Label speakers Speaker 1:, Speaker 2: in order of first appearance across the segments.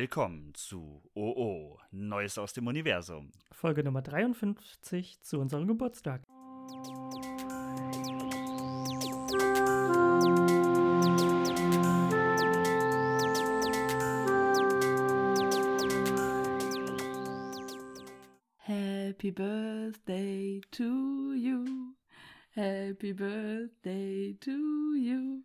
Speaker 1: Willkommen zu OO, Neues aus dem Universum.
Speaker 2: Folge Nummer 53 zu unserem Geburtstag.
Speaker 3: Happy birthday to you. Happy birthday to you.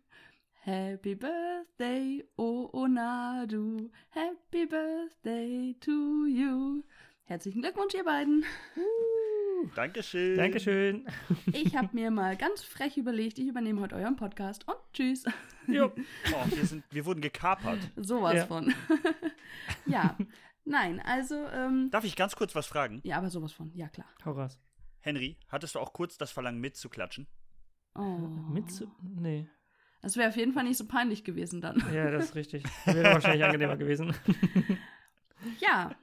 Speaker 3: Happy birthday, O Onadu. Happy birthday to you. Herzlichen Glückwunsch, ihr beiden.
Speaker 1: Dankeschön.
Speaker 2: Dankeschön.
Speaker 3: Ich habe mir mal ganz frech überlegt, ich übernehme heute euren Podcast und tschüss.
Speaker 2: Jo.
Speaker 1: Oh, wir, sind, wir wurden gekapert.
Speaker 3: Sowas
Speaker 2: Ja.
Speaker 3: von. ja, nein, also, ähm,
Speaker 1: Darf ich ganz kurz was fragen?
Speaker 3: ja, aber sowas von, ja klar.
Speaker 2: Hau raus.
Speaker 1: Henry, hattest du auch kurz das Verlangen mitzuklatschen?
Speaker 3: Oh.
Speaker 2: Mit zu. Nee.
Speaker 3: Das wäre auf jeden Fall nicht so peinlich gewesen dann.
Speaker 2: Ja, das ist richtig. Wäre wahrscheinlich angenehmer gewesen.
Speaker 3: Ja,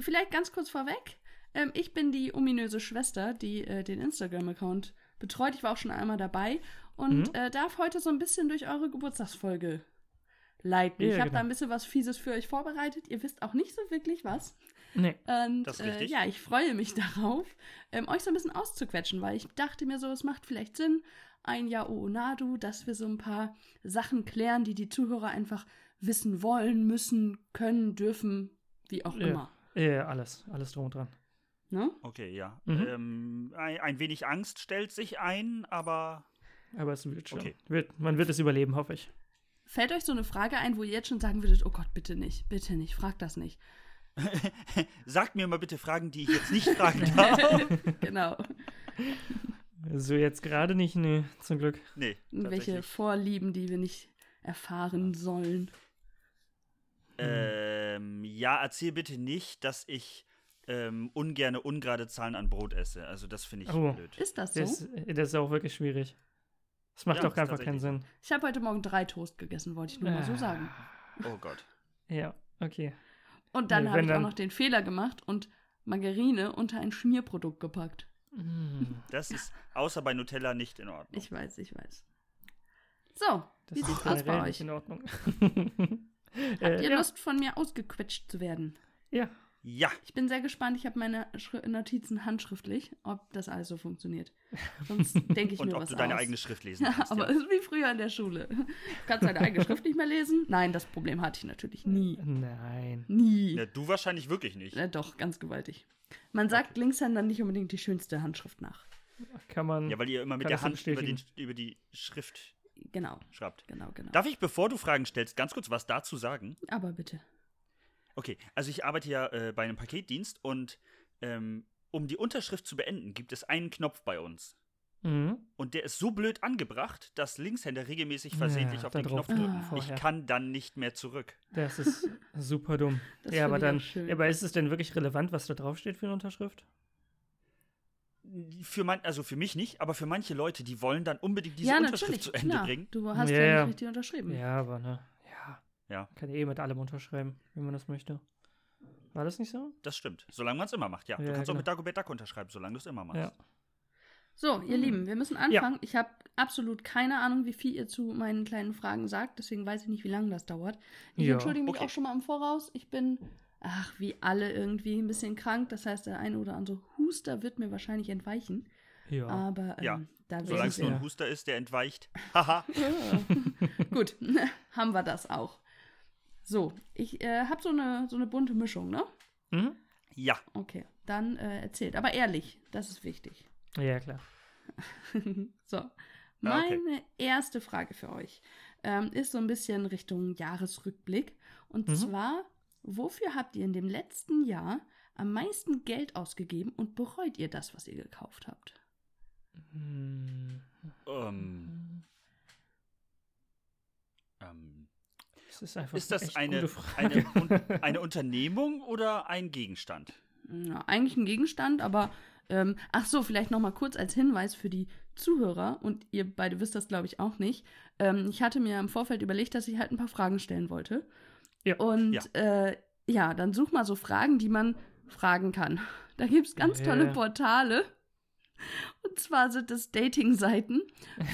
Speaker 3: vielleicht ganz kurz vorweg. Ähm, ich bin die ominöse Schwester, die äh, den Instagram-Account betreut. Ich war auch schon einmal dabei und
Speaker 2: Mhm.
Speaker 3: äh, darf heute so ein bisschen durch eure Geburtstagsfolge leiten.
Speaker 2: Ja,
Speaker 3: ich habe
Speaker 2: genau.
Speaker 3: da ein bisschen was Fieses für euch vorbereitet. Ihr wisst auch nicht so wirklich was.
Speaker 2: Nee.
Speaker 3: Und
Speaker 1: Das ist
Speaker 3: äh,
Speaker 1: richtig.
Speaker 3: ja, ich freue mich darauf, ähm, euch so ein bisschen auszuquetschen, weil ich dachte mir so, es macht vielleicht Sinn, ein Jahr Oonadu, dass wir so ein paar Sachen klären, die die Zuhörer einfach wissen wollen, müssen, können, dürfen, wie auch
Speaker 2: Ja.
Speaker 3: immer.
Speaker 2: Ja, alles. Alles drum und dran.
Speaker 3: Ne?
Speaker 1: Okay, ja.
Speaker 2: Mhm.
Speaker 1: Ähm, ein, ein wenig Angst stellt sich ein, aber
Speaker 2: Aber es wird schon.
Speaker 1: Okay.
Speaker 2: Wird, man wird es überleben, hoffe ich.
Speaker 3: Fällt euch so eine Frage ein, wo ihr jetzt schon sagen würdet, oh Gott, bitte nicht, bitte nicht, fragt das nicht.
Speaker 1: sagt mir mal bitte Fragen, die ich jetzt nicht fragen darf.
Speaker 3: Genau.
Speaker 2: So jetzt gerade nicht, nee, zum Glück.
Speaker 1: Nee,
Speaker 3: Welche
Speaker 1: tatsächlich.
Speaker 3: Vorlieben, die wir nicht erfahren sollen.
Speaker 1: Ähm, ja, erzähl bitte nicht, dass ich ähm, ungerne ungerade Zahlen an Brot esse. Also das finde ich
Speaker 2: Oh.
Speaker 1: blöd.
Speaker 3: Ist das so?
Speaker 2: Das, das ist auch wirklich schwierig. Das macht
Speaker 1: Ja,
Speaker 2: auch einfach keinen
Speaker 1: tatsächlich.
Speaker 2: Sinn.
Speaker 3: Ich habe heute Morgen drei Toast gegessen, wollte ich nur mal so
Speaker 2: Ah.
Speaker 3: sagen.
Speaker 1: Oh Gott.
Speaker 2: Ja, okay.
Speaker 3: Und dann
Speaker 2: Nee,
Speaker 3: habe
Speaker 2: wenn
Speaker 3: ich auch
Speaker 2: dann-
Speaker 3: noch den Fehler gemacht und Margarine unter ein Schmierprodukt gepackt.
Speaker 2: Mm,
Speaker 1: Das ist außer bei Nutella nicht in Ordnung.
Speaker 3: Ich weiß, ich weiß. So,
Speaker 2: Das
Speaker 3: wie
Speaker 2: ist
Speaker 3: sieht's aus
Speaker 2: generell
Speaker 3: bei
Speaker 2: nicht
Speaker 3: euch?
Speaker 2: in Ordnung.
Speaker 3: Habt
Speaker 2: ne? Äh,
Speaker 3: ihr
Speaker 2: ja,
Speaker 3: Lust, von mir ausgequetscht zu werden?
Speaker 2: ja,
Speaker 1: Ja,
Speaker 3: Ich bin sehr gespannt. Ich habe meine Schri Notizen handschriftlich, ob das alles so funktioniert. Sonst denke ich
Speaker 1: und
Speaker 3: mir
Speaker 1: ob
Speaker 3: was
Speaker 1: du deine
Speaker 3: aus.
Speaker 1: eigene Schrift lesen kannst.
Speaker 3: Aber
Speaker 1: ja.
Speaker 3: ist wie früher in der Schule. Du kannst deine eigene Schrift nicht mehr lesen? Nein, das Problem hatte ich natürlich nie.
Speaker 2: nein.
Speaker 3: Nie.
Speaker 1: Ja, du wahrscheinlich wirklich nicht.
Speaker 3: Äh, doch, ganz gewaltig. Man sagt Linkshändern nicht unbedingt die schönste Handschrift nach.
Speaker 2: Kann man.
Speaker 1: Ja, weil ihr immer mit
Speaker 2: Kann
Speaker 1: der Hand
Speaker 2: das
Speaker 1: über, den,
Speaker 2: bestätigen.
Speaker 1: über die Schrift
Speaker 3: Genau,
Speaker 1: schreibt.
Speaker 3: genau, genau.
Speaker 1: Darf ich, bevor du Fragen stellst, ganz kurz was dazu sagen?
Speaker 3: Aber bitte.
Speaker 1: Okay, also ich arbeite ja äh, bei einem Paketdienst und ähm, um die Unterschrift zu beenden, gibt es einen Knopf bei uns.
Speaker 2: Mhm.
Speaker 1: Und der ist so blöd angebracht, dass Linkshänder regelmäßig versehentlich
Speaker 2: Ja,
Speaker 1: auf
Speaker 2: da
Speaker 1: den
Speaker 2: drauf
Speaker 1: Knopf drücken.
Speaker 3: Ah.
Speaker 1: Ich
Speaker 2: vorher.
Speaker 1: kann dann nicht mehr zurück.
Speaker 2: Das ist super dumm.
Speaker 3: Das
Speaker 2: ja, aber
Speaker 3: finde
Speaker 2: dann.
Speaker 3: ich auch schön.
Speaker 2: Ja, aber ist es denn wirklich relevant, was da draufsteht für eine Unterschrift?
Speaker 1: Für man, also für mich nicht, aber für manche Leute, die wollen dann unbedingt diese Unterschrift zu Ende
Speaker 3: klar.
Speaker 1: bringen.
Speaker 3: Du hast ja,
Speaker 2: Ja, ja.
Speaker 3: nicht richtig unterschrieben.
Speaker 2: Ja, aber ne. Ja.
Speaker 1: Ja.
Speaker 2: Kann eh mit allem unterschreiben, wenn man das möchte. War das nicht so?
Speaker 1: Das stimmt. Solange man es immer macht, ja. du
Speaker 2: Ja,
Speaker 1: kannst auch
Speaker 2: genau.
Speaker 1: mit Dagobert Duck unterschreiben, solange du es immer machst.
Speaker 2: Ja.
Speaker 3: So,
Speaker 1: Hm.
Speaker 3: ihr Lieben, wir müssen anfangen. Ich habe absolut keine Ahnung, wie viel ihr zu meinen kleinen Fragen sagt, deswegen weiß ich nicht, wie lange das dauert. Ich
Speaker 2: Ja.
Speaker 3: entschuldige mich
Speaker 1: Okay.
Speaker 3: auch schon mal im Voraus. Ich bin, ach, wie alle irgendwie ein bisschen krank. Das heißt, der eine oder andere Huster wird mir wahrscheinlich entweichen.
Speaker 2: Ja.
Speaker 3: Aber ähm,
Speaker 1: Ja.
Speaker 3: da
Speaker 1: Solange
Speaker 3: werden
Speaker 1: es nur ein
Speaker 3: wir.
Speaker 1: Huster ist, der entweicht. Haha.
Speaker 3: äh, Gut, haben wir das auch. So, ich äh, habe so eine, so eine bunte Mischung, ne?
Speaker 2: Mhm.
Speaker 1: ja.
Speaker 3: Okay, dann äh, erzählt. Aber ehrlich, das ist wichtig.
Speaker 2: Ja, klar.
Speaker 3: so.
Speaker 1: Ah, okay.
Speaker 3: Meine erste Frage für euch ähm, ist so ein bisschen Richtung Jahresrückblick. Und
Speaker 2: Mhm.
Speaker 3: zwar, wofür habt ihr in dem letzten Jahr am meisten Geld ausgegeben und bereut ihr das, was ihr gekauft habt?
Speaker 2: Hm.
Speaker 1: Ähm, ähm,
Speaker 2: Das ist einfach
Speaker 1: ist
Speaker 2: eine
Speaker 1: das
Speaker 2: echt
Speaker 1: eine,
Speaker 2: gute Frage.
Speaker 1: eine, un, eine Unternehmung oder ein Gegenstand?
Speaker 3: Na, eigentlich ein Gegenstand, aber ähm, ach so, vielleicht noch mal kurz als Hinweis für die Zuhörer und ihr beide wisst das, glaube ich, auch nicht. Ähm, ich hatte mir im Vorfeld überlegt, dass ich halt ein paar Fragen stellen wollte.
Speaker 2: Ja.
Speaker 3: Und
Speaker 1: Ja.
Speaker 3: ja, äh, ja dann such mal so Fragen, die man fragen kann. Da gibt es ganz
Speaker 2: Ja.
Speaker 3: tolle Portale. Und zwar sind es Dating-Seiten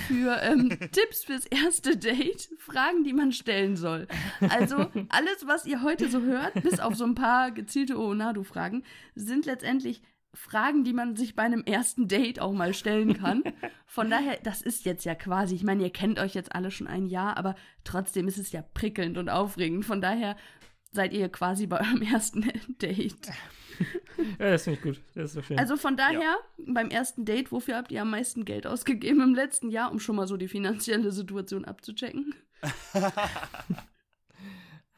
Speaker 3: für ähm, Tipps fürs erste Date, Fragen, die man stellen soll. Also alles, was ihr heute so hört, bis auf so ein paar gezielte Onadu-Fragen, sind letztendlich Fragen, die man sich bei einem ersten Date auch mal stellen kann. Von daher, das ist jetzt ja quasi, ich meine, ihr kennt euch jetzt alle schon ein Jahr, aber trotzdem ist es ja prickelnd und aufregend. Von daher seid ihr quasi bei eurem ersten Date.
Speaker 2: Ja, das finde ich gut. Das ist so schön.
Speaker 3: Also von daher, beim ersten Date, wofür habt ihr am meisten Geld ausgegeben im letzten Jahr, um schon mal so die finanzielle Situation abzuchecken?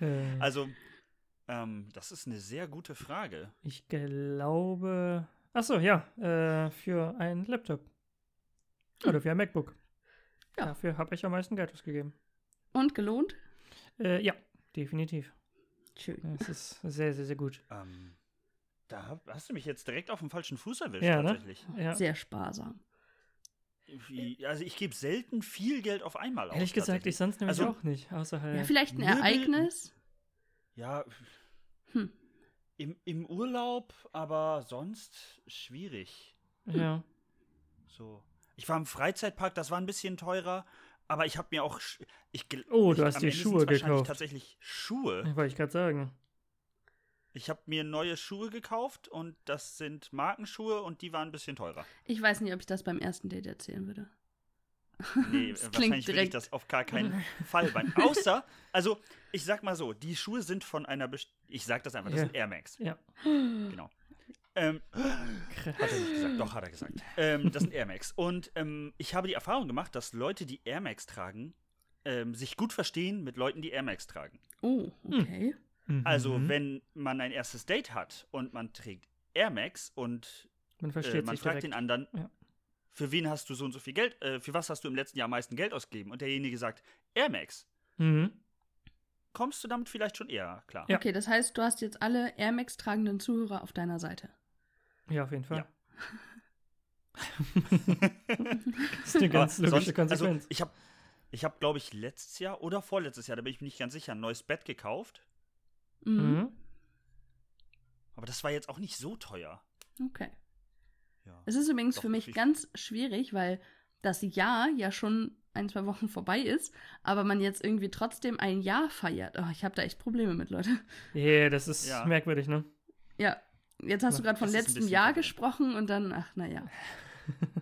Speaker 2: äh,
Speaker 1: Also, ähm, das ist eine sehr gute Frage.
Speaker 2: ich glaube. Achso, ja, äh, für einen Laptop. Oder für ein MacBook.
Speaker 3: Ja.
Speaker 2: Dafür habe ich am meisten Geld ausgegeben.
Speaker 3: Und gelohnt?
Speaker 2: Äh, ja, definitiv.
Speaker 3: Schön.
Speaker 2: Das ist sehr, sehr, sehr gut.
Speaker 1: Ähm, da hab- hast du mich jetzt direkt auf dem falschen Fuß erwischt,
Speaker 2: Ja, ne?
Speaker 1: tatsächlich.
Speaker 2: Ja.
Speaker 3: Sehr sparsam.
Speaker 1: Wie- Also, ich gebe selten viel Geld auf einmal aus.
Speaker 2: Ehrlich gesagt, ich
Speaker 1: tatsächlich.
Speaker 2: sonst nämlich
Speaker 1: Also-
Speaker 2: auch nicht. Außer halt.
Speaker 3: Ja, vielleicht ein
Speaker 1: Möbel-
Speaker 3: Ereignis.
Speaker 1: Ja.
Speaker 3: Hm.
Speaker 1: Im, Im Urlaub, aber sonst schwierig.
Speaker 2: ja.
Speaker 1: So. Ich war im Freizeitpark, das war ein bisschen teurer, aber ich habe mir auch. Sch- Ich, gel-
Speaker 2: Oh,
Speaker 1: ich,
Speaker 2: du hast
Speaker 1: am
Speaker 2: dir
Speaker 1: Ende
Speaker 2: Schuhe
Speaker 1: sind's wahrscheinlich
Speaker 2: gekauft.
Speaker 1: tatsächlich Schuhe.
Speaker 2: Wollte ich gerade sagen.
Speaker 1: Ich habe mir neue Schuhe gekauft und das sind Markenschuhe und die waren ein bisschen teurer.
Speaker 3: Ich weiß nicht, ob ich das beim ersten Date erzählen würde.
Speaker 1: Nee,
Speaker 3: Das klingt
Speaker 1: wahrscheinlich will ich
Speaker 3: direkt-
Speaker 1: das auf gar keinen Fall bei. Außer, also ich sag mal so, die Schuhe sind von einer best ich sag das einfach, das
Speaker 2: Ja.
Speaker 1: sind Air Max.
Speaker 2: Ja.
Speaker 1: Genau. Ähm, hat er nicht gesagt, doch hat er gesagt. Ähm, das sind Air Max und ähm, ich habe die Erfahrung gemacht, dass Leute, die Air Max tragen, ähm, sich gut verstehen mit Leuten, die Air Max tragen.
Speaker 3: Oh, okay.
Speaker 1: Also,
Speaker 2: Mhm.
Speaker 1: wenn man ein erstes Date hat und man trägt Air Max und
Speaker 2: Man
Speaker 1: äh,
Speaker 2: versteht
Speaker 1: man
Speaker 2: sich
Speaker 1: fragt
Speaker 2: direkt.
Speaker 1: den anderen,
Speaker 2: Ja.
Speaker 1: für wen hast du so und so viel Geld, äh, für was hast du im letzten Jahr am meisten Geld ausgegeben? Und derjenige sagt, Air Max,
Speaker 2: Mhm.
Speaker 1: kommst du damit vielleicht schon eher klar?
Speaker 2: Ja.
Speaker 3: Okay, das heißt, du hast jetzt alle Air Max tragenden Zuhörer auf deiner Seite.
Speaker 2: Ja, auf jeden Fall.
Speaker 1: Ja.
Speaker 2: Das ist eine ganz
Speaker 1: Aber sonst-
Speaker 2: logische
Speaker 1: also,
Speaker 2: Konsequenz.
Speaker 1: ich habe, ich hab, glaube ich, letztes Jahr oder vorletztes Jahr, da bin ich mir nicht ganz sicher, ein neues Bett gekauft.
Speaker 3: Mhm.
Speaker 2: mhm.
Speaker 1: Aber das war jetzt auch nicht so teuer.
Speaker 3: Okay.
Speaker 1: Ja.
Speaker 3: Es ist übrigens
Speaker 1: Mhm. Doch,
Speaker 3: für mich
Speaker 1: richtig.
Speaker 3: ganz schwierig, weil das Jahr ja schon ein, zwei Wochen vorbei ist, aber man jetzt irgendwie trotzdem ein Jahr feiert. Oh, ich habe da echt Probleme mit, Leute.
Speaker 2: Yeah, das ist
Speaker 1: Ja.
Speaker 2: merkwürdig, ne?
Speaker 3: Ja, jetzt hast du gerade von
Speaker 1: Das ist ein
Speaker 3: letztem
Speaker 1: bisschen
Speaker 3: Jahr
Speaker 1: verwirrend.
Speaker 3: gesprochen und dann, ach, naja.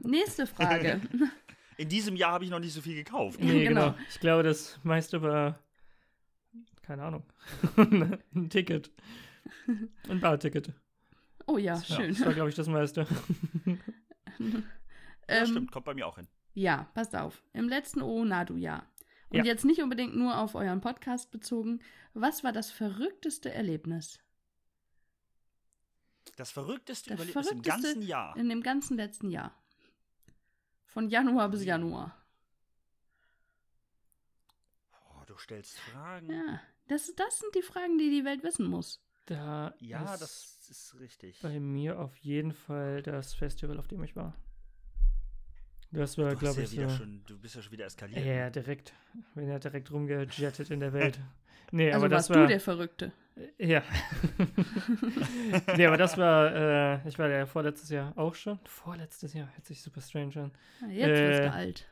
Speaker 3: Nächste Frage.
Speaker 1: In diesem Jahr habe ich noch nicht so viel gekauft.
Speaker 2: Nee, genau.
Speaker 3: genau.
Speaker 2: Ich glaube, das meiste war. Keine Ahnung. ein Ticket. Ein Barticket.
Speaker 3: Oh ja,
Speaker 2: Ja,
Speaker 3: schön.
Speaker 2: Das war, glaube ich, das meiste.
Speaker 1: Ja,
Speaker 3: Ähm,
Speaker 1: stimmt, kommt bei mir auch hin.
Speaker 3: Ja, passt auf. Im letzten Oh, Onadu-Jahr. Und
Speaker 2: Ja.
Speaker 3: jetzt nicht unbedingt nur auf euren Podcast bezogen. Was war das verrückteste Erlebnis
Speaker 1: Das verrückteste
Speaker 3: Das
Speaker 1: Überlebnis im
Speaker 3: verrückteste-
Speaker 1: ganzen Jahr.
Speaker 3: in dem ganzen letzten Jahr? Von Januar bis Januar.
Speaker 1: Oh, du stellst Fragen.
Speaker 3: Ja, das, das sind die Fragen, die die Welt wissen muss.
Speaker 2: Da
Speaker 1: Ja,
Speaker 2: ist
Speaker 1: das ist richtig.
Speaker 2: bei mir auf jeden Fall das Festival, auf dem ich war. Das war,
Speaker 1: Du, hast
Speaker 2: glaube
Speaker 1: ja
Speaker 2: ich,
Speaker 1: wieder
Speaker 2: so.
Speaker 1: schon, du bist ja schon wieder
Speaker 2: Ja,
Speaker 1: eskaliert.
Speaker 2: ja, direkt. Bin ja direkt rumgejettet in der Welt. Nee,
Speaker 3: Also
Speaker 2: aber das
Speaker 3: warst
Speaker 2: war.
Speaker 3: du der Verrückte.
Speaker 2: Ja. nee, aber das war, äh, ich war ja vorletztes Jahr auch schon. Vorletztes Jahr, hört sich super strange an.
Speaker 3: Na, Ah, Jetzt wirst
Speaker 2: Äh,
Speaker 3: du alt.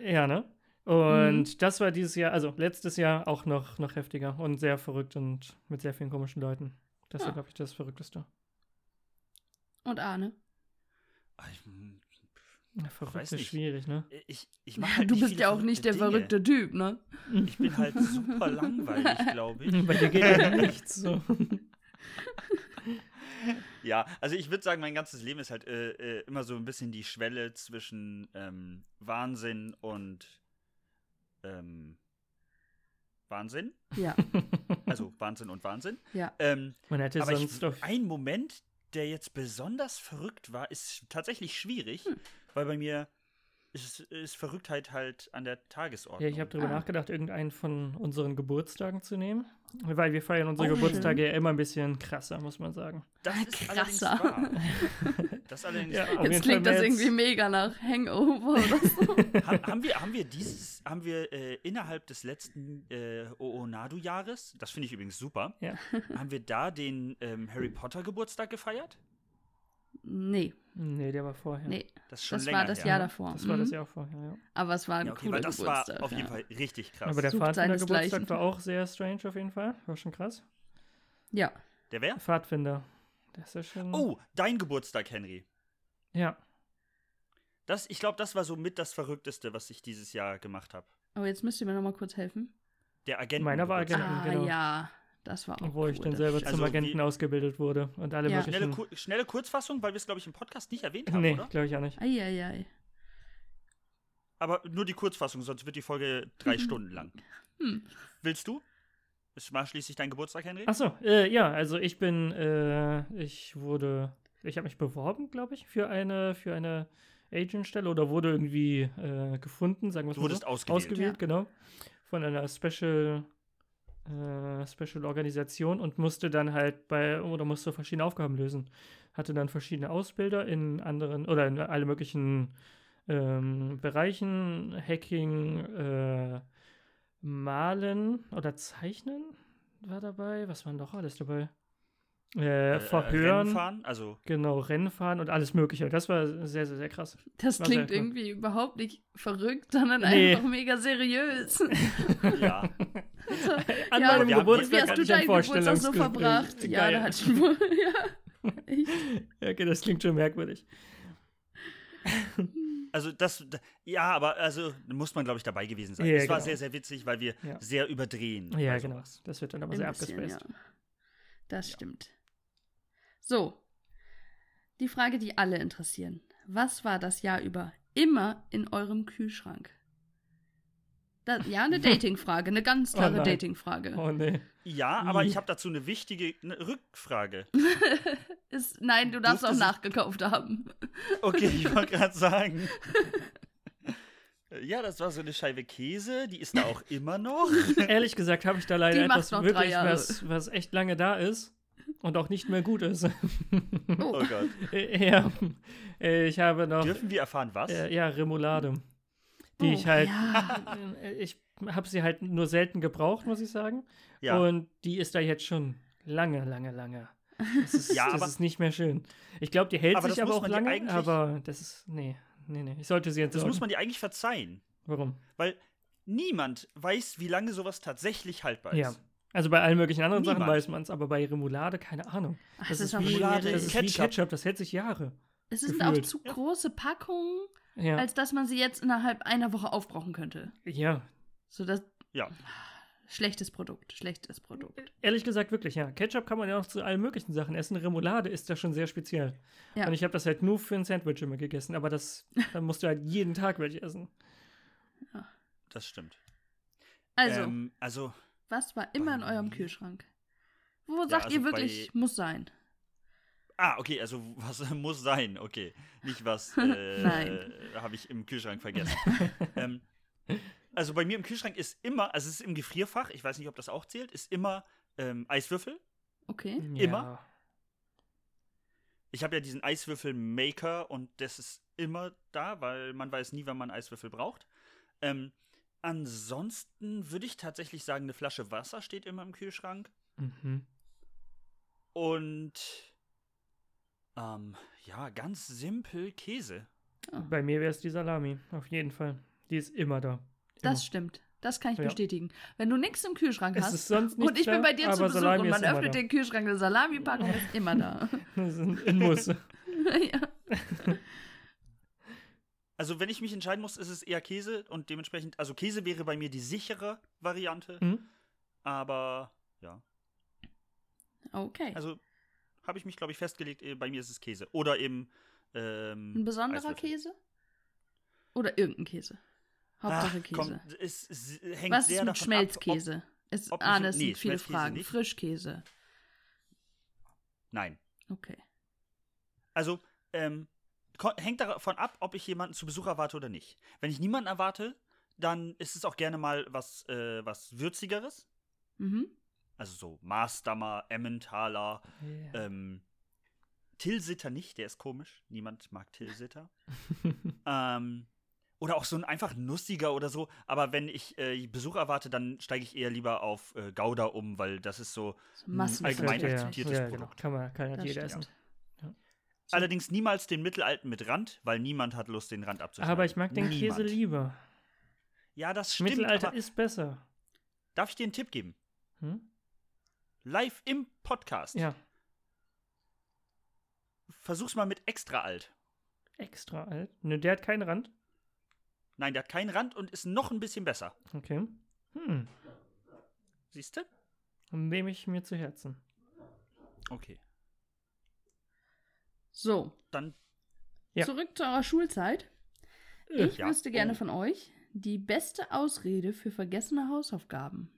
Speaker 2: Ja, ne? Und
Speaker 3: Mhm.
Speaker 2: das war dieses Jahr, also letztes Jahr auch noch, noch heftiger und sehr verrückt und mit sehr vielen komischen Leuten. Das
Speaker 3: Ja.
Speaker 2: war, glaube ich, das Verrückteste.
Speaker 3: Und Arne.
Speaker 1: Ah, ich-
Speaker 2: Ja, verrückt
Speaker 1: Weiß
Speaker 2: ist
Speaker 1: nicht.
Speaker 2: schwierig, ne?
Speaker 1: Ich, ich mach halt
Speaker 3: du
Speaker 1: nicht
Speaker 3: bist
Speaker 1: viele
Speaker 3: ja auch nicht der
Speaker 1: verrückte
Speaker 3: verrückte Typ, ne?
Speaker 1: Dinge. Ich bin halt super langweilig, glaube ich.
Speaker 2: Bei dir geht ja nichts so.
Speaker 1: Ja, also ich würde sagen, mein ganzes Leben ist halt äh, äh, immer so ein bisschen die Schwelle zwischen ähm, Wahnsinn und ähm, Wahnsinn.
Speaker 3: Ja,
Speaker 1: Also Wahnsinn und Wahnsinn.
Speaker 3: ja.
Speaker 1: Ähm,
Speaker 2: Man hätte
Speaker 1: aber ich,
Speaker 2: sonst auf.
Speaker 1: ein Moment, der jetzt besonders verrückt war, ist tatsächlich schwierig,
Speaker 2: Hm.
Speaker 1: weil bei mir ist, ist Verrücktheit halt an der Tagesordnung.
Speaker 2: Ja, ich habe darüber
Speaker 3: Ah.
Speaker 2: nachgedacht, irgendeinen von unseren Geburtstagen zu nehmen. Weil wir feiern unsere
Speaker 3: Oh,
Speaker 2: Geburtstage ja immer ein bisschen krasser, muss man sagen.
Speaker 1: das
Speaker 3: Ah,
Speaker 1: ist allerdings
Speaker 3: krasser.
Speaker 1: wahr. Das ist allerdings
Speaker 2: Ja,
Speaker 1: wahr.
Speaker 2: auf jeden
Speaker 3: Jetzt
Speaker 2: Fall
Speaker 3: klingt das
Speaker 2: mehr jetzt-
Speaker 3: irgendwie mega nach Hangover oder so.
Speaker 1: Ha- haben, wir, haben wir dieses, haben wir äh, innerhalb des letzten äh, Oonadu-Jahres, das finde ich übrigens super,
Speaker 2: Ja.
Speaker 1: haben wir da den ähm, Harry Potter Geburtstag gefeiert?
Speaker 3: Nee,
Speaker 2: Nee, der war vorher.
Speaker 3: nee.
Speaker 1: Das ist schon
Speaker 3: Das
Speaker 1: länger
Speaker 3: war das
Speaker 1: her.
Speaker 3: Jahr davor.
Speaker 2: Das war das
Speaker 3: mhm.
Speaker 2: Jahr vorher, ja.
Speaker 3: Aber es war ein
Speaker 1: Ja, okay,
Speaker 3: cooler
Speaker 1: weil das
Speaker 3: Geburtstag.
Speaker 1: war auf jeden
Speaker 3: ja.
Speaker 1: Fall richtig krass.
Speaker 2: Aber der
Speaker 3: Sucht
Speaker 2: Pfadfinder
Speaker 3: seinesgleichen.
Speaker 2: Geburtstag war auch sehr strange auf jeden Fall. War schon krass.
Speaker 3: Ja.
Speaker 1: der wer?
Speaker 2: Pfadfinder. Das ist schon.
Speaker 1: Oh, dein Geburtstag, Henry.
Speaker 2: Ja.
Speaker 1: Das, ich glaube, das war so mit das Verrückteste, was ich dieses Jahr gemacht habe.
Speaker 3: Aber jetzt müsst ihr mir noch mal kurz helfen.
Speaker 1: Der Agent.
Speaker 2: Meiner war Agenten,
Speaker 3: ah,
Speaker 2: genau.
Speaker 3: ja. Das war auch
Speaker 2: Obwohl ich
Speaker 3: cool,
Speaker 2: dann
Speaker 3: das
Speaker 2: selber
Speaker 3: stimmt.
Speaker 2: zum
Speaker 1: Also wie-
Speaker 2: Agenten ausgebildet wurde und alle
Speaker 3: Ja.
Speaker 1: Schnelle,
Speaker 2: möglichen.
Speaker 1: Kur schnelle Kurzfassung, weil wir es, glaube ich, im Podcast nicht erwähnt haben,
Speaker 2: nee,
Speaker 1: oder?
Speaker 2: glaube ich auch nicht.
Speaker 3: Eieiei.
Speaker 1: Aber nur die Kurzfassung, sonst wird die Folge drei Stunden lang.
Speaker 3: Hm.
Speaker 1: Willst du? Es war schließlich dein Geburtstag, Henry.
Speaker 2: Achso, äh, ja, also ich bin, äh, ich wurde, ich habe mich beworben, glaube ich, für eine, für eine Agentstelle oder wurde irgendwie äh, gefunden, sagen wir es
Speaker 1: Du
Speaker 2: mal so.
Speaker 1: wurdest ausgewählt.
Speaker 2: ausgewählt, genau. Von einer Special, äh, Special Organisation und musste dann halt bei, oder musste verschiedene Aufgaben lösen. Hatte dann verschiedene Ausbilder in anderen, oder in alle möglichen ähm, Bereichen, Hacking, äh, Malen oder Zeichnen war dabei. Was war denn doch alles dabei? Äh,
Speaker 1: Äh, äh,
Speaker 2: Verhören,
Speaker 1: Rennen fahren, also
Speaker 2: genau, Rennfahren und alles Mögliche. Das war sehr, sehr, sehr krass.
Speaker 3: Das
Speaker 2: War
Speaker 3: klingt
Speaker 2: sehr cool.
Speaker 3: irgendwie überhaupt nicht verrückt, sondern
Speaker 2: Nee.
Speaker 3: einfach mega seriös.
Speaker 1: ja.
Speaker 2: An
Speaker 3: Ja,
Speaker 2: meinem
Speaker 1: wir haben-
Speaker 2: Geburtstag
Speaker 3: Wie hast
Speaker 2: hatte
Speaker 3: du
Speaker 2: ich ein
Speaker 3: deinen Geburtstag so
Speaker 2: Vorstellungsgespräch.
Speaker 3: verbracht? Ja,
Speaker 2: Geil.
Speaker 3: da hatte ich wohl. Ja. Echt.
Speaker 2: Ja, okay, das klingt schon merkwürdig.
Speaker 1: Also das, d- ja, aber also muss man, glaube ich, dabei gewesen sein.
Speaker 2: Ja,
Speaker 1: es war
Speaker 2: genau.
Speaker 1: sehr, sehr witzig, weil wir
Speaker 2: Ja.
Speaker 1: sehr überdrehen. Also,
Speaker 2: Ja,
Speaker 1: bei
Speaker 2: genau.
Speaker 1: sowas.
Speaker 2: Das wird dann aber
Speaker 3: Ein
Speaker 2: sehr
Speaker 3: bisschen,
Speaker 2: abgespaced.
Speaker 3: ja. Das stimmt. So. Die Frage, die alle interessieren. Was war das Jahr über immer in eurem Kühlschrank? Da, ja, eine Dating-Frage, eine ganz
Speaker 2: Oh
Speaker 3: klare
Speaker 2: nein.
Speaker 3: Dating-Frage.
Speaker 2: Oh nee.
Speaker 1: Ja, aber ich
Speaker 2: I.
Speaker 1: habe dazu eine wichtige ne, Rückfrage.
Speaker 3: Ist- Nein, du darfst
Speaker 1: Durfte
Speaker 3: auch
Speaker 1: sie-
Speaker 3: nachgekauft haben.
Speaker 1: Okay, ich wollte gerade sagen. Ja, das war so eine Scheibe Käse, die ist da auch immer noch.
Speaker 2: Ehrlich gesagt habe ich da leider
Speaker 3: Die macht
Speaker 2: etwas
Speaker 3: noch drei
Speaker 2: wirklich,
Speaker 3: Jahre.
Speaker 2: was, was echt lange da ist und auch nicht mehr gut ist.
Speaker 3: Oh,
Speaker 1: Oh Gott.
Speaker 2: Äh, ja. Äh, Ich habe noch
Speaker 1: Dürfen wir erfahren, was?
Speaker 2: äh, ja, Remoulade, die ich
Speaker 3: Oh,
Speaker 2: halt
Speaker 3: Ja.
Speaker 2: äh, ich habe sie halt nur selten gebraucht, muss ich sagen.
Speaker 1: Ja.
Speaker 2: Und die ist da jetzt schon lange, lange, lange. Das ist,
Speaker 1: Ja,
Speaker 2: das
Speaker 1: aber-
Speaker 2: ist nicht mehr schön. Ich glaube, die hält
Speaker 1: Aber
Speaker 2: sich
Speaker 1: das
Speaker 2: aber
Speaker 1: muss
Speaker 2: auch
Speaker 1: man ja
Speaker 2: lange,
Speaker 1: eigentlich-
Speaker 2: aber das ist nee, nee, nee. Ich sollte sie jetzt
Speaker 1: das muss man dir eigentlich verzeihen,
Speaker 2: Warum?
Speaker 1: weil niemand weiß, wie lange sowas tatsächlich haltbar ist.
Speaker 2: Ja. Also bei allen möglichen anderen Sachen
Speaker 1: Niemand.
Speaker 2: weiß man es, aber bei Remoulade, keine Ahnung.
Speaker 3: Ach,
Speaker 2: Das,
Speaker 3: das
Speaker 2: ist,
Speaker 3: ist auch
Speaker 2: wie, das
Speaker 1: schwierig.
Speaker 2: ist wie
Speaker 1: Ketchup.
Speaker 2: Ketchup, das hält sich Jahre.
Speaker 3: Es sind auch
Speaker 2: gefühlt.
Speaker 3: zu große Packungen,
Speaker 2: Ja.
Speaker 3: als dass man sie jetzt innerhalb einer Woche aufbrauchen könnte.
Speaker 2: ja.
Speaker 3: So das
Speaker 1: Ja.
Speaker 3: schlechtes Produkt, schlechtes Produkt.
Speaker 2: Ehrlich gesagt, wirklich, ja. Ketchup kann man ja auch zu allen möglichen Sachen essen. Remoulade ist da schon sehr speziell.
Speaker 3: Ja.
Speaker 2: Und ich habe das halt nur für ein Sandwich immer gegessen, aber das, dann musst du halt jeden Tag welche essen.
Speaker 1: Das stimmt.
Speaker 3: Also,
Speaker 1: ähm, also
Speaker 3: was war immer in
Speaker 1: bei
Speaker 3: eurem
Speaker 1: mir-
Speaker 3: Kühlschrank? Wo sagt
Speaker 1: also
Speaker 3: ihr wirklich, muss sein?
Speaker 1: Ah, okay, also was muss sein, okay. Nicht was äh,
Speaker 3: Nein.
Speaker 1: habe ich im Kühlschrank vergessen. ähm, also bei mir im Kühlschrank ist immer, also es ist im Gefrierfach, ich weiß nicht, ob das auch zählt, ist immer ähm, Eiswürfel.
Speaker 3: Okay.
Speaker 1: Immer? Ich habe ja diesen Eiswürfel-Maker und das ist immer da, weil man weiß nie, wann man Eiswürfel braucht. Ähm, ansonsten würde ich tatsächlich sagen, eine Flasche Wasser steht immer im Kühlschrank.
Speaker 2: Ja. Mhm.
Speaker 1: Und ähm, ja, ganz simpel Käse.
Speaker 2: Bei mir wäre es die Salami, auf jeden Fall. Die ist immer da. Immer.
Speaker 3: Das stimmt. Das kann ich
Speaker 2: Ja.
Speaker 3: bestätigen. Wenn du nichts im Kühlschrank
Speaker 2: Es
Speaker 3: hast
Speaker 2: ist sonst
Speaker 3: und
Speaker 2: nichts
Speaker 3: ich
Speaker 2: da,
Speaker 3: bin bei dir zu
Speaker 2: aber
Speaker 3: Besuch
Speaker 2: Salami
Speaker 3: und
Speaker 2: ist
Speaker 3: man
Speaker 2: immer
Speaker 3: öffnet
Speaker 2: da.
Speaker 3: den Kühlschrank, eine Salamipackung ist immer da.
Speaker 2: Das ist ein, ein Muss.
Speaker 3: ja.
Speaker 1: Also, wenn ich mich entscheiden muss, ist es eher Käse und dementsprechend, also Käse wäre bei mir die sichere Variante,
Speaker 2: Mhm.
Speaker 1: aber
Speaker 3: Okay.
Speaker 1: also habe ich mich, glaube ich, festgelegt, eh, bei mir ist es Käse. Oder eben. Ähm,
Speaker 3: Ein besonderer
Speaker 1: Eiswürfel.
Speaker 3: Käse? Oder irgendein Käse? Hauptsache
Speaker 1: Ach,
Speaker 3: Käse.
Speaker 1: komm, es, es hängt
Speaker 3: Was
Speaker 1: sehr
Speaker 3: ist
Speaker 1: davon ab,
Speaker 3: mit
Speaker 1: ob-
Speaker 3: Schmelzkäse? es,
Speaker 1: ob
Speaker 3: ah,
Speaker 1: ich-
Speaker 3: das
Speaker 1: nee,
Speaker 3: sind viele
Speaker 1: Schmelzkäse
Speaker 3: Fragen.
Speaker 1: nicht.
Speaker 3: Frischkäse.
Speaker 1: Nein.
Speaker 3: Okay.
Speaker 1: Also, ähm, ko- hängt davon ab, ob ich jemanden zu Besuch erwarte oder nicht. Wenn ich niemanden erwarte, dann ist es auch gerne mal was, äh, was Würzigeres.
Speaker 3: Mhm.
Speaker 1: Also so Maßdammer, Emmentaler,
Speaker 2: Ja.
Speaker 1: ähm, Tilsiter nicht, der ist komisch. Niemand mag Tilsiter. ähm, oder auch so ein einfach nussiger oder so. Aber wenn ich äh, Besuch erwarte, dann steige ich eher lieber auf äh, Gouda um, weil das ist so.
Speaker 3: So Massen
Speaker 1: allgemein
Speaker 2: ja,
Speaker 1: akzeptiertes
Speaker 2: ja,
Speaker 1: Produkt.
Speaker 2: Genau. Kann man, kann halt
Speaker 3: Das
Speaker 2: jeder
Speaker 3: stimmt.
Speaker 2: essen.
Speaker 1: So. Allerdings niemals den mittelalten mit Rand, weil niemand hat Lust, den Rand abzuschneiden.
Speaker 2: Aber ich mag den niemand. Käse lieber.
Speaker 1: Ja, das stimmt.
Speaker 2: Mittelalter ist besser.
Speaker 1: Darf ich dir einen Tipp geben?
Speaker 2: Hm?
Speaker 1: Live im Podcast.
Speaker 2: Ja.
Speaker 1: Versuch's mal mit extra alt.
Speaker 2: Extra alt? Ne, der hat keinen Rand.
Speaker 1: Nein, der hat keinen Rand und ist noch ein bisschen besser.
Speaker 2: Okay. Hm.
Speaker 1: Siehst du?
Speaker 2: Nehme ich mir zu Herzen.
Speaker 1: Okay.
Speaker 3: So.
Speaker 1: Dann
Speaker 2: Ja.
Speaker 3: Zurück zu eurer Schulzeit.
Speaker 2: Äh.
Speaker 3: Ich
Speaker 1: ja.
Speaker 3: wüsste gerne
Speaker 1: Oh.
Speaker 3: von euch die beste Ausrede für vergessene Hausaufgaben.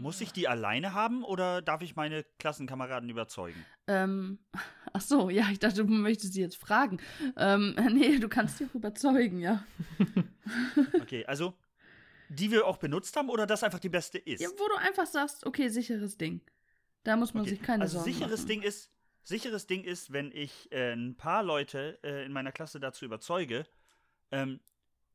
Speaker 1: muss ich die alleine haben oder darf ich meine Klassenkameraden überzeugen?
Speaker 3: Ähm, ach so, ja, ich dachte, du möchtest sie jetzt fragen. Ähm, nee, du kannst dich überzeugen, ja.
Speaker 1: Okay, also die wir auch benutzt haben oder das einfach die beste ist?
Speaker 3: ja. Wo du einfach sagst, okay, sicheres Ding. Da muss man
Speaker 1: Okay,
Speaker 3: sich keine
Speaker 1: also
Speaker 3: Sorgen
Speaker 1: sicheres
Speaker 3: machen.
Speaker 1: Ding ist, sicheres Ding ist, wenn ich äh, ein paar Leute äh, in meiner Klasse dazu überzeuge, ähm,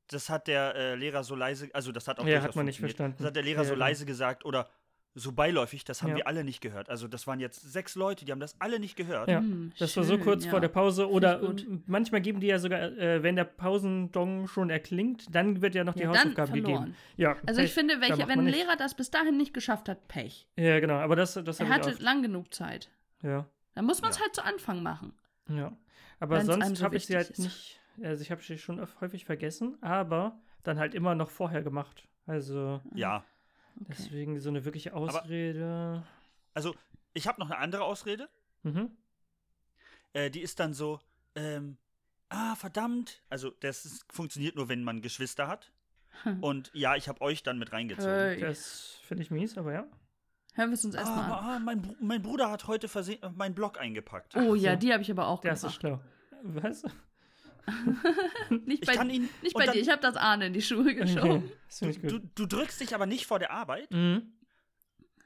Speaker 1: das hat der äh, Lehrer so leise, also das hat auch
Speaker 2: Ja,
Speaker 1: durchaus
Speaker 2: hat man nicht
Speaker 1: funktioniert.
Speaker 2: verstanden.
Speaker 1: Das hat der Lehrer
Speaker 2: Ja,
Speaker 1: so
Speaker 2: ja.
Speaker 1: leise gesagt oder so beiläufig, das haben
Speaker 2: Ja.
Speaker 1: wir alle nicht gehört. Also das waren jetzt sechs Leute, die haben das alle nicht gehört.
Speaker 2: Ja,
Speaker 3: Hm,
Speaker 2: das war so
Speaker 3: schön,
Speaker 2: kurz
Speaker 3: ja.
Speaker 2: vor der Pause. Oder
Speaker 3: Finde ich
Speaker 2: und manchmal geben die ja sogar, äh, wenn der Pausendong schon erklingt, dann wird ja noch die
Speaker 3: Ja, dann
Speaker 2: Hausaufgabe gegeben.
Speaker 3: verloren.
Speaker 2: Ja,
Speaker 3: Also ich
Speaker 2: Pech,
Speaker 3: finde,
Speaker 2: da
Speaker 3: welche,
Speaker 2: macht
Speaker 3: wenn ein
Speaker 2: man nicht.
Speaker 3: Lehrer das bis dahin nicht geschafft hat, Pech.
Speaker 2: Ja, genau, aber das, das
Speaker 3: Er
Speaker 2: hab ich
Speaker 3: hatte lang genug Zeit.
Speaker 2: oft. Ja,
Speaker 3: Dann muss man es
Speaker 1: Ja.
Speaker 3: halt zu Anfang machen.
Speaker 2: ja. Aber
Speaker 3: Wenn's einem
Speaker 2: sonst
Speaker 3: so
Speaker 2: habe ich sie halt
Speaker 3: wichtig
Speaker 2: nicht, also ich habe sie schon oft- häufig vergessen, aber dann halt immer noch vorher gemacht. Also
Speaker 1: ja.
Speaker 3: Okay.
Speaker 2: deswegen so eine wirkliche Ausrede.
Speaker 1: Also ich habe noch eine andere Ausrede.
Speaker 2: mhm.
Speaker 1: äh, die ist dann so, ähm, ah, verdammt. Also, das ist, funktioniert nur, wenn man Geschwister hat.
Speaker 3: Hm.
Speaker 1: Und ja, ich habe euch dann mit reingezogen.
Speaker 3: Hey.
Speaker 2: halt Das finde ich mies, aber ja.
Speaker 3: Hören wir es uns erstmal an.
Speaker 1: Ah, ah, mein, Br- mein Bruder hat heute versehen äh, meinen Blog eingepackt.
Speaker 3: Oh ja,
Speaker 2: so.
Speaker 3: die habe ich aber auch
Speaker 2: Das ist
Speaker 3: gemacht.
Speaker 2: schlau. Was?
Speaker 3: Nicht
Speaker 1: Ich
Speaker 3: bei,
Speaker 1: kann ihn.
Speaker 3: nicht
Speaker 1: und
Speaker 3: bei
Speaker 1: dann,
Speaker 3: dir, ich habe das Ahne in die Schuhe geschoben.
Speaker 2: Das finde ich
Speaker 1: Du,
Speaker 2: gut.
Speaker 1: du drückst dich aber nicht vor der Arbeit,
Speaker 2: Mhm.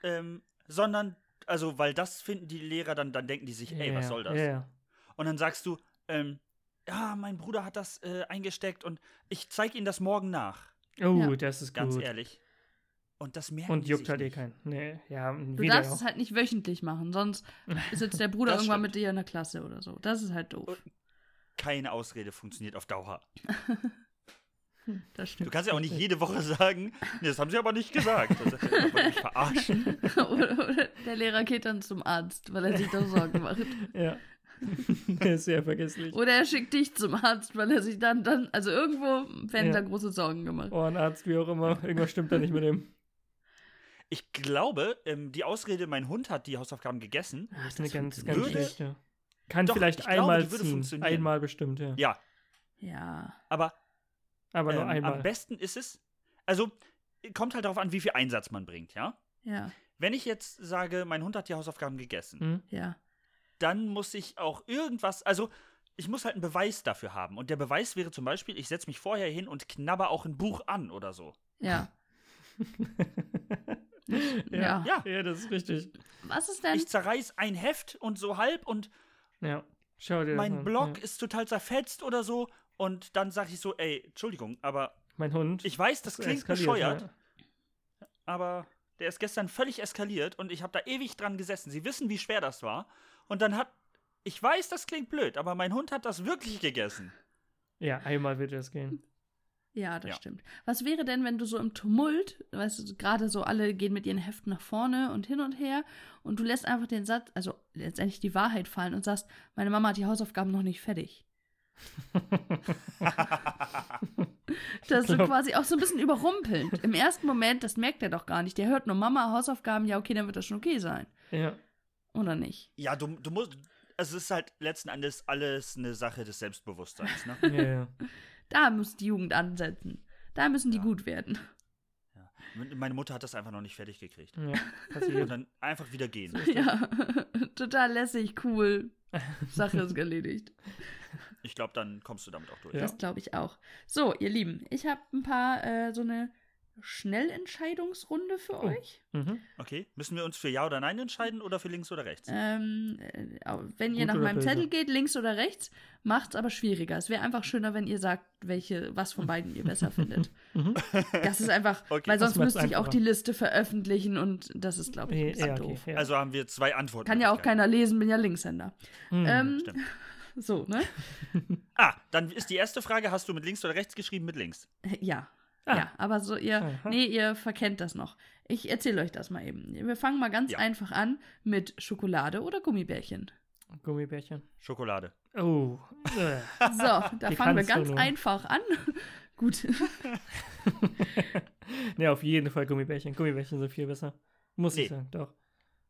Speaker 1: ähm, sondern, also, weil das finden die Lehrer dann, dann denken die sich, ey,
Speaker 2: ja,
Speaker 1: was soll das?
Speaker 2: Ja, ja.
Speaker 1: Und dann sagst du, ähm, ja, mein Bruder hat das äh, eingesteckt und ich zeige ihnen das morgen nach.
Speaker 2: Oh,
Speaker 3: Ja.
Speaker 2: das ist
Speaker 1: Ganz
Speaker 2: gut.
Speaker 1: ehrlich. Und das merken
Speaker 2: Und
Speaker 1: die
Speaker 2: juckt
Speaker 1: sich
Speaker 2: halt eh
Speaker 1: nicht.
Speaker 2: keinen. Nee, ja,
Speaker 3: Du
Speaker 2: wieder
Speaker 3: darfst
Speaker 2: auch.
Speaker 3: es halt nicht wöchentlich machen, sonst sitzt der Bruder
Speaker 1: Das
Speaker 3: irgendwann
Speaker 1: stimmt.
Speaker 3: mit dir in der Klasse oder so. Das ist halt doof.
Speaker 1: Keine Ausrede funktioniert auf Dauer.
Speaker 3: Das
Speaker 1: Du
Speaker 3: stimmt.
Speaker 1: kannst ja auch nicht jede Woche sagen, nee, das haben sie aber nicht gesagt. Das ist ja, wollt ihr mich verarschen.
Speaker 3: oder, oder der Lehrer geht dann zum Arzt, weil er sich doch Sorgen macht.
Speaker 2: Ja. Der ist sehr vergesslich.
Speaker 3: Oder er schickt dich zum Arzt, weil er sich dann, dann also irgendwo werden
Speaker 2: Ja.
Speaker 3: da große Sorgen gemacht.
Speaker 2: Ohrenarzt, Oh, wie auch immer. Irgendwas stimmt da nicht mit dem.
Speaker 1: Ich glaube, ähm, die Ausrede, mein Hund hat die Hausaufgaben gegessen.
Speaker 2: Das ist eine ganz, ganz
Speaker 1: würde-
Speaker 2: schlechte. Kann
Speaker 1: Doch,
Speaker 2: vielleicht
Speaker 1: ich glaube,
Speaker 2: einmal
Speaker 1: die würde
Speaker 2: ziehen.
Speaker 1: funktionieren.
Speaker 2: Einmal bestimmt, ja.
Speaker 1: Ja,
Speaker 3: Ja.
Speaker 1: aber
Speaker 2: Aber nur
Speaker 1: ähm, am
Speaker 2: einmal.
Speaker 1: besten ist es, also kommt halt darauf an, wie viel Einsatz man bringt, ja?
Speaker 3: Ja,
Speaker 1: Wenn ich jetzt sage, mein Hund hat die Hausaufgaben gegessen,
Speaker 2: Hm?
Speaker 3: ja.
Speaker 1: dann muss ich auch irgendwas, also ich muss halt einen Beweis dafür haben. Und der Beweis wäre zum Beispiel, ich setze mich vorher hin und knabber auch ein Buch an oder so.
Speaker 3: Ja. ja.
Speaker 1: Ja.
Speaker 2: ja, das ist richtig.
Speaker 3: Was ist denn?
Speaker 1: Ich zerreiß ein Heft und so halb und
Speaker 2: Ja. Schau dir das
Speaker 1: mein
Speaker 2: an.
Speaker 1: Blog
Speaker 2: Ja.
Speaker 1: ist total zerfetzt oder so. Und dann sage ich so, ey, Entschuldigung, aber
Speaker 2: Mein Hund.
Speaker 1: ich weiß, das
Speaker 2: ist
Speaker 1: klingt
Speaker 2: eskaliert,
Speaker 1: bescheuert,
Speaker 2: ja.
Speaker 1: aber der ist gestern völlig eskaliert und ich habe da ewig dran gesessen. Sie wissen, wie schwer das war. Und dann hat, ich weiß, das klingt blöd, aber mein Hund hat das wirklich gegessen.
Speaker 2: Ja, einmal wird das gehen.
Speaker 3: Ja, das
Speaker 1: Ja.
Speaker 3: stimmt. Was wäre denn, wenn du so im Tumult, weißt du, gerade so alle gehen mit ihren Heften nach vorne und hin und her und du lässt einfach den Satz, also letztendlich die Wahrheit fallen und sagst, meine Mama hat die Hausaufgaben noch nicht fertig. Das ist so
Speaker 2: glaub-
Speaker 3: quasi auch so ein bisschen überrumpelnd. Im ersten Moment, das merkt er doch gar nicht. Der hört nur Mama, Hausaufgaben, ja, okay, dann wird das schon okay sein.
Speaker 2: Ja.
Speaker 3: Oder nicht?
Speaker 1: Ja, du, du musst, also es ist halt letzten Endes alles eine Sache des Selbstbewusstseins. Ne?
Speaker 2: Ja, ja.
Speaker 3: Da muss die Jugend ansetzen. Da müssen die
Speaker 1: Ja.
Speaker 3: gut werden.
Speaker 1: ja. Meine Mutter hat das einfach noch nicht fertig gekriegt.
Speaker 2: ja.
Speaker 1: Und
Speaker 2: Passiert.
Speaker 1: dann einfach wieder gehen.
Speaker 3: Ja, total lässig, cool. Sache ist erledigt.
Speaker 1: Ich glaube, dann kommst du damit auch durch.
Speaker 2: Ja.
Speaker 3: Das glaube ich auch. So, ihr Lieben, ich habe ein paar äh, so eine Schnellentscheidungsrunde für
Speaker 2: Oh.
Speaker 3: euch.
Speaker 2: Mhm.
Speaker 1: Okay, müssen wir uns für Ja oder Nein entscheiden oder für links oder rechts?
Speaker 3: Ähm, äh, au- wenn ihr
Speaker 2: Gut
Speaker 3: nach
Speaker 2: oder
Speaker 3: meinem
Speaker 2: böse?
Speaker 3: Zettel geht, links oder rechts, macht's aber schwieriger. Es wäre einfach schöner, wenn ihr sagt, welche, was von beiden ihr besser findet.
Speaker 2: Mhm.
Speaker 3: Das ist einfach,
Speaker 1: Okay.
Speaker 3: weil
Speaker 2: Das
Speaker 3: sonst
Speaker 2: macht's
Speaker 3: müsste ich auch
Speaker 2: einfacher.
Speaker 3: die Liste veröffentlichen und das ist, glaube ich, ein
Speaker 2: Nee,
Speaker 3: bisschen
Speaker 2: ja, okay,
Speaker 3: doof.
Speaker 2: ja.
Speaker 1: Also haben wir zwei Antworten.
Speaker 3: Kann ja auch keiner lesen, bin ja Linkshänder.
Speaker 2: Mhm.
Speaker 3: Ähm,
Speaker 1: Stimmt.
Speaker 3: so, ne?
Speaker 1: Ah, dann ist die erste Frage, hast du mit links oder rechts geschrieben? Mit links.
Speaker 3: Äh, Ja.
Speaker 2: Ah.
Speaker 3: Ja, aber so ihr,
Speaker 2: Aha.
Speaker 3: nee, ihr verkennt das noch. Ich erzähle euch das mal eben. Wir fangen mal ganz
Speaker 1: Ja.
Speaker 3: einfach an mit Schokolade oder Gummibärchen.
Speaker 2: Gummibärchen.
Speaker 1: Schokolade.
Speaker 2: Oh. Äh.
Speaker 3: So, da
Speaker 2: Die
Speaker 3: fangen wir
Speaker 2: kannst du
Speaker 3: ganz
Speaker 2: nur.
Speaker 3: einfach an. Gut,
Speaker 2: Ja, auf jeden Fall Gummibärchen. Gummibärchen sind viel besser. Muss
Speaker 1: Nee.
Speaker 2: ich sagen, doch.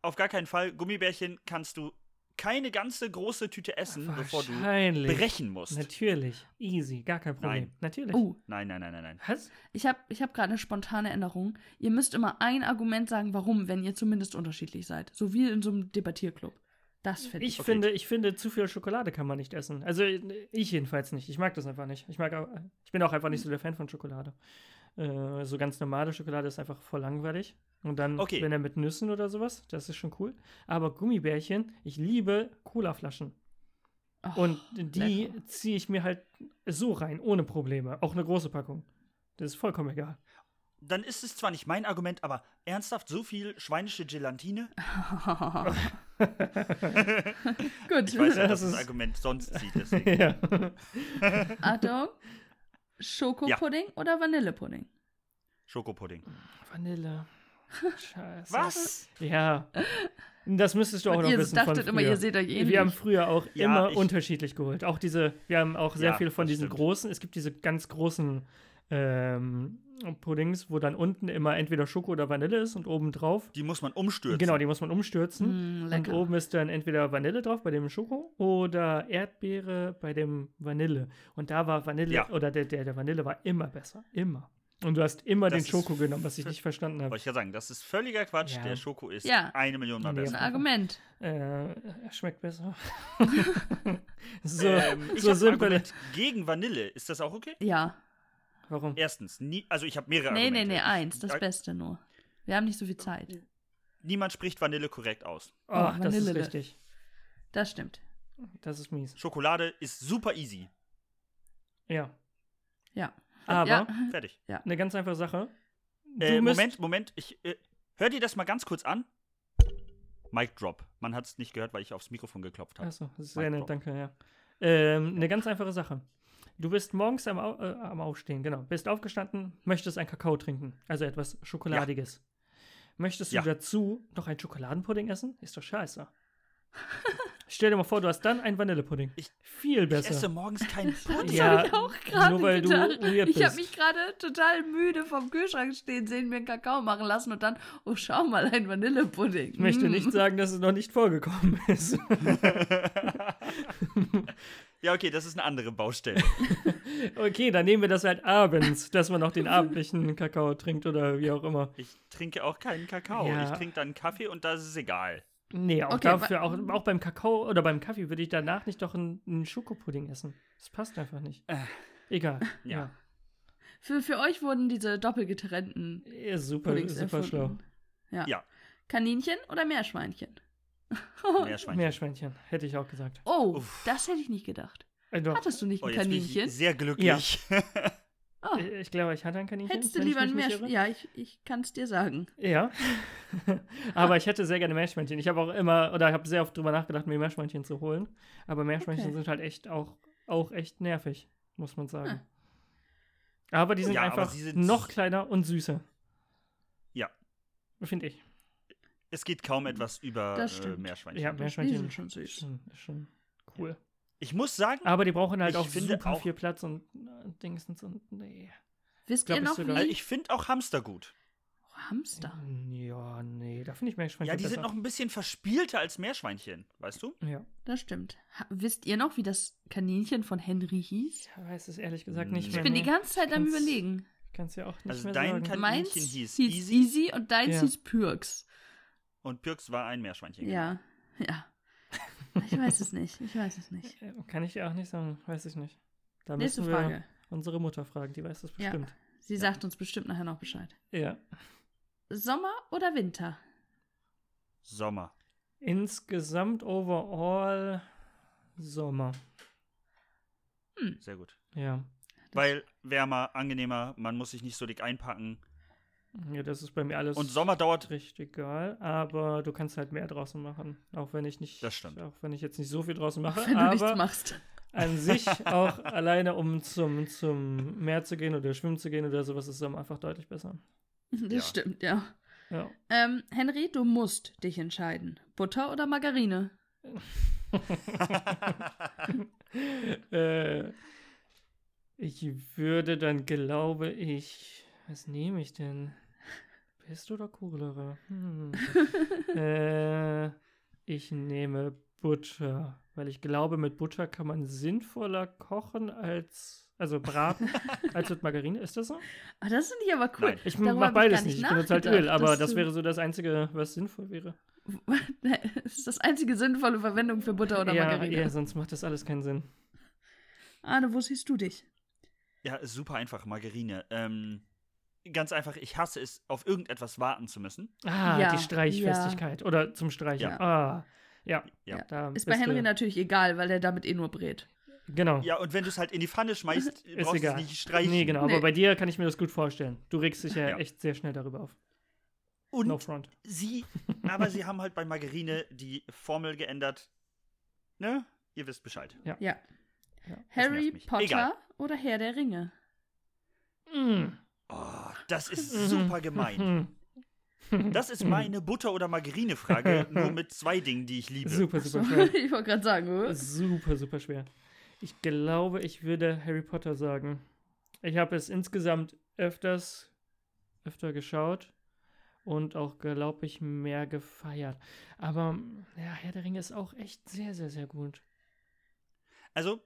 Speaker 1: Auf gar keinen Fall. Gummibärchen kannst du keine ganze große Tüte essen, bevor du
Speaker 2: Wahrscheinlich.
Speaker 1: brechen musst.
Speaker 2: Natürlich. Easy. Gar kein Problem.
Speaker 1: Nein.
Speaker 2: Natürlich.
Speaker 3: oh,
Speaker 1: Nein, nein, nein, nein, nein.
Speaker 2: Was?
Speaker 3: Ich habe ich hab gerade eine spontane Änderung. Ihr müsst immer ein Argument sagen, warum, wenn ihr zumindest unterschiedlich seid. So wie in so einem Debattierclub. Das finde ich.
Speaker 2: Ich,
Speaker 1: Okay.
Speaker 2: finde, ich finde, zu viel Schokolade kann man nicht essen. Also ich jedenfalls nicht. Ich mag das einfach nicht. Ich, mag auch, ich bin auch einfach nicht so der Fan von Schokolade. Äh, so ganz normale Schokolade ist einfach voll langweilig. Und dann,
Speaker 1: Okay.
Speaker 2: wenn er mit Nüssen oder sowas, das ist schon cool. Aber Gummibärchen, ich liebe Colaflaschen.
Speaker 3: Och,
Speaker 2: Und die
Speaker 3: lecker.
Speaker 2: ziehe ich mir halt so rein, ohne Probleme. Auch eine große Packung. Das ist vollkommen egal.
Speaker 1: Dann ist es zwar nicht mein Argument, aber ernsthaft so viel schweinische Gelatine?
Speaker 3: Gut.
Speaker 1: Ich weiß ja, dass das
Speaker 2: Das ist-
Speaker 1: Argument sonst zieht. Deswegen.
Speaker 2: ja.
Speaker 3: Achtung. Schokopudding oder Vanillepudding?
Speaker 1: Schokopudding.
Speaker 2: Vanille. Scheiße.
Speaker 1: Was?
Speaker 2: Ja. Das müsstest du auch
Speaker 3: Und
Speaker 2: noch
Speaker 3: ihr
Speaker 2: wissen.
Speaker 3: dachtet
Speaker 2: von
Speaker 3: immer,
Speaker 2: früher.
Speaker 3: ihr seht euch ähnlich.
Speaker 2: Wir haben früher auch
Speaker 1: Ja,
Speaker 2: immer
Speaker 1: ich-
Speaker 2: unterschiedlich geholt. Auch diese, wir haben auch sehr
Speaker 1: Ja,
Speaker 2: viel von
Speaker 1: das
Speaker 2: diesen
Speaker 1: stimmt.
Speaker 2: großen, es gibt diese ganz großen ähm, Puddings, wo dann unten immer entweder Schoko oder Vanille ist und oben drauf.
Speaker 1: Die muss man umstürzen.
Speaker 2: Genau, die muss man umstürzen.
Speaker 3: Mm,
Speaker 2: Und
Speaker 3: lecker.
Speaker 2: oben ist dann entweder Vanille drauf bei dem Schoko oder Erdbeere bei dem Vanille. Und da war Vanille,
Speaker 1: Ja.
Speaker 2: oder der, der, der Vanille war immer besser. Immer. Und du hast immer
Speaker 1: Das
Speaker 2: den
Speaker 1: ist
Speaker 2: Schoko genommen, was ich nicht verstanden habe.
Speaker 1: Wollte ich ja sagen, das ist völliger Quatsch.
Speaker 2: Ja.
Speaker 1: Der Schoko ist
Speaker 3: Ja.
Speaker 1: eine Million Mal
Speaker 2: Nee.
Speaker 3: ein
Speaker 1: besser.
Speaker 3: Argument.
Speaker 2: Äh, er schmeckt besser. so
Speaker 1: Ähm, ich
Speaker 2: so
Speaker 1: habe ein
Speaker 2: simpel.
Speaker 1: Argument gegen Vanille. Ist das auch okay?
Speaker 3: Ja.
Speaker 2: Warum?
Speaker 1: Erstens, nie, also ich habe mehrere
Speaker 3: Nee, nee,
Speaker 1: Argumente.
Speaker 3: nee,
Speaker 1: Ich-
Speaker 3: eins. Das
Speaker 1: Ar-
Speaker 3: Beste nur. Wir haben nicht so viel Zeit.
Speaker 1: Niemand spricht Vanille korrekt aus.
Speaker 2: Oh, das ist
Speaker 3: Vanille.
Speaker 2: richtig.
Speaker 3: Das stimmt.
Speaker 2: Das ist mies.
Speaker 1: Schokolade ist super easy.
Speaker 2: Ja.
Speaker 3: Ja.
Speaker 2: Aber
Speaker 3: ja.
Speaker 1: Fertig.
Speaker 2: eine ganz einfache Sache. Du
Speaker 1: Äh,
Speaker 2: müsst-
Speaker 1: Moment, Moment. Ich, äh, hör dir das mal ganz kurz an. Mic Drop. Man hat es nicht gehört, weil ich aufs Mikrofon geklopft habe.
Speaker 2: Achso, das ist
Speaker 1: Mic
Speaker 2: sehr nett,
Speaker 1: drop.
Speaker 2: danke, ja. Ähm, eine ganz einfache Sache. Du bist morgens am, Au äh, am Aufstehen, genau. Bist aufgestanden, möchtest einen Kakao trinken, also etwas Schokoladiges. Möchtest du
Speaker 1: Ja.
Speaker 2: dazu noch einen Schokoladenpudding essen? Ist doch scheiße. Stell dir mal vor, du hast dann einen Vanillepudding.
Speaker 1: Ich-
Speaker 2: Viel
Speaker 1: Ich
Speaker 2: besser.
Speaker 1: esse morgens keinen Pudding.
Speaker 3: Das
Speaker 2: Ja,
Speaker 3: habe ich auch gerade
Speaker 2: nur weil du
Speaker 3: gedacht.
Speaker 2: weird
Speaker 3: ich
Speaker 2: bist.
Speaker 3: habe mich gerade total müde vom Kühlschrank stehen sehen, mir einen Kakao machen lassen und dann, oh, schau mal, ein Vanillepudding.
Speaker 2: Ich möchte
Speaker 3: Mm.
Speaker 2: nicht sagen, dass es noch nicht vorgekommen ist.
Speaker 1: Ja, okay, das ist eine andere Baustelle.
Speaker 2: Okay, dann nehmen wir das halt abends, dass man noch den abendlichen Kakao trinkt oder wie auch immer.
Speaker 1: Ich trinke auch keinen Kakao.
Speaker 2: Ja.
Speaker 1: Ich trinke dann Kaffee und das ist egal.
Speaker 2: Nee, auch
Speaker 3: Okay,
Speaker 2: dafür, auch, auch beim Kakao oder beim Kaffee würde ich danach nicht doch einen, einen Schokopudding essen. Das passt einfach nicht. Egal.
Speaker 1: ja.
Speaker 2: Ja.
Speaker 3: Für, für euch wurden diese doppelgetrennten
Speaker 2: Eh, Super,
Speaker 3: Puddings
Speaker 2: super schlau.
Speaker 3: erfunden. Ja.
Speaker 1: Ja.
Speaker 3: Kaninchen oder Meerschweinchen?
Speaker 1: Meerschweinchen.
Speaker 2: Meerschweinchen, hätte ich auch gesagt.
Speaker 3: Oh,
Speaker 1: Uff.
Speaker 3: das hätte ich nicht gedacht.
Speaker 2: Äh, doch.
Speaker 3: Hattest du nicht
Speaker 1: Oh,
Speaker 3: ein
Speaker 1: jetzt bin ich
Speaker 3: Kaninchen?
Speaker 1: sehr glücklich.
Speaker 3: Oh,
Speaker 2: Äh, Ich glaube, ich hatte ein Kaninchen.
Speaker 3: hättest du
Speaker 2: wenn ich
Speaker 3: lieber ein
Speaker 2: mich nicht irre.
Speaker 3: Meerschweinchen? Ja, ich, ich kann es dir sagen.
Speaker 2: Ja. aber ich hätte sehr gerne Meerschweinchen. Ich habe auch immer, oder habe sehr oft drüber nachgedacht, mir Meerschweinchen zu holen. Aber Meerschweinchen
Speaker 3: Okay.
Speaker 2: sind halt echt auch, auch echt nervig, muss man sagen.
Speaker 3: Ah.
Speaker 2: Aber die sind
Speaker 1: Ja, aber
Speaker 2: einfach
Speaker 1: sie sind-
Speaker 2: noch kleiner und süßer.
Speaker 1: Ja.
Speaker 2: Finde ich.
Speaker 1: Es geht kaum etwas über
Speaker 3: Das
Speaker 1: äh,
Speaker 3: stimmt.
Speaker 1: Meerschweinchen.
Speaker 2: Ja,
Speaker 3: Die sind
Speaker 2: Meerschweinchen
Speaker 3: schon süß.
Speaker 2: schon, schon cool.
Speaker 1: Ich muss sagen,
Speaker 2: Aber die brauchen halt
Speaker 1: Ich
Speaker 2: auch
Speaker 1: finde
Speaker 2: super
Speaker 1: auch-
Speaker 2: viel Platz und äh, Dingsens und nee.
Speaker 3: Wisst
Speaker 2: glaub,
Speaker 3: ihr
Speaker 2: ich
Speaker 3: noch,
Speaker 2: sogar-
Speaker 1: äh,
Speaker 3: wie?
Speaker 1: ich finde auch Hamster gut.
Speaker 3: Oh, Hamster.
Speaker 2: Ja, nee, da finde ich Meerschweinchen
Speaker 1: Ja, die
Speaker 2: besser.
Speaker 1: sind noch ein bisschen verspielter als Meerschweinchen, weißt du?
Speaker 2: Ja,
Speaker 3: Das stimmt. Ha wisst ihr noch, wie das Kaninchen von Henry hieß?
Speaker 2: ich weiß es ehrlich gesagt nicht
Speaker 1: Ich
Speaker 2: mehr.
Speaker 3: Ich bin die
Speaker 2: ne?
Speaker 3: ganze Zeit am
Speaker 2: kann's-
Speaker 3: Überlegen.
Speaker 2: Kann's ja auch nicht
Speaker 1: Hm. Also
Speaker 2: mehr
Speaker 1: dein
Speaker 2: sagen.
Speaker 1: Kan- Kaninchen
Speaker 3: Meins
Speaker 1: hieß
Speaker 3: hieß
Speaker 1: Easy.
Speaker 3: Easy, und deins
Speaker 2: Ja.
Speaker 3: hieß Pürks.
Speaker 1: Und Pirks war ein Meerschweinchen. genau.
Speaker 3: Ja, ja. Ich weiß es nicht, ich weiß es nicht.
Speaker 2: Äh, Kann ich dir auch nicht sagen, weiß ich nicht. Da
Speaker 3: Nächste
Speaker 2: müssen wir
Speaker 3: Frage.
Speaker 2: unsere Mutter fragen, die weiß das
Speaker 3: Ja.
Speaker 2: bestimmt.
Speaker 3: Sie sagt uns bestimmt nachher noch Bescheid.
Speaker 2: Ja.
Speaker 3: Sommer oder Winter?
Speaker 1: Sommer.
Speaker 2: Insgesamt overall Sommer.
Speaker 1: Sehr gut.
Speaker 2: Ja.
Speaker 1: Weil wärmer, angenehmer, man muss sich nicht so dick einpacken.
Speaker 2: Ja, das ist bei mir alles
Speaker 1: Und Sommer dauert.
Speaker 2: recht egal, aber du kannst halt mehr draußen machen, auch wenn ich nicht
Speaker 1: Das stimmt.
Speaker 2: auch wenn ich jetzt nicht so viel draußen mache,
Speaker 3: Wenn du nichts
Speaker 2: aber
Speaker 3: machst.
Speaker 2: an sich auch alleine um zum zum Meer zu gehen oder schwimmen zu gehen oder sowas ist Sommer einfach deutlich besser.
Speaker 3: Das
Speaker 1: Ja.
Speaker 3: stimmt, ja.
Speaker 2: Ja.
Speaker 3: Ähm, Henry, du musst dich entscheiden. Butter oder Margarine?
Speaker 2: äh, ich würde dann, glaube ich, was nehme ich denn? Pest oder Cholera? Hm. äh, ich nehme Butter, weil ich glaube, mit Butter kann man sinnvoller kochen als, also braten, als mit Margarine. Ist das so?
Speaker 3: Ah, das finde ich aber cool.
Speaker 1: Nein.
Speaker 2: Ich
Speaker 3: Darüber
Speaker 2: mache
Speaker 3: hab ich gar
Speaker 2: beides
Speaker 3: nicht
Speaker 2: nicht. Ich benutze halt
Speaker 3: nachgedacht,
Speaker 2: Öl, aber
Speaker 3: dass
Speaker 2: das
Speaker 3: du-
Speaker 2: wäre so das Einzige, was sinnvoll wäre.
Speaker 3: das ist das einzige sinnvolle Verwendung für Butter oder
Speaker 2: ja,
Speaker 3: Margarine.
Speaker 2: ja, sonst macht das alles keinen Sinn.
Speaker 3: Arne, wo siehst du dich?
Speaker 2: Hm,
Speaker 1: Ja, ist super einfach, Margarine. Ähm, ganz einfach, ich hasse es, auf irgendetwas warten zu müssen.
Speaker 2: Ah,
Speaker 3: Ja,
Speaker 2: die Streichfestigkeit. Oder zum Streichen.
Speaker 1: Ja.
Speaker 2: Ah, ja.
Speaker 1: Ja.
Speaker 2: Da
Speaker 3: Ist bei
Speaker 2: bist
Speaker 3: Henry
Speaker 2: du-
Speaker 3: natürlich egal, weil er damit eh nur brät.
Speaker 2: Genau.
Speaker 1: Ja, und wenn du es halt in die Pfanne schmeißt,
Speaker 2: ist
Speaker 1: brauchst du es
Speaker 2: egal.
Speaker 1: nicht streichen.
Speaker 2: Nee, genau.
Speaker 3: Nee.
Speaker 2: Aber bei dir kann ich mir das gut vorstellen. Du regst dich ja,
Speaker 1: Ja.
Speaker 2: echt sehr schnell darüber auf. no
Speaker 1: Und
Speaker 2: front.
Speaker 1: sie, aber sie haben halt bei Margarine die Formel geändert. Ne? Ihr wisst Bescheid.
Speaker 3: Ja.
Speaker 2: Ja,
Speaker 3: Harry
Speaker 1: nervt mich.
Speaker 3: Potter
Speaker 1: Egal.
Speaker 3: oder Herr der Ringe? Mhm.
Speaker 2: Mm.
Speaker 1: Oh, das ist super gemein.
Speaker 2: Mhm.
Speaker 1: Das ist meine Butter- oder Margarine-Frage, nur mit zwei Dingen, die ich liebe.
Speaker 2: Super,
Speaker 3: So,
Speaker 2: super schwer.
Speaker 3: ich wollte gerade sagen, oder?
Speaker 2: Super, super schwer. Ich glaube, ich würde Harry Potter sagen. Ich habe es insgesamt öfters, öfter geschaut und auch, glaube ich, mehr gefeiert. Aber ja, Herr der Ringe ist auch echt sehr, sehr, sehr gut.
Speaker 1: Also,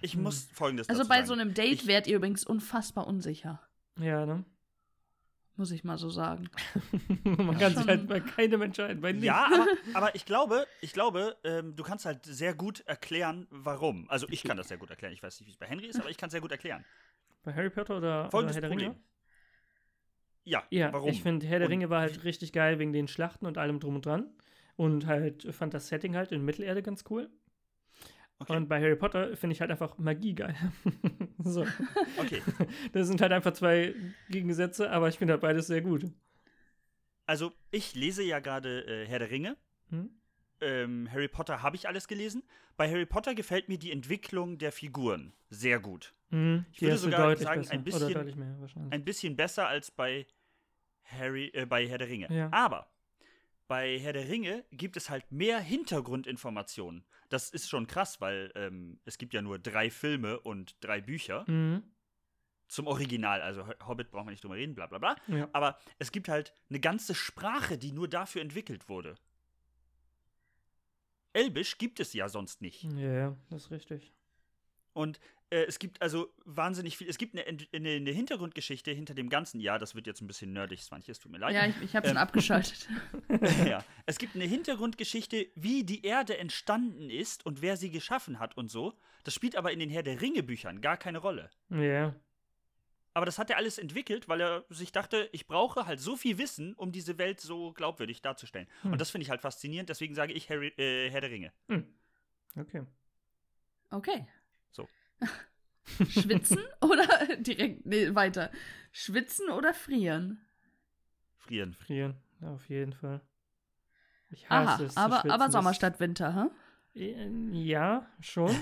Speaker 1: ich
Speaker 2: Hm.
Speaker 1: muss Folgendes
Speaker 3: Also
Speaker 1: dazu
Speaker 3: bei
Speaker 1: sagen.
Speaker 3: so einem Date
Speaker 1: Ich-
Speaker 3: wärt ihr übrigens unfassbar unsicher,
Speaker 2: Ja, ne?
Speaker 3: muss ich mal so sagen.
Speaker 2: Man kann sich
Speaker 3: Schon.
Speaker 2: halt bei keinem entscheiden. Bei nichts.
Speaker 1: Ja, aber, aber ich glaube, ich glaube, ähm, du kannst halt sehr gut erklären, warum. Also ich kann das sehr gut erklären. Ich weiß nicht, wie es bei Henry ist, aber ich kann es sehr gut erklären.
Speaker 2: Bei Harry Potter oder, oder
Speaker 1: Folgendes
Speaker 2: Herr der
Speaker 1: Problem.
Speaker 2: Ringe?
Speaker 1: Ja,
Speaker 2: Ja,
Speaker 1: warum?
Speaker 2: ich finde, Herr der
Speaker 1: Und-
Speaker 2: Ringe war halt richtig geil wegen den Schlachten und allem drum und dran. Und halt fand das Setting halt in Mittelerde ganz cool.
Speaker 1: Okay.
Speaker 2: Und bei Harry Potter finde ich halt einfach Magie geil. so.
Speaker 1: okay.
Speaker 2: Das sind halt einfach zwei Gegensätze, aber ich finde halt beides sehr gut.
Speaker 1: Also ich lese ja gerade äh, Herr der Ringe.
Speaker 2: Hm?
Speaker 1: Ähm, Harry Potter habe ich alles gelesen. Bei Harry Potter gefällt mir die Entwicklung der Figuren sehr gut.
Speaker 2: Hm,
Speaker 1: Ich
Speaker 2: die
Speaker 1: würde
Speaker 2: erste
Speaker 1: sogar
Speaker 2: deutlich
Speaker 1: sagen,
Speaker 2: besser.
Speaker 1: ein bisschen-
Speaker 2: Oder deutlich mehr wahrscheinlich.
Speaker 1: Ein bisschen besser als bei Harry, äh, bei Herr der Ringe.
Speaker 2: Ja.
Speaker 1: Aber bei Herr der Ringe gibt es halt mehr Hintergrundinformationen. Das ist schon krass, weil ähm, es gibt ja nur drei Filme und drei Bücher.
Speaker 2: Mhm.
Speaker 1: zum Original, also Hobbit brauchen wir nicht drüber reden, bla bla bla.
Speaker 2: Ja.
Speaker 1: Aber es gibt halt eine ganze Sprache, die nur dafür entwickelt wurde. Elbisch gibt es ja sonst nicht.
Speaker 2: ja, ja, das ist richtig.
Speaker 1: Und äh, es gibt also wahnsinnig viel. Es gibt eine, Ent- eine, eine Hintergrundgeschichte hinter dem Ganzen. Ja, das wird jetzt ein bisschen nerdig, manches tut mir leid.
Speaker 3: Ja, ich, ich habe schon
Speaker 1: Ähm.
Speaker 3: abgeschaltet.
Speaker 1: ja. Es gibt eine Hintergrundgeschichte, wie die Erde entstanden ist und wer sie geschaffen hat und so. Das spielt aber in den Herr der Ringe Büchern gar keine Rolle.
Speaker 2: Ja.
Speaker 1: Aber das hat er alles entwickelt, weil er sich dachte, ich brauche halt so viel Wissen, um diese Welt so glaubwürdig darzustellen.
Speaker 2: Hm.
Speaker 1: Und das finde ich halt faszinierend, deswegen sage ich Harry, äh, Herr der Ringe.
Speaker 2: Okay.
Speaker 3: Okay.
Speaker 1: So.
Speaker 3: Schwitzen oder direkt, nee, weiter. Schwitzen oder frieren?
Speaker 1: Frieren.
Speaker 2: Frieren, auf jeden Fall. Ich hasse
Speaker 3: Aha,
Speaker 2: es. zu
Speaker 3: aber,
Speaker 2: schwitzen.
Speaker 3: aber
Speaker 2: Das-
Speaker 3: Sommer statt Winter, hä?
Speaker 2: Äh, Ja, schon.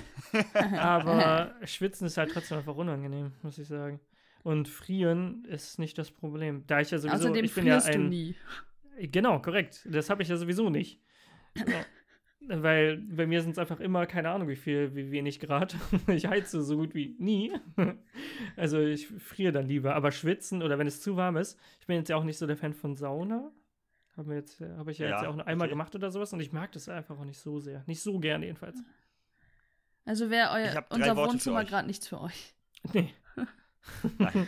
Speaker 2: aber schwitzen ist halt trotzdem einfach unangenehm, muss ich sagen. Und frieren ist nicht das Problem. Da ich ja sowieso.
Speaker 3: Außerdem
Speaker 2: ich bin ja
Speaker 3: Also frierst
Speaker 2: ein,
Speaker 3: du nie.
Speaker 2: Genau, korrekt. Das habe ich ja sowieso nicht. Ja. Weil bei mir sind es einfach immer, keine Ahnung, wie viel, wie wenig Grad. Ich heize so gut wie nie. Also ich friere dann lieber. Aber schwitzen oder wenn es zu warm ist, ich bin jetzt ja auch nicht so der Fan von Sauna. Haben wir jetzt, äh, habe ich ja, jetzt
Speaker 1: Ja,
Speaker 2: ja auch nur einmal
Speaker 1: okay.
Speaker 2: gemacht oder sowas und ich mag das einfach auch nicht so sehr. Nicht so gerne jedenfalls.
Speaker 3: Also wäre
Speaker 1: Ich
Speaker 3: euer
Speaker 1: hab drei
Speaker 3: unser
Speaker 1: Worte für
Speaker 3: Wohnzimmer
Speaker 1: euch.
Speaker 3: gerade nichts für euch.
Speaker 2: Nee.
Speaker 1: Nein.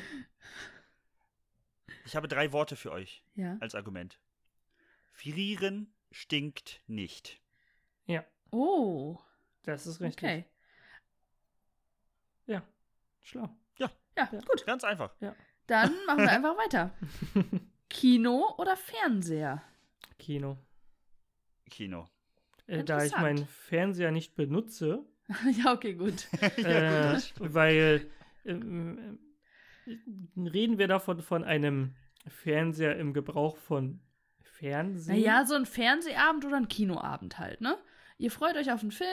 Speaker 1: Ich habe drei Worte für euch
Speaker 3: Ja.
Speaker 1: als Argument. Frieren stinkt nicht.
Speaker 3: Oh,
Speaker 2: Das ist richtig.
Speaker 3: okay.
Speaker 2: Ja. Schlau.
Speaker 3: Ja,
Speaker 2: Ja.
Speaker 3: gut.
Speaker 1: Ganz einfach.
Speaker 3: Dann machen wir einfach weiter. Kino oder Fernseher?
Speaker 2: Kino.
Speaker 1: Kino.
Speaker 2: Äh, da ich
Speaker 3: Interessant.
Speaker 2: meinen Fernseher nicht benutze,
Speaker 3: ja, okay, gut.
Speaker 2: äh, weil ähm, äh, reden wir davon von einem Fernseher im Gebrauch von Fernsehen.
Speaker 3: Naja, so ein Fernsehabend oder ein Kinoabend halt, ne? Ihr freut euch auf einen Film,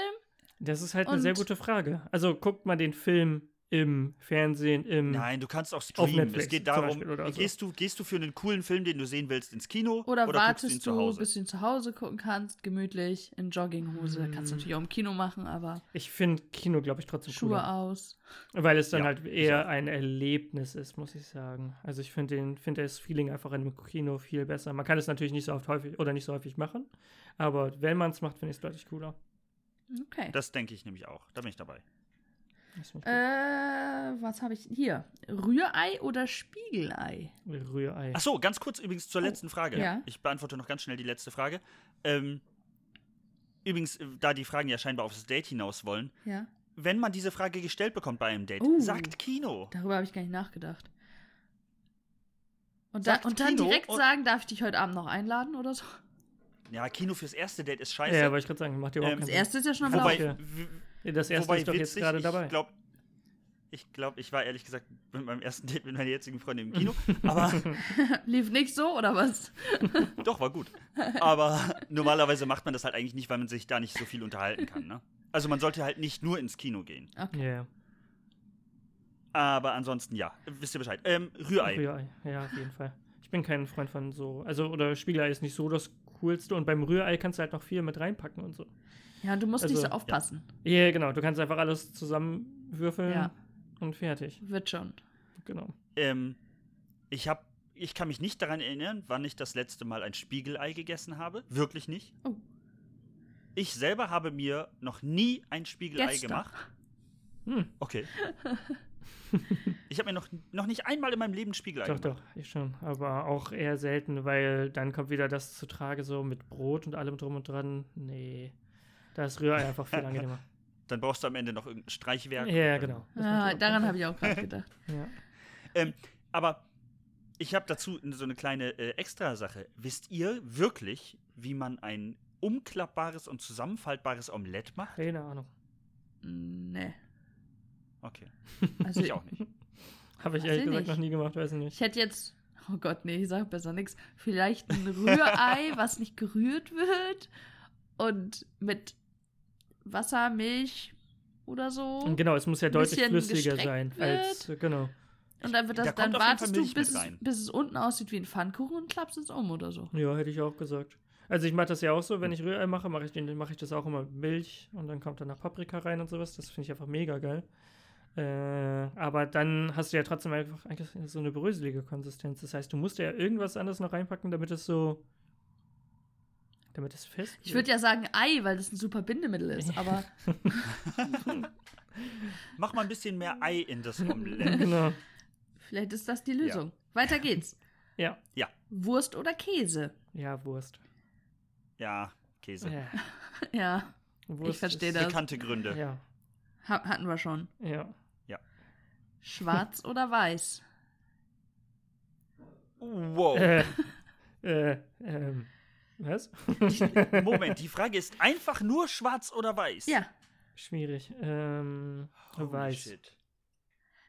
Speaker 2: das ist halt eine sehr
Speaker 3: und-
Speaker 2: gute Frage. Also guckt mal den Film im Fernsehen, im
Speaker 1: Nein, du kannst auch streamen.
Speaker 2: Hm. Netflix
Speaker 1: Es geht
Speaker 2: zum
Speaker 1: darum,
Speaker 2: Beispiel oder so.
Speaker 1: gehst, du, gehst du für einen coolen Film, den du sehen willst, ins Kino
Speaker 3: Oder,
Speaker 1: guckst du ihn
Speaker 3: wartest
Speaker 1: zu
Speaker 3: du,
Speaker 1: Hause?
Speaker 3: bis du ihn zu Hause gucken kannst, gemütlich, in Jogginghose.
Speaker 1: Hm.
Speaker 3: Kannst du natürlich auch im Kino machen, aber
Speaker 2: Ich finde Kino, glaube ich, trotzdem
Speaker 3: Schuhe
Speaker 2: cooler.
Speaker 3: aus.
Speaker 2: Weil es dann
Speaker 1: Ja,
Speaker 2: halt eher ein Erlebnis ist, muss ich sagen. Also ich finde den- finde das Feeling einfach in einem Kino viel besser. Man kann es natürlich nicht so oft häufig oder nicht so häufig machen, aber wenn man es macht, finde ich es deutlich cooler.
Speaker 3: Okay.
Speaker 1: Das denke ich nämlich auch. Da bin ich dabei.
Speaker 2: Das find ich gut.
Speaker 3: Äh, was habe ich hier? Rührei oder Spiegelei?
Speaker 2: Rührei.
Speaker 1: Ach so, ganz kurz übrigens zur letzten Frage.
Speaker 3: Oh, Ja.
Speaker 1: Ich beantworte noch ganz schnell die letzte Frage. Ähm, übrigens, äh, da die Fragen ja scheinbar aufs Date hinaus wollen,
Speaker 3: Ja,
Speaker 1: wenn man diese Frage gestellt bekommt bei einem Date,
Speaker 3: Uh.
Speaker 1: sagt Kino.
Speaker 3: darüber habe ich gar nicht nachgedacht. Und, da,
Speaker 1: Sagt
Speaker 3: und dann
Speaker 1: Kino
Speaker 3: direkt
Speaker 1: und-
Speaker 3: sagen, darf ich dich heute Abend noch einladen oder so?
Speaker 1: Ja, Kino fürs erste Date ist scheiße.
Speaker 2: ja, wollte ich gerade sagen, macht ihr
Speaker 1: Ähm,
Speaker 2: überhaupt keinen
Speaker 3: Das
Speaker 2: Sinn.
Speaker 3: erste ist ja schon am
Speaker 1: Wobei,
Speaker 3: Laufen.
Speaker 2: Ja.
Speaker 1: w-
Speaker 2: Das erste
Speaker 1: wobei
Speaker 2: ist doch jetzt
Speaker 1: witzig,
Speaker 2: gerade
Speaker 1: ich
Speaker 2: dabei.
Speaker 1: Glaub, ich glaube, ich war ehrlich gesagt mit meinem ersten Date mit meiner jetzigen Freundin im Kino. aber
Speaker 3: Lief nicht so oder was?
Speaker 1: doch, war gut. Aber normalerweise macht man das halt eigentlich nicht, weil man sich da nicht so viel unterhalten kann. Ne? Also man sollte halt nicht nur ins Kino gehen.
Speaker 2: Ja, ja.
Speaker 1: Aber ansonsten ja, wisst ihr Bescheid. Ähm, Rührei.
Speaker 2: Rührei. Ja, auf jeden Fall. Ich bin kein Freund von so. Also, oder Spiegelei ist nicht so das Coolste und beim Rührei kannst du halt noch viel mit reinpacken und so.
Speaker 3: Ja, du musst nicht
Speaker 2: Also,
Speaker 3: so aufpassen.
Speaker 2: Ja, genau. Du kannst einfach alles zusammenwürfeln
Speaker 3: Ja.
Speaker 2: und fertig.
Speaker 3: Wird schon.
Speaker 2: Genau.
Speaker 1: Ähm, ich habe, ich kann mich nicht daran erinnern, wann ich das letzte Mal ein Spiegelei gegessen habe. Wirklich nicht.
Speaker 3: Oh.
Speaker 1: Ich selber habe mir noch nie ein Spiegelei
Speaker 3: Gestern.
Speaker 1: gemacht.
Speaker 2: Hm,
Speaker 1: Okay. ich habe mir noch, noch nicht einmal in meinem Leben ein Spiegelei
Speaker 2: doch,
Speaker 1: gemacht.
Speaker 2: doch, ich schon. Aber auch eher selten, weil dann kommt wieder das zu Trage so mit Brot und allem drum und dran. Nee. Da ist Rührei einfach viel angenehmer.
Speaker 1: Dann brauchst du am Ende noch irgendein Streichwerk.
Speaker 2: Ja, genau. Das
Speaker 3: Ah,
Speaker 2: macht auch
Speaker 3: daran habe ich auch gerade gedacht.
Speaker 2: Sinn. Ja.
Speaker 1: Ähm, aber ich habe dazu so eine kleine äh, Extrasache. Wisst ihr wirklich, wie man ein umklappbares und zusammenfaltbares Omelett macht?
Speaker 2: Keine Ahnung.
Speaker 3: Nee.
Speaker 1: Okay,
Speaker 3: Also
Speaker 1: ich auch nicht.
Speaker 2: Habe ich
Speaker 3: Weiß
Speaker 2: ehrlich
Speaker 3: ich
Speaker 2: gesagt
Speaker 3: nicht.
Speaker 2: noch nie gemacht, weiß ich nicht.
Speaker 3: Ich hätte jetzt, oh Gott, nee, ich sag besser nichts. Vielleicht ein Rührei, was nicht gerührt wird und mit Wasser, Milch oder so. Und
Speaker 2: Genau, es muss ja deutlich
Speaker 3: bisschen
Speaker 2: flüssiger
Speaker 3: gestreckt
Speaker 2: sein als genau.
Speaker 3: dann wird das,
Speaker 1: Da kommt
Speaker 3: dann
Speaker 1: auf jeden
Speaker 3: wartest
Speaker 1: Fall
Speaker 3: du,
Speaker 1: Milch
Speaker 3: bis
Speaker 1: mit
Speaker 3: es,
Speaker 1: rein.
Speaker 3: bis es unten aussieht wie ein Pfannkuchen und klappst es um oder so.
Speaker 2: Ja, hätte ich auch gesagt. Also ich mache das ja auch so, wenn ich Rührei mache, mache ich, den- mache ich das auch immer mit Milch und dann kommt danach Paprika rein und sowas. Das finde ich einfach mega geil. Äh, aber dann hast du ja trotzdem einfach eigentlich so eine bröselige Konsistenz. Das heißt, du musst ja irgendwas anderes noch reinpacken, damit es so, damit es fest.
Speaker 3: Ich würde ja sagen Ei, weil das ein super Bindemittel ist, aber
Speaker 1: Mach mal ein bisschen mehr Ei in das Omelett.
Speaker 2: Genau.
Speaker 3: vielleicht ist das die Lösung. Weiter geht's.
Speaker 2: Ja,
Speaker 3: Wurst oder Käse?
Speaker 2: ja Wurst.
Speaker 1: Ja, Käse.
Speaker 2: Ja,
Speaker 3: Ja,
Speaker 2: Wurst
Speaker 3: verstehe
Speaker 2: ist-
Speaker 3: das.
Speaker 1: Bekannte Gründe.
Speaker 2: Ja,
Speaker 3: ha- hatten wir schon.
Speaker 2: ja.
Speaker 3: Schwarz oder weiß?
Speaker 1: Wow.
Speaker 2: Äh, äh, ähm, was?
Speaker 1: Moment, die Frage ist einfach nur schwarz oder weiß?
Speaker 3: Ja,
Speaker 2: Schwierig. Ähm,
Speaker 1: Holy
Speaker 2: weiß.
Speaker 1: Shit.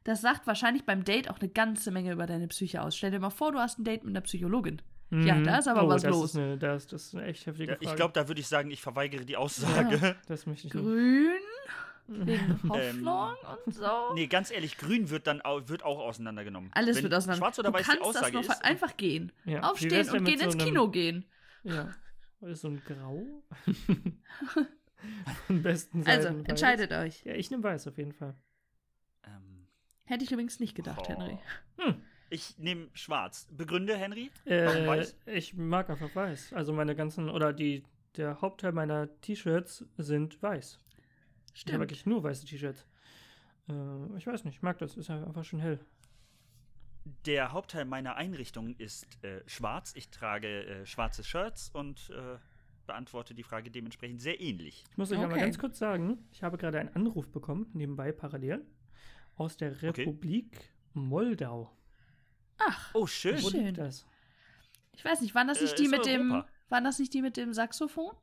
Speaker 3: Das sagt wahrscheinlich beim Date auch eine ganze Menge über deine Psyche aus. Stell dir mal vor, du hast ein Date mit einer Psychologin. Ja,
Speaker 2: Mhm.
Speaker 3: da ist aber
Speaker 2: oh,
Speaker 3: was
Speaker 2: das
Speaker 3: los.
Speaker 2: Ist eine, das, das ist eine echt heftige
Speaker 1: Ja,
Speaker 2: Frage.
Speaker 1: ich glaube, da würde ich sagen, ich verweigere die Aussage.
Speaker 2: das möchte ich nicht.
Speaker 3: Grün,
Speaker 2: Mhm. Ähm,
Speaker 3: wegen Hoffnung und so.
Speaker 1: Nee, ganz ehrlich, grün wird dann au- wird auch auseinandergenommen.
Speaker 3: Alles
Speaker 1: Wenn
Speaker 3: wird auseinander.
Speaker 1: Schwarz oder
Speaker 3: du
Speaker 1: weiß die
Speaker 3: kannst das
Speaker 1: Aussage
Speaker 3: noch
Speaker 1: ist.
Speaker 3: einfach gehen.
Speaker 2: Ja, wie wär's
Speaker 3: Aufstehen
Speaker 2: denn
Speaker 3: und
Speaker 2: mit
Speaker 3: gehen
Speaker 2: so
Speaker 3: ins
Speaker 2: einem-
Speaker 3: Kino gehen.
Speaker 2: Ja. Oder So ein Grau? Am besten
Speaker 3: Also,
Speaker 2: Seiten weiß.
Speaker 3: entscheidet euch.
Speaker 2: Ja, ich nehme weiß auf jeden Fall.
Speaker 1: Ähm,
Speaker 3: Hätte ich übrigens nicht gedacht,
Speaker 1: boah.
Speaker 3: Henry.
Speaker 2: Hm.
Speaker 1: Oh. Ich nehme schwarz. Begründe, Henry? Warum
Speaker 2: Äh,
Speaker 1: weiß?
Speaker 2: ich mag einfach weiß. Also meine ganzen, oder die, der Hauptteil meiner T-Shirts sind weiß. Ich habe
Speaker 3: Stimmt.
Speaker 2: wirklich nur weiße T-Shirts. Äh, ich weiß nicht, ich mag das. Ist ja einfach schön hell.
Speaker 1: Der Hauptteil meiner Einrichtung ist äh, schwarz. Ich trage äh, schwarze Shirts und äh, beantworte die Frage dementsprechend sehr ähnlich.
Speaker 2: Ich muss euch aber
Speaker 3: Okay.
Speaker 2: ganz kurz sagen, ich habe gerade einen Anruf bekommen, nebenbei parallel, aus der
Speaker 1: Okay.
Speaker 2: Republik Moldau.
Speaker 3: Ach,
Speaker 1: Oh, schön.
Speaker 2: Wo
Speaker 3: Schön.
Speaker 2: liegt das?
Speaker 3: ich weiß nicht, waren das
Speaker 1: Äh,
Speaker 3: nicht die
Speaker 1: ist
Speaker 3: mit dem.
Speaker 1: Europa.
Speaker 3: Waren das nicht die mit dem Saxophon?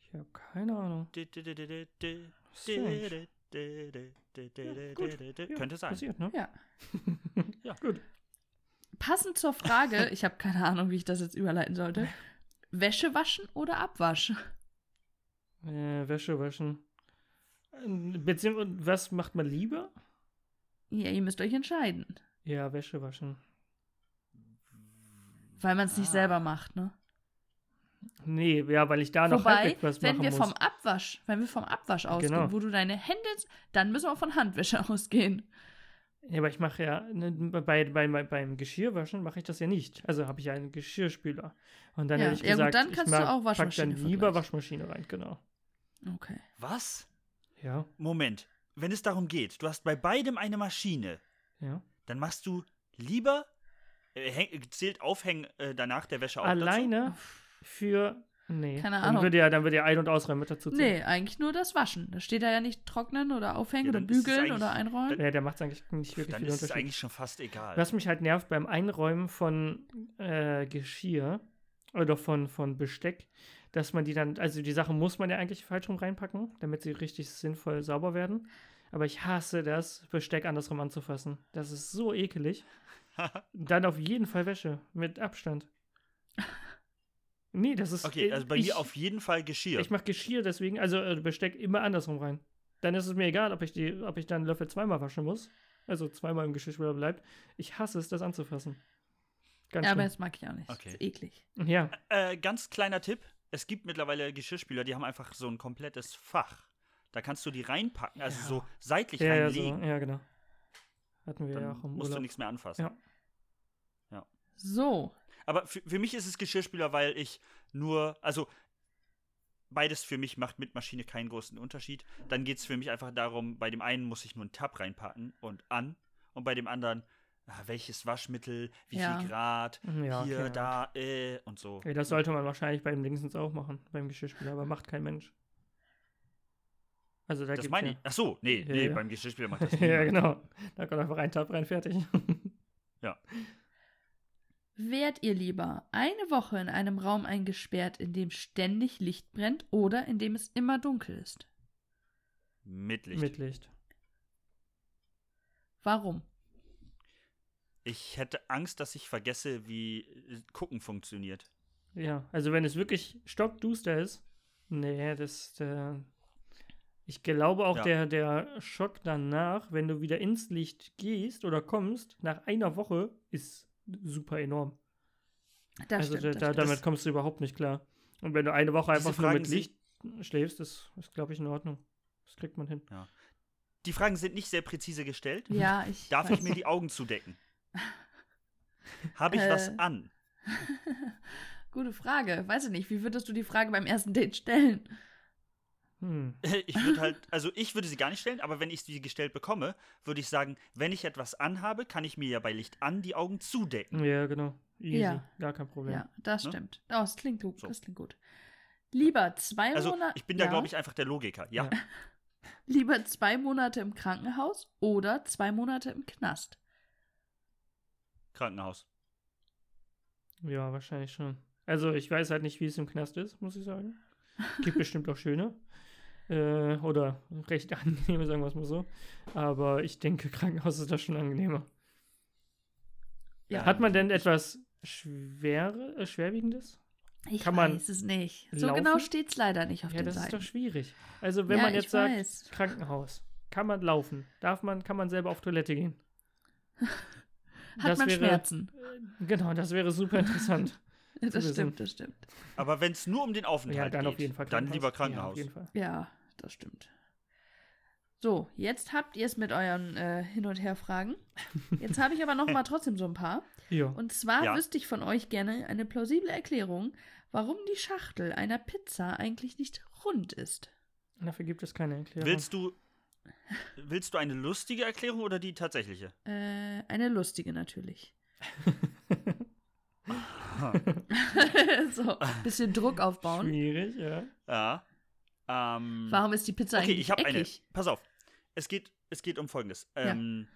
Speaker 2: Ich habe keine Ahnung.
Speaker 1: Du, du, du, du, du, du,
Speaker 2: Strange.
Speaker 1: du, du, du, du, du, du,
Speaker 2: Ja, gut.
Speaker 1: du, du.
Speaker 2: Ja,
Speaker 1: Könnte sein.
Speaker 2: Passiert, ne?
Speaker 3: Ja.
Speaker 1: Ja.
Speaker 2: Gut.
Speaker 3: Passend zur Frage, ich habe keine Ahnung, wie ich das jetzt überleiten sollte. Wäsche waschen oder Abwasch?
Speaker 2: Äh, Wäsche waschen. Ähm, Beziehungsweise, was macht man lieber?
Speaker 3: Ja, ihr müsst euch entscheiden.
Speaker 2: Ja, Wäsche waschen.
Speaker 3: Weil man es nicht
Speaker 1: Ah.
Speaker 3: selber macht, ne?
Speaker 2: Nee, ja, weil ich
Speaker 1: Ah,
Speaker 2: da noch
Speaker 3: Wobei,
Speaker 2: halbwegs was
Speaker 3: wenn
Speaker 2: machen
Speaker 3: wir
Speaker 2: muss.
Speaker 3: vom Abwasch, wenn wir vom Abwasch ausgehen,
Speaker 2: Genau.
Speaker 3: wo du deine Hände, dann müssen wir von Handwäsche ausgehen.
Speaker 2: Ja, aber ich mache ja, ne, bei, bei, bei, beim Geschirrwaschen mache ich das ja nicht. Also habe ich ja einen Geschirrspüler. Und dann
Speaker 3: Ja,
Speaker 2: habe ich
Speaker 3: ja gut,
Speaker 2: gesagt,
Speaker 3: dann
Speaker 2: ich
Speaker 3: kannst du
Speaker 2: mag-
Speaker 3: auch
Speaker 2: pack dann
Speaker 3: Waschmaschine
Speaker 2: lieber
Speaker 3: vergleichen.
Speaker 2: Waschmaschine rein, genau.
Speaker 3: Okay.
Speaker 1: Was?
Speaker 2: Ja,
Speaker 1: Moment. Wenn es darum geht, du hast bei beidem eine Maschine,
Speaker 2: ja.
Speaker 1: dann machst du lieber äh, häng, zählt Aufhängen äh, danach der Wäsche auch
Speaker 2: Alleine für, nee.
Speaker 3: Keine
Speaker 2: dann
Speaker 3: Ahnung.
Speaker 2: Würde ja, dann würde ja Ein- und Ausräumen mit dazu zählen.
Speaker 3: Nee, eigentlich nur das Waschen. Da steht da ja nicht trocknen oder aufhängen
Speaker 1: Ja,
Speaker 3: oder
Speaker 1: dann ist es
Speaker 3: bügeln
Speaker 1: eigentlich-
Speaker 3: oder einräumen.
Speaker 2: Ja, der macht es eigentlich nicht
Speaker 1: dazu?
Speaker 2: wirklich
Speaker 1: Dann
Speaker 2: viel
Speaker 1: ist es
Speaker 2: Unterschied.
Speaker 1: eigentlich schon fast egal.
Speaker 2: Was mich halt nervt beim Einräumen von äh, Geschirr oder von, von Besteck, dass man die dann, also die Sachen muss man ja eigentlich falsch rum reinpacken, damit sie richtig sinnvoll sauber werden. Aber ich hasse das, Besteck andersrum anzufassen. Das ist so ekelig. dann auf jeden Fall Wäsche mit Abstand. Nee, das ist.
Speaker 1: Okay, also bei
Speaker 2: ich,
Speaker 1: mir auf jeden Fall Geschirr.
Speaker 2: Ich mache Geschirr deswegen, also äh, Besteck immer andersrum rein. Dann ist es mir egal, ob ich, die, ob ich dann Löffel zweimal waschen muss. Also zweimal im Geschirrspüler bleibt. Ich hasse es, das anzufassen. Ganz
Speaker 3: Ja, aber
Speaker 2: schlimm.
Speaker 3: das mag ich auch nicht.
Speaker 1: Okay.
Speaker 3: Das ist eklig.
Speaker 2: Ja,
Speaker 1: Äh, ganz kleiner Tipp: Es gibt mittlerweile Geschirrspüler, die haben einfach so ein komplettes Fach. Da kannst du die reinpacken, also
Speaker 2: Ja.
Speaker 1: so seitlich
Speaker 2: ja, ja, so,
Speaker 1: reinlegen.
Speaker 2: ja, genau. Hatten wir
Speaker 1: Dann
Speaker 2: ja auch im
Speaker 1: musst du
Speaker 2: Urlaub.
Speaker 1: nichts mehr anfassen.
Speaker 2: Ja.
Speaker 3: So.
Speaker 1: Aber für, für mich ist es Geschirrspüler, weil ich nur, also beides für mich macht mit Maschine keinen großen Unterschied. Dann geht es für mich einfach darum, bei dem einen muss ich nur einen Tab reinpacken und an und bei dem anderen, ah, welches Waschmittel, wie
Speaker 3: Ja.
Speaker 1: viel Grad,
Speaker 2: Hm, Ja,
Speaker 1: hier,
Speaker 2: okay, ja.
Speaker 1: da, äh und so.
Speaker 2: Ey, das sollte man wahrscheinlich beim Dingsens auch machen, beim Geschirrspüler, aber macht kein Mensch. Also da
Speaker 1: das
Speaker 2: gibt's
Speaker 1: meine ich.
Speaker 2: ja.
Speaker 1: Ach so, nee,
Speaker 2: Ja,
Speaker 1: nee,
Speaker 2: ja.
Speaker 1: beim Geschirrspüler macht das nicht.
Speaker 2: ja, genau. Da kommt einfach ein Tab rein, fertig.
Speaker 3: Wärt ihr lieber eine Woche in einem Raum eingesperrt, in dem ständig Licht brennt oder in dem es immer dunkel ist?
Speaker 1: Mit Licht.
Speaker 2: Mit Licht.
Speaker 3: Warum?
Speaker 1: Ich hätte Angst, dass ich vergesse, wie äh, Gucken funktioniert.
Speaker 2: Ja, also wenn es wirklich stockduster ist, nee, das, der, ich glaube auch
Speaker 1: Ja.
Speaker 2: der, der Schock danach, wenn du wieder ins Licht gehst oder kommst, nach einer Woche ist super enorm.
Speaker 3: Das
Speaker 2: also
Speaker 3: stimmt.
Speaker 2: da,
Speaker 3: das stimmt.
Speaker 2: damit kommst du überhaupt nicht klar. Und wenn du eine Woche
Speaker 1: Diese
Speaker 2: einfach nur
Speaker 1: Fragen
Speaker 2: mit Licht schläfst, ist, ist glaube ich, in Ordnung. Das kriegt man hin.
Speaker 1: Die Fragen sind nicht sehr präzise gestellt.
Speaker 3: ja, ich.
Speaker 1: Darf ich
Speaker 3: weiß.
Speaker 1: mir die Augen zudecken? Habe ich was
Speaker 3: Äh.
Speaker 1: an?
Speaker 3: Gute Frage. Weiß ich nicht. Wie würdest du die Frage beim ersten Date stellen?
Speaker 2: Hm.
Speaker 1: Ich würde halt, also ich würde sie gar nicht stellen, aber wenn ich sie gestellt bekomme, würde ich sagen, wenn ich etwas anhabe, kann ich mir ja bei Licht an die Augen zudecken.
Speaker 2: Ja, genau. Easy.
Speaker 3: Ja.
Speaker 2: Gar kein Problem.
Speaker 3: Ja, das
Speaker 1: Ne?
Speaker 3: stimmt. Oh, das klingt gut.
Speaker 1: So.
Speaker 3: Das klingt gut. Lieber zwei
Speaker 1: Also
Speaker 3: Monate.
Speaker 1: ich bin da,
Speaker 3: ja,
Speaker 1: glaube ich, einfach der Logiker. Ja.
Speaker 3: Lieber zwei Monate im Krankenhaus oder zwei Monate im Knast.
Speaker 1: Krankenhaus.
Speaker 2: Ja, wahrscheinlich schon. Also ich weiß halt nicht, wie es im Knast ist, muss ich sagen. Gibt bestimmt auch schöne. Äh, oder recht angenehme, sagen wir es mal so. Aber ich denke, Krankenhaus ist da schon angenehmer.
Speaker 3: Ja.
Speaker 2: Hat man denn etwas schwere, äh, Schwerwiegendes?
Speaker 3: Ich
Speaker 2: Kann man
Speaker 3: weiß es nicht. So
Speaker 2: laufen?
Speaker 3: genau steht es leider nicht auf
Speaker 2: ja,
Speaker 3: den
Speaker 2: das ist
Speaker 3: Seiten.
Speaker 2: doch schwierig. Also wenn
Speaker 3: Ja,
Speaker 2: man
Speaker 3: ich
Speaker 2: jetzt sagt,
Speaker 3: weiß.
Speaker 2: Krankenhaus, kann man laufen? Darf man, kann man selber auf Toilette gehen?
Speaker 3: Hat man Schmerzen?
Speaker 2: Genau, das wäre super interessant. zu
Speaker 3: Das
Speaker 2: wissen.
Speaker 3: stimmt, das stimmt.
Speaker 1: Aber wenn es nur um den Aufenthalt
Speaker 3: halt
Speaker 2: ja, dann
Speaker 1: geht,
Speaker 2: auf jeden Fall
Speaker 1: dann lieber
Speaker 2: Ja, auf
Speaker 1: Krankenhaus.
Speaker 2: jeden Fall.
Speaker 3: Ja, das stimmt. So, jetzt habt ihr es mit euren äh, Hin- und Her-Fragen. Jetzt habe ich aber noch mal trotzdem so ein paar.
Speaker 2: Ja.
Speaker 3: Und zwar
Speaker 1: Ja.
Speaker 3: wüsste ich von euch gerne eine plausible Erklärung, warum die Schachtel einer Pizza eigentlich nicht rund ist.
Speaker 2: Dafür gibt es keine Erklärung.
Speaker 1: willst du willst du eine lustige Erklärung oder die tatsächliche?
Speaker 3: Äh, eine lustige natürlich. so, ein bisschen Druck aufbauen.
Speaker 2: Schwierig, ja.
Speaker 1: Ja. Ähm,
Speaker 3: Warum ist die Pizza
Speaker 1: Okay,
Speaker 3: eigentlich
Speaker 1: ich habe eine.
Speaker 3: eckig?
Speaker 1: Pass auf. Es geht, es geht um Folgendes.
Speaker 3: Ja.
Speaker 1: Ähm,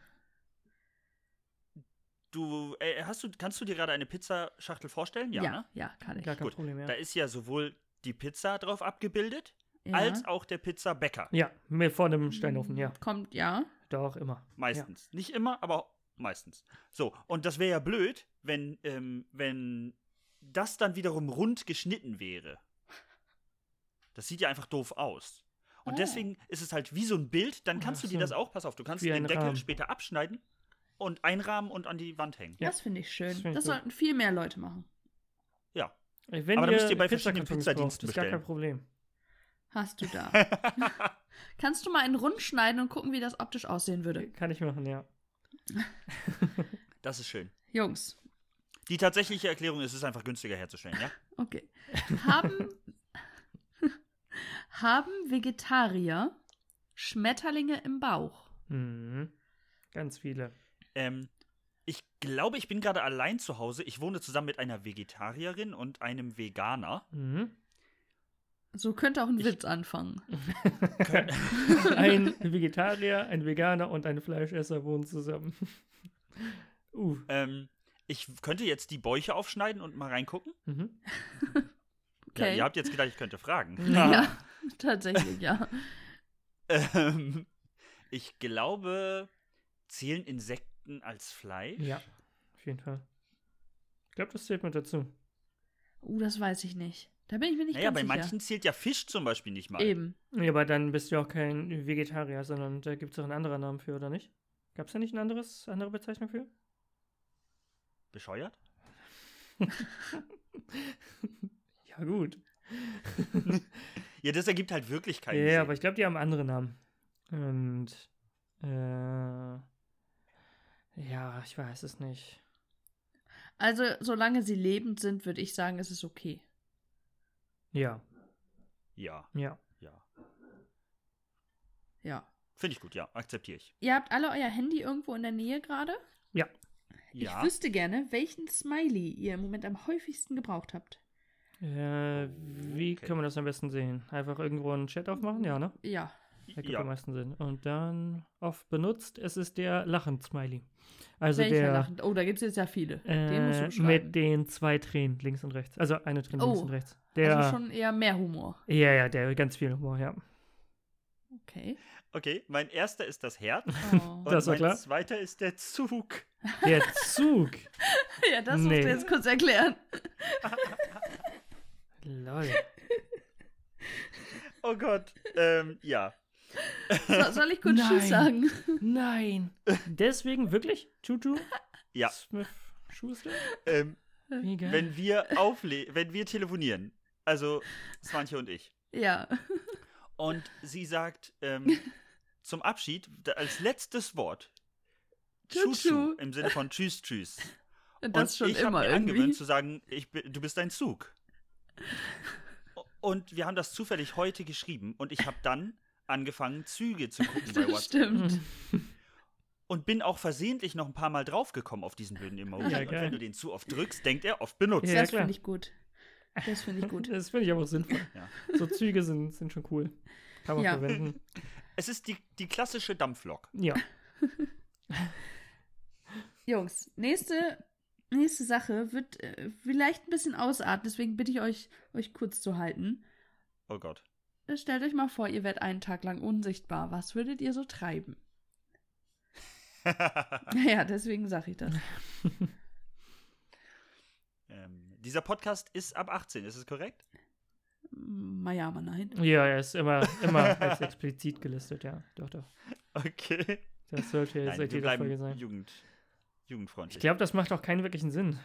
Speaker 1: du, äh, hast du, kannst du dir gerade eine Pizzaschachtel vorstellen? Ja,
Speaker 3: ja,
Speaker 1: ne?
Speaker 3: ja, kann ich.
Speaker 2: Gar kein
Speaker 1: Gut.
Speaker 2: Problem mehr.
Speaker 1: Da ist ja sowohl die Pizza drauf abgebildet,
Speaker 3: ja.
Speaker 1: als auch der Pizzabäcker.
Speaker 2: Ja, mir vor einem Steinofen, ja.
Speaker 3: Kommt, ja.
Speaker 2: Doch, immer.
Speaker 1: Meistens. Nicht immer, aber meistens. So, und das wäre ja blöd, wenn, ähm, wenn das dann wiederum rund geschnitten wäre. Das sieht ja einfach doof aus. Und
Speaker 3: Ah.
Speaker 1: deswegen ist es halt wie so ein Bild, dann kannst
Speaker 2: Ach
Speaker 1: du dir
Speaker 2: so.
Speaker 1: das auch, pass auf, du kannst
Speaker 2: Wie
Speaker 1: den
Speaker 2: ein
Speaker 1: Deckel
Speaker 2: Rahmen.
Speaker 1: später abschneiden und einrahmen und an die Wand hängen.
Speaker 2: Ja.
Speaker 3: Das finde ich schön.
Speaker 2: Das
Speaker 3: Das,
Speaker 2: find ich gut.
Speaker 3: sollten viel mehr Leute machen.
Speaker 1: Ja.
Speaker 2: Ey, Wenn
Speaker 1: Aber da
Speaker 2: ihr
Speaker 1: müsst ihr bei verschiedenen
Speaker 2: Pizzakartons
Speaker 1: Pizzadiensten
Speaker 2: braucht, ist gar kein
Speaker 1: bestellen.
Speaker 2: Problem.
Speaker 3: Hast du da. Kannst du mal einen rund schneiden und gucken, wie das optisch aussehen würde?
Speaker 2: Kann ich machen, ja.
Speaker 1: Das ist schön.
Speaker 3: Jungs,
Speaker 1: Die tatsächliche Erklärung ist, es ist einfach günstiger herzustellen, ja?
Speaker 3: okay. Haben, haben Vegetarier Schmetterlinge im Bauch?
Speaker 2: Mhm. Ganz viele.
Speaker 1: Ähm, ich glaube, ich bin gerade allein zu Hause. Ich wohne zusammen mit einer Vegetarierin und einem Veganer.
Speaker 2: Mhm.
Speaker 3: So könnte auch ein
Speaker 1: Ich-
Speaker 3: Witz anfangen.
Speaker 2: Ein Vegetarier, ein Veganer und ein Fleischesser wohnen zusammen. uh.
Speaker 1: Ähm, ich könnte jetzt die Bäuche aufschneiden und mal reingucken.
Speaker 2: Mhm.
Speaker 1: Ja,
Speaker 3: Okay.
Speaker 1: ihr habt jetzt gedacht, ich könnte fragen.
Speaker 3: Ja, tatsächlich, ja.
Speaker 1: Ähm, ich glaube, zählen Insekten als Fleisch?
Speaker 2: Ja, auf jeden Fall. Ich glaube, das zählt mit dazu.
Speaker 3: Uh, das weiß ich nicht. Da bin ich mir nicht
Speaker 1: Naja,
Speaker 3: ganz
Speaker 1: bei
Speaker 3: sicher.
Speaker 1: manchen zählt ja Fisch zum Beispiel nicht mal.
Speaker 3: Eben.
Speaker 2: Ja, aber dann bist du ja auch kein Vegetarier, sondern da gibt es auch einen anderen Namen für, oder nicht? Gab es da nicht eine anderes, andere Bezeichnung für?
Speaker 1: Bescheuert?
Speaker 2: Ja, gut.
Speaker 1: Ja, das ergibt halt wirklich keinen
Speaker 2: ja,
Speaker 1: Sinn.
Speaker 2: ja, aber ich glaube, die haben andere Namen. Und äh, ja, ich weiß es nicht.
Speaker 3: Also, solange sie lebend sind, würde ich sagen, ist es okay.
Speaker 2: Ja,
Speaker 1: ja,
Speaker 2: ja.
Speaker 1: ja.
Speaker 3: Ja.
Speaker 1: Finde ich gut, ja. Akzeptiere ich.
Speaker 3: Ihr habt alle euer Handy irgendwo in der Nähe gerade?
Speaker 1: Ja.
Speaker 3: Ich wüsste gerne, welchen Smiley ihr im Moment am häufigsten gebraucht habt.
Speaker 2: Äh, wie
Speaker 1: Okay.
Speaker 2: kann man das am besten sehen? Einfach irgendwo einen Chat aufmachen? Ja, ne?
Speaker 3: Ja.
Speaker 2: Der gibt
Speaker 1: ja.
Speaker 2: am meisten Sinn. Und dann oft benutzt, es ist der Lachend-Smiley. Also
Speaker 3: Welcher
Speaker 2: der
Speaker 3: lachend? Oh, da gibt es jetzt ja viele. Den musst du
Speaker 2: äh,
Speaker 3: beschreiben.
Speaker 2: mit den zwei Tränen links und rechts. Also eine Träne links
Speaker 3: Oh,
Speaker 2: und rechts. Der,
Speaker 3: Also schon eher mehr Humor.
Speaker 2: ja, ja, der ganz viel Humor, ja.
Speaker 3: Okay.
Speaker 1: Okay, mein erster ist das Herz.
Speaker 3: Oh.
Speaker 1: Und
Speaker 2: Das war
Speaker 1: mein
Speaker 2: klar.
Speaker 1: zweiter ist der Zug.
Speaker 2: Der Zug.
Speaker 3: ja, das musst
Speaker 2: Nee.
Speaker 3: du jetzt kurz erklären.
Speaker 2: Lol.
Speaker 1: Oh Gott. Ähm, ja.
Speaker 3: So, soll ich kurz
Speaker 2: Nein.
Speaker 3: Tschüss sagen?
Speaker 2: Nein. Deswegen wirklich? Chuchu?
Speaker 1: Ja.
Speaker 2: Smith Schuster?
Speaker 1: Ähm,
Speaker 2: Wie geil.
Speaker 1: wenn wir aufle wenn wir telefonieren, also Swantje und ich,
Speaker 3: Ja.
Speaker 1: und sie sagt ähm, zum Abschied da- als letztes Wort
Speaker 3: Tschu,
Speaker 1: Tschu
Speaker 3: tschu.
Speaker 1: im Sinne von Tschüss, Tschüss.
Speaker 3: Das schon
Speaker 1: und ich hab
Speaker 3: immer
Speaker 1: mir
Speaker 3: irgendwie.
Speaker 1: angewöhnt zu sagen, ich, bi- du bist ein Zug. O- Und wir haben das zufällig heute geschrieben und ich habe dann angefangen, Züge zu gucken bei
Speaker 3: Das
Speaker 1: WhatsApp.
Speaker 3: stimmt.
Speaker 2: Hm,
Speaker 1: Und bin auch versehentlich noch ein paar Mal draufgekommen auf diesen blöden Emoji.
Speaker 2: Ja,
Speaker 1: und
Speaker 2: geil.
Speaker 1: wenn du den zu oft drückst, denkt er oft benutzt.
Speaker 2: Ja,
Speaker 3: das
Speaker 2: klar.
Speaker 3: finde ich gut. Das finde ich gut.
Speaker 2: Das finde ich aber auch sinnvoll.
Speaker 1: Ja.
Speaker 2: So Züge sind, sind schon cool. Kann man
Speaker 3: Ja.
Speaker 2: verwenden.
Speaker 1: Es ist die, die klassische Dampflok.
Speaker 2: Ja.
Speaker 3: Jungs, nächste, nächste Sache wird äh, vielleicht ein bisschen ausarten, deswegen bitte ich euch, euch kurz zu halten.
Speaker 1: Oh Gott.
Speaker 3: Stellt euch mal vor, ihr werdet einen Tag lang unsichtbar. Was würdet ihr so treiben? Ja, deswegen sage ich das.
Speaker 1: ähm, dieser Podcast ist ab 18, ist es korrekt?
Speaker 3: Naja, aber nein.
Speaker 2: Ja, er ist immer, immer als explizit gelistet, ja. Doch, doch.
Speaker 1: Okay.
Speaker 2: Das sollte jetzt
Speaker 1: Nein,
Speaker 2: seit
Speaker 1: wir
Speaker 2: jeder
Speaker 1: bleiben
Speaker 2: Folge sein.
Speaker 1: Jugend, jugendfreundlich.
Speaker 2: Ich glaube, das macht auch keinen wirklichen Sinn.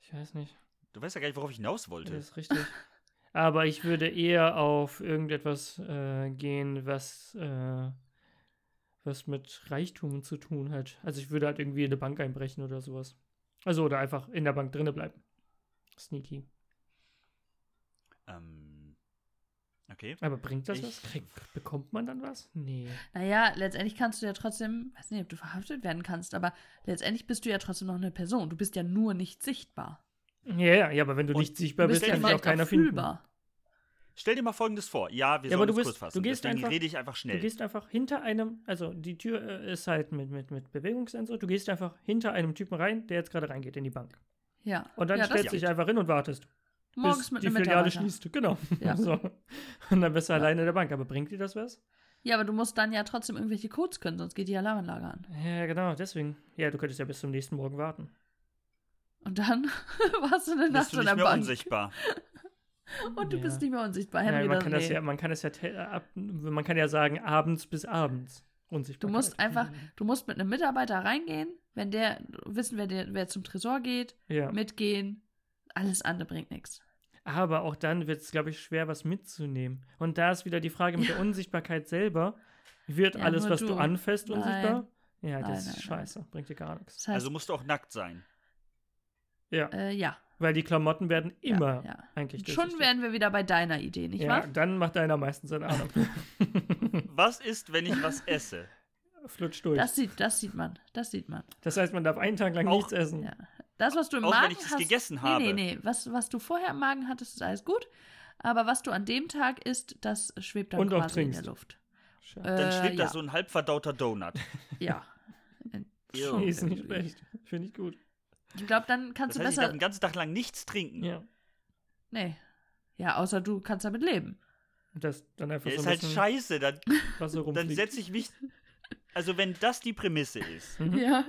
Speaker 2: Ich weiß nicht.
Speaker 1: du weißt ja gar nicht, worauf ich hinaus
Speaker 2: Das
Speaker 1: wollte.
Speaker 2: ist richtig. Aber ich würde eher auf irgendetwas äh, gehen, was, äh, was mit Reichtum zu tun hat. Also ich würde halt irgendwie in eine Bank einbrechen oder sowas. Also oder einfach in der Bank drinne bleiben. Sneaky.
Speaker 1: Ähm, okay.
Speaker 2: Aber bringt das was?
Speaker 1: Ich-
Speaker 2: Krieg, bekommt man dann was? Nee.
Speaker 3: Naja, letztendlich kannst du ja trotzdem, weiß nicht, ob du verhaftet werden kannst, aber letztendlich bist du ja trotzdem noch eine Person. Du bist ja nur nicht sichtbar.
Speaker 2: Ja, ja, ja aber wenn du
Speaker 1: Und
Speaker 2: nicht sichtbar
Speaker 3: du
Speaker 2: bist, halt
Speaker 3: bist
Speaker 2: kann
Speaker 3: ja
Speaker 2: dich auch
Speaker 3: vielleicht
Speaker 2: keiner
Speaker 3: auch
Speaker 2: finden.
Speaker 3: fühlbar.
Speaker 1: Stell dir mal Folgendes vor. Ja, wir
Speaker 2: Ja, aber
Speaker 1: sollen
Speaker 2: du
Speaker 1: uns
Speaker 2: bist-
Speaker 1: kurz fassen.
Speaker 2: du gehst
Speaker 1: Deswegen
Speaker 2: einfach-
Speaker 1: rede ich einfach
Speaker 2: Du
Speaker 1: schnell.
Speaker 2: gehst einfach hinter einem, also die Tür äh, ist halt mit, mit, mit Bewegungssensor, du gehst einfach hinter einem Typen rein, der jetzt gerade reingeht in die Bank.
Speaker 3: Ja.
Speaker 2: Und dann
Speaker 3: ja, das
Speaker 2: stellst du dich einfach hin und wartest.
Speaker 3: morgens
Speaker 2: bis
Speaker 3: mit
Speaker 2: die
Speaker 3: einem
Speaker 2: Filiale
Speaker 3: Mitarbeiter.
Speaker 2: schließt. Genau.
Speaker 3: Ja.
Speaker 2: So. Und dann bist du alleine in der Bank. Aber bringt dir das was?
Speaker 3: Ja, aber du musst dann ja trotzdem irgendwelche Codes können, sonst geht die Alarmanlage an.
Speaker 2: Ja, genau, deswegen. Ja, du könntest ja bis zum nächsten Morgen warten.
Speaker 3: Und dann warst du eine Nacht
Speaker 1: Bist du
Speaker 3: in
Speaker 1: nicht
Speaker 3: der
Speaker 1: mehr
Speaker 3: Bank.
Speaker 1: unsichtbar.
Speaker 3: Und du
Speaker 2: Ja.
Speaker 3: bist nicht mehr unsichtbar. Henry,
Speaker 2: Nein, man
Speaker 3: das-
Speaker 2: kann, das
Speaker 3: nee.
Speaker 2: ja, man kann es ja te- ab, man kann ja sagen, abends bis abends.
Speaker 3: Du
Speaker 2: Unsichtbar.
Speaker 3: musst einfach, du musst mit einem Mitarbeiter reingehen, wenn der, wissen, wer, der, wer zum Tresor geht,
Speaker 2: Ja.
Speaker 3: mitgehen. Alles andere bringt nichts.
Speaker 2: Aber auch dann wird es, glaube ich, schwer, was mitzunehmen. Und da ist wieder die Frage mit der Unsichtbarkeit selber. Wird
Speaker 3: Ja,
Speaker 2: alles,
Speaker 3: nur
Speaker 2: was du,
Speaker 3: du.
Speaker 2: anfasst,
Speaker 3: Nein.
Speaker 2: unsichtbar? Ja,
Speaker 3: Nein,
Speaker 2: das
Speaker 3: nein,
Speaker 2: ist
Speaker 3: nein.
Speaker 2: scheiße. Bringt dir gar nichts.
Speaker 3: Das heißt,
Speaker 1: Also musst du auch nackt sein.
Speaker 2: Ja,
Speaker 3: äh, ja.
Speaker 2: weil die Klamotten werden
Speaker 3: ja,
Speaker 2: immer
Speaker 3: ja.
Speaker 2: eigentlich
Speaker 3: Schon
Speaker 2: durchsichtig.
Speaker 3: wären wir wieder bei deiner Idee, nicht
Speaker 2: Ja,
Speaker 3: wahr?
Speaker 2: dann macht einer meistens seine Ahnung.
Speaker 1: Was ist, wenn ich was esse?
Speaker 2: Flutscht durch.
Speaker 3: Das
Speaker 2: Das,
Speaker 3: sieht, das sieht man. Das sieht man.
Speaker 2: heißt, man darf einen Tag lang
Speaker 1: Auch-
Speaker 2: nichts essen.
Speaker 3: Ja. Das, was du im
Speaker 1: Hm. Auch wenn
Speaker 3: Magen
Speaker 1: ich das
Speaker 3: hast.
Speaker 1: gegessen
Speaker 3: nee,
Speaker 1: habe.
Speaker 3: Nee, nee, Was, was du vorher im Magen hattest, ist alles gut. Aber was du an dem Tag isst, das schwebt dann
Speaker 2: Und auch
Speaker 3: quasi in der
Speaker 2: trinkst.
Speaker 3: Luft.
Speaker 2: Schade.
Speaker 1: Dann
Speaker 3: Äh,
Speaker 1: schwebt
Speaker 3: ja.
Speaker 1: da so ein halbverdauter Donut.
Speaker 3: Ja.
Speaker 1: Ew.
Speaker 2: nee, ist nicht schlecht. Finde ich gut.
Speaker 3: Ich glaube, dann kannst
Speaker 1: Das heißt, ich
Speaker 3: du
Speaker 1: darf
Speaker 3: besser.
Speaker 1: den ganzen Tag lang nichts trinken.
Speaker 2: Ja.
Speaker 3: Nee. Ja, außer du kannst damit leben.
Speaker 2: Und das dann einfach
Speaker 1: Ja,
Speaker 2: so
Speaker 1: ist
Speaker 2: ein
Speaker 1: halt
Speaker 2: bisschen
Speaker 1: scheiße. Dann,
Speaker 2: Wasser
Speaker 1: dann
Speaker 2: rumfliegt.
Speaker 1: setze ich mich. Also, wenn das die Prämisse ist,
Speaker 2: Mhm.
Speaker 3: Ja.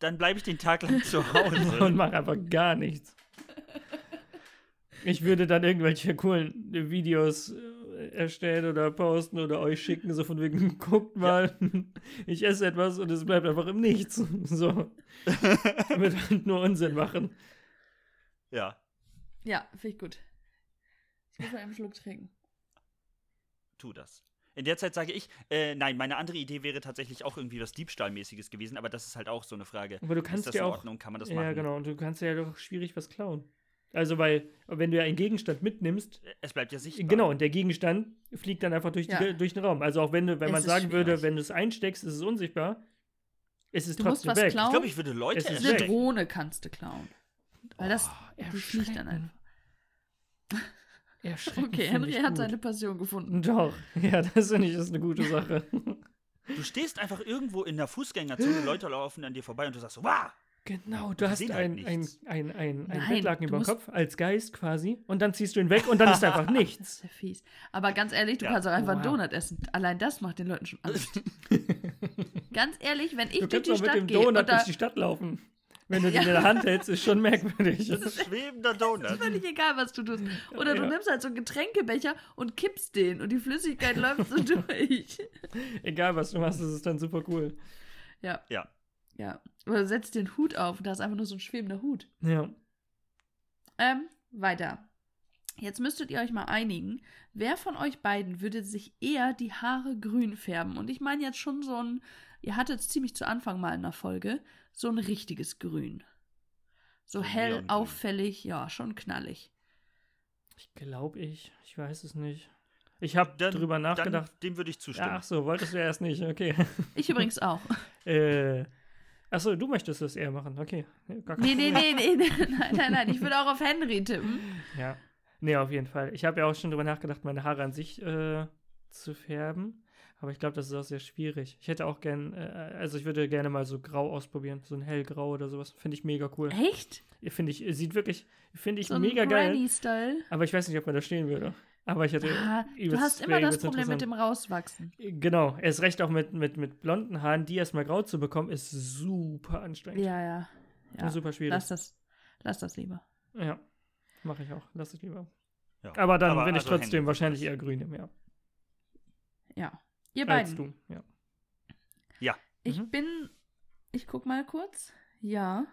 Speaker 1: dann bleibe ich den Tag lang zu Hause.
Speaker 2: und mache einfach gar nichts. Ich würde dann irgendwelche coolen äh, Videos äh, erstellen oder posten oder euch schicken, so von wegen, guckt mal, ich esse etwas und es bleibt einfach im Nichts. So. Damit wir nur Unsinn machen.
Speaker 1: ja.
Speaker 3: Ja, finde ich gut. Ich muss mal einen Schluck trinken.
Speaker 1: tu das. In der Zeit sage ich, äh, nein, meine andere Idee wäre tatsächlich auch irgendwie was Diebstahlmäßiges gewesen, aber das ist halt auch so eine Frage.
Speaker 2: Aber du
Speaker 1: ist
Speaker 2: kannst
Speaker 1: das
Speaker 2: ja
Speaker 1: in
Speaker 2: auch.
Speaker 1: Ordnung? Kann man das machen?
Speaker 2: Ja, genau. Und du kannst ja doch schwierig was klauen. Also, weil, wenn du ja einen Gegenstand mitnimmst,
Speaker 1: Äh, Es bleibt ja sichtbar.
Speaker 2: genau, und der Gegenstand fliegt dann einfach durch,
Speaker 3: Ja.
Speaker 2: die, durch den Raum. Also, auch wenn, du, wenn
Speaker 3: Es
Speaker 2: man
Speaker 3: ist
Speaker 2: sagen würde,
Speaker 1: schwierig.
Speaker 2: wenn du es einsteckst, ist es unsichtbar. Es ist
Speaker 3: Du musst
Speaker 2: trotzdem
Speaker 3: was
Speaker 2: weg.
Speaker 1: Ich
Speaker 3: klauen.
Speaker 1: glaube, ich würde Leute
Speaker 2: Es ist
Speaker 3: Eine
Speaker 2: weg.
Speaker 1: erschrecken.
Speaker 3: Drohne kannst du klauen. Weil das,
Speaker 2: Oh,
Speaker 3: die fliegt dann einfach.
Speaker 2: Erschreckend
Speaker 3: Okay,
Speaker 2: find
Speaker 3: Henry
Speaker 2: ich
Speaker 3: hat
Speaker 2: gut.
Speaker 3: seine Passion gefunden.
Speaker 2: Doch, ja, das finde ich ist eine gute Sache.
Speaker 1: Du stehst einfach irgendwo in der Fußgängerzone, Leute laufen an dir vorbei und du sagst so, wah!
Speaker 2: genau, du hast
Speaker 1: sehen halt
Speaker 2: ein, ein,
Speaker 1: nichts.
Speaker 2: ein, ein, ein
Speaker 3: Nein,
Speaker 2: Bettlaken
Speaker 3: du
Speaker 2: über dem
Speaker 3: musst-
Speaker 2: Kopf als Geist quasi und dann ziehst du ihn weg und dann ist einfach
Speaker 3: Das
Speaker 2: nichts.
Speaker 3: ist ja fies. Aber ganz ehrlich, du
Speaker 1: Ja.
Speaker 3: kannst auch einfach einen
Speaker 2: Wow.
Speaker 3: Donut essen. Allein das macht den Leuten schon Angst. ganz ehrlich, wenn ich
Speaker 2: Du
Speaker 3: durch
Speaker 2: kannst
Speaker 3: die
Speaker 2: doch mit
Speaker 3: Stadt
Speaker 2: dem
Speaker 3: gehe und
Speaker 2: Donut
Speaker 3: da
Speaker 2: durch die Stadt laufen. Wenn du den
Speaker 3: Ja.
Speaker 2: in der Hand hältst, ist schon merkwürdig.
Speaker 1: Das ist schwebender Donut.
Speaker 3: völlig egal, was du tust. Oder du
Speaker 2: Ja.
Speaker 3: nimmst halt so einen Getränkebecher und kippst den und die Flüssigkeit läuft so durch.
Speaker 2: Egal, was du machst, es ist dann super cool.
Speaker 3: Ja.
Speaker 1: Ja.
Speaker 3: Ja. Oder setzt den Hut auf und da ist einfach nur so ein schwebender Hut.
Speaker 2: Ja.
Speaker 3: Ähm, weiter. Jetzt müsstet ihr euch mal einigen, wer von euch beiden würde sich eher die Haare grün färben? Und ich meine jetzt schon so ein, ihr hattet ziemlich zu Anfang mal in der Folge, so ein richtiges Grün. So
Speaker 1: So ein
Speaker 3: hell,
Speaker 1: Neongrün.
Speaker 3: auffällig, ja, schon knallig.
Speaker 2: Ich glaube ich, ich weiß es nicht. Ich habe
Speaker 1: Dann-
Speaker 2: drüber nachgedacht.
Speaker 1: Dann, dem würde ich
Speaker 2: Ja,
Speaker 1: zustimmen.
Speaker 2: ach so, wolltest du erst nicht, okay.
Speaker 3: Ich übrigens auch.
Speaker 2: Äh, achso, du möchtest das eher machen, okay. Gar kein
Speaker 3: Nee, nee,
Speaker 2: Problem.
Speaker 3: nee, nee, nee, nein, nein, nein, ich würde auch auf Henry tippen.
Speaker 2: Ja. Nee, auf jeden Fall. Ich habe ja auch schon drüber nachgedacht, meine Haare an sich äh, zu färben. Aber ich glaube, das ist auch sehr schwierig. Ich hätte auch gern, äh, also ich würde gerne mal so grau ausprobieren, so ein hellgrau oder sowas. Finde ich mega cool.
Speaker 3: Echt?
Speaker 2: Finde ich, sieht wirklich, finde ich
Speaker 3: So ein
Speaker 2: mega geil.
Speaker 3: Granny-Style.
Speaker 2: Aber ich weiß nicht, ob man da stehen würde. Aber ich hätte.
Speaker 3: Ah, du
Speaker 2: übelst-
Speaker 3: hast
Speaker 2: wär
Speaker 3: immer das
Speaker 2: übelst
Speaker 3: Problem mit
Speaker 2: interessant.
Speaker 3: dem Rauswachsen.
Speaker 2: Genau, erst recht auch mit, mit, mit blonden Haaren, die erstmal grau zu bekommen, ist super anstrengend.
Speaker 3: Ja, ja. ja.
Speaker 2: Super schwierig.
Speaker 3: Lass das, lass das lieber.
Speaker 2: Ja, mache ich auch. Lass ich lieber.
Speaker 1: Ja.
Speaker 2: Aber dann bin ich
Speaker 1: also
Speaker 2: trotzdem
Speaker 1: Henry.
Speaker 2: wahrscheinlich eher grün im Jahr.
Speaker 3: Ja. Ihr
Speaker 2: Als
Speaker 3: beiden.
Speaker 2: du, ja.
Speaker 3: Ich
Speaker 2: Mhm.
Speaker 3: bin, ich guck mal kurz. Ja,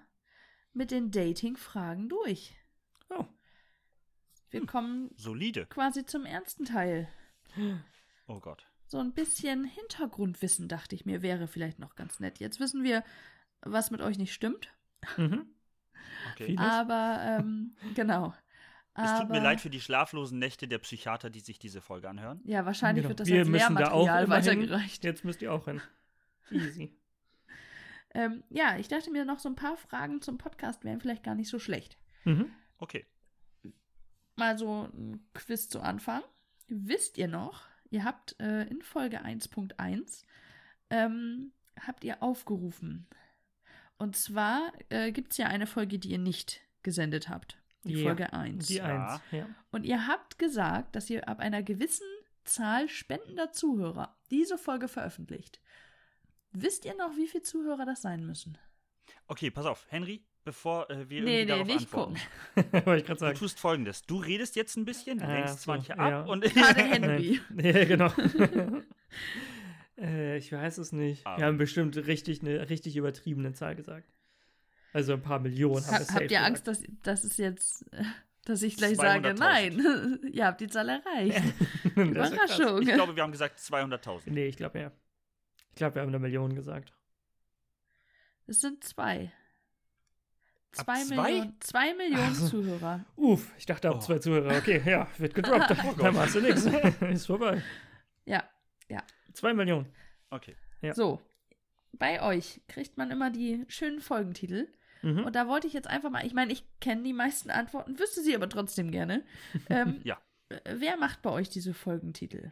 Speaker 3: mit den Dating-Fragen durch.
Speaker 2: Oh. Hm.
Speaker 3: Wir kommen
Speaker 1: Solide.
Speaker 3: quasi zum ernsten Teil.
Speaker 1: Oh Gott.
Speaker 3: So ein bisschen Hintergrundwissen, dachte ich mir, wäre vielleicht noch ganz nett. Jetzt wissen wir, was mit euch nicht stimmt.
Speaker 2: Mhm.
Speaker 1: Okay.
Speaker 2: Vieles.
Speaker 3: Aber, ähm, genau.
Speaker 1: Es tut mir
Speaker 3: Aber-
Speaker 1: leid für die schlaflosen Nächte der Psychiater, die sich diese Folge anhören.
Speaker 3: Ja, wahrscheinlich
Speaker 2: Genau.
Speaker 3: wird das
Speaker 2: Wir
Speaker 3: als
Speaker 2: müssen da auch
Speaker 3: Lehrmaterial
Speaker 2: immer hin.
Speaker 3: weitergereicht.
Speaker 2: Jetzt müsst ihr auch hin. Easy.
Speaker 3: Ähm, ja, ich dachte mir, noch so ein paar Fragen zum Podcast wären vielleicht gar nicht so schlecht.
Speaker 2: Mhm.
Speaker 1: Okay.
Speaker 3: mal so ein Quiz zu Anfang. Wisst ihr noch, ihr habt äh, in Folge 1.1 ähm, habt ihr aufgerufen. Und zwar äh, gibt es ja eine Folge, die ihr nicht gesendet habt. Die
Speaker 2: Ja,
Speaker 3: Folge 1.
Speaker 2: Die
Speaker 1: Ja.
Speaker 2: Eins, ja.
Speaker 3: Und ihr habt gesagt, dass ihr ab einer gewissen Zahl spendender Zuhörer diese Folge veröffentlicht. Wisst ihr noch, wie viele Zuhörer das sein müssen?
Speaker 1: Okay, pass auf, Henry, bevor äh, wir irgendwie
Speaker 3: Nee, nee,
Speaker 1: darauf
Speaker 3: nicht
Speaker 1: antworten.
Speaker 3: gucken.
Speaker 2: Wollte ich gerade
Speaker 1: Du
Speaker 2: sagen.
Speaker 1: tust folgendes. Du redest jetzt ein bisschen,
Speaker 2: Ah,
Speaker 1: lenkst
Speaker 2: so,
Speaker 1: manche
Speaker 2: ja.
Speaker 1: ab und
Speaker 3: Gerade Henry.
Speaker 2: Ja, genau. äh, ich weiß es nicht.
Speaker 1: Aber-
Speaker 2: Wir haben bestimmt richtig eine richtig übertriebene Zahl gesagt. Also ein paar Millionen haben wir
Speaker 3: Ha
Speaker 2: safe
Speaker 3: habt ihr
Speaker 2: gesagt.
Speaker 3: Angst, dass, dass es jetzt, äh, dass ich gleich sage,
Speaker 1: 200.000.
Speaker 3: nein, ihr habt die Zahl erreicht.
Speaker 2: Das ist-
Speaker 3: Überraschung.
Speaker 1: ich glaube, wir haben gesagt 200.000.
Speaker 2: nee, ich glaube ja. Ich glaube, wir haben eine Million gesagt.
Speaker 3: Es sind zwei.
Speaker 1: Ab
Speaker 3: Zwei,
Speaker 1: zwei? Also,
Speaker 3: Millionen, zwei Millionen
Speaker 2: so.
Speaker 3: Zuhörer.
Speaker 2: Uff, ich dachte ab
Speaker 1: Oh.
Speaker 2: zwei Zuhörer. Okay, ja, wird gedroppt.
Speaker 1: Oh Gott.
Speaker 2: Dann machst du nichts. Ist vorbei.
Speaker 3: Ja,
Speaker 2: Zwei Millionen.
Speaker 1: Okay.
Speaker 2: Ja.
Speaker 3: so. Bei euch kriegt man immer die schönen Folgentitel.
Speaker 1: Hm?
Speaker 2: Mhm.
Speaker 3: Und da wollte ich jetzt einfach mal, ich meine, ich kenne die meisten Antworten, wüsste sie aber trotzdem gerne. Ähm,
Speaker 1: Ja.
Speaker 3: äh, Wer macht bei euch diese Folgentitel?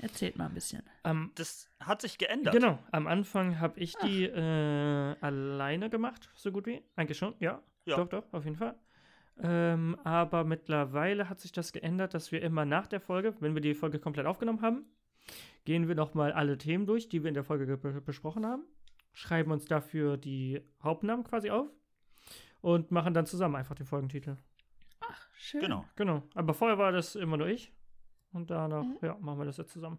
Speaker 3: Erzählt mal ein bisschen.
Speaker 2: Am,
Speaker 1: Das hat sich geändert.
Speaker 2: genau, am Anfang habe ich die äh, alleine gemacht, so gut wie. Eigentlich schon, ja.
Speaker 1: Ja.
Speaker 2: Doch, doch, auf jeden Fall. Ähm, aber mittlerweile hat sich das geändert, dass wir immer nach der Folge, wenn wir die Folge komplett aufgenommen haben, gehen wir nochmal alle Themen durch, die wir in der Folge be besprochen haben, schreiben uns dafür die Hauptnamen quasi auf und machen dann zusammen einfach den Folgentitel.
Speaker 3: Ach, schön.
Speaker 1: Genau.
Speaker 2: Genau. Aber vorher war das immer nur ich. Und danach,
Speaker 3: Mhm.
Speaker 2: ja, machen wir das jetzt zusammen.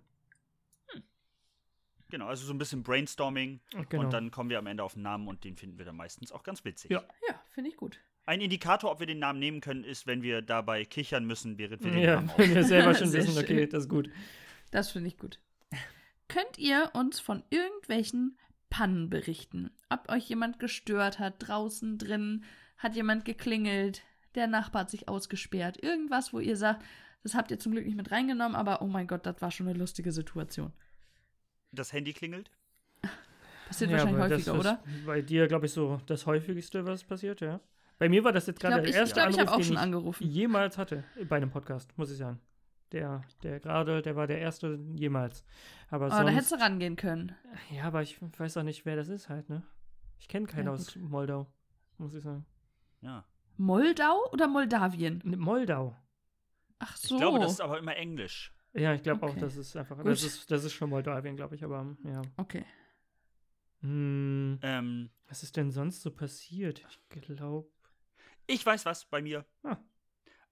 Speaker 1: Genau, also so ein bisschen Brainstorming
Speaker 2: Und Genau.
Speaker 1: und dann kommen wir am Ende auf einen Namen und den finden wir dann meistens auch ganz witzig.
Speaker 2: Ja.
Speaker 3: Ja, finde ich gut.
Speaker 1: Ein Indikator, ob wir den Namen nehmen können, ist, wenn wir dabei kichern müssen, während wir den
Speaker 2: ja,
Speaker 1: Namen auf.
Speaker 2: wenn wir selber schon
Speaker 3: Sehr
Speaker 2: wissen,
Speaker 3: schön.
Speaker 2: okay, das ist gut.
Speaker 3: Das finde ich gut. Könnt ihr uns von irgendwelchen Pannen berichten? Ob euch jemand gestört hat, draußen, drin, hat jemand geklingelt, der Nachbar hat sich ausgesperrt, irgendwas, wo ihr sagt, das habt ihr zum Glück nicht mit reingenommen, aber oh mein Gott, das war schon eine lustige Situation.
Speaker 1: Das Handy klingelt.
Speaker 3: Passiert
Speaker 2: ja,
Speaker 3: wahrscheinlich
Speaker 2: aber
Speaker 3: häufiger,
Speaker 2: das
Speaker 3: oder?
Speaker 2: Ist bei dir, glaube ich, so das häufigste, was passiert, ja. Bei mir war das jetzt
Speaker 3: Ich glaube,
Speaker 2: gerade
Speaker 3: ich,
Speaker 2: der
Speaker 3: ich,
Speaker 2: erste
Speaker 3: glaub, ich habe
Speaker 2: Anruf,
Speaker 3: auch
Speaker 2: den
Speaker 3: schon
Speaker 2: ich
Speaker 3: angerufen.
Speaker 2: jemals hatte bei einem Podcast, muss ich sagen. Der, der gerade, der war der erste jemals. Aber
Speaker 3: Oh,
Speaker 2: sonst, ah,
Speaker 3: da hättest du rangehen können.
Speaker 2: ja, aber ich weiß auch nicht, wer das ist halt, ne? Ich kenne keinen
Speaker 3: Ja,
Speaker 2: aus Moldau, muss ich sagen.
Speaker 1: Ja.
Speaker 3: Moldau oder Moldawien?
Speaker 2: Ne, Moldau.
Speaker 3: Ach so.
Speaker 1: Ich glaube, das ist aber immer Englisch.
Speaker 2: Ja, ich glaube auch,
Speaker 3: Okay.
Speaker 2: das ist einfach,
Speaker 3: Gut.
Speaker 2: das ist, das ist schon Moldawien, glaube ich, aber ja.
Speaker 3: okay.
Speaker 2: Hm,
Speaker 1: Ähm,
Speaker 2: was ist denn sonst so passiert? Ich glaube,
Speaker 1: ich weiß was bei mir.
Speaker 2: Ah.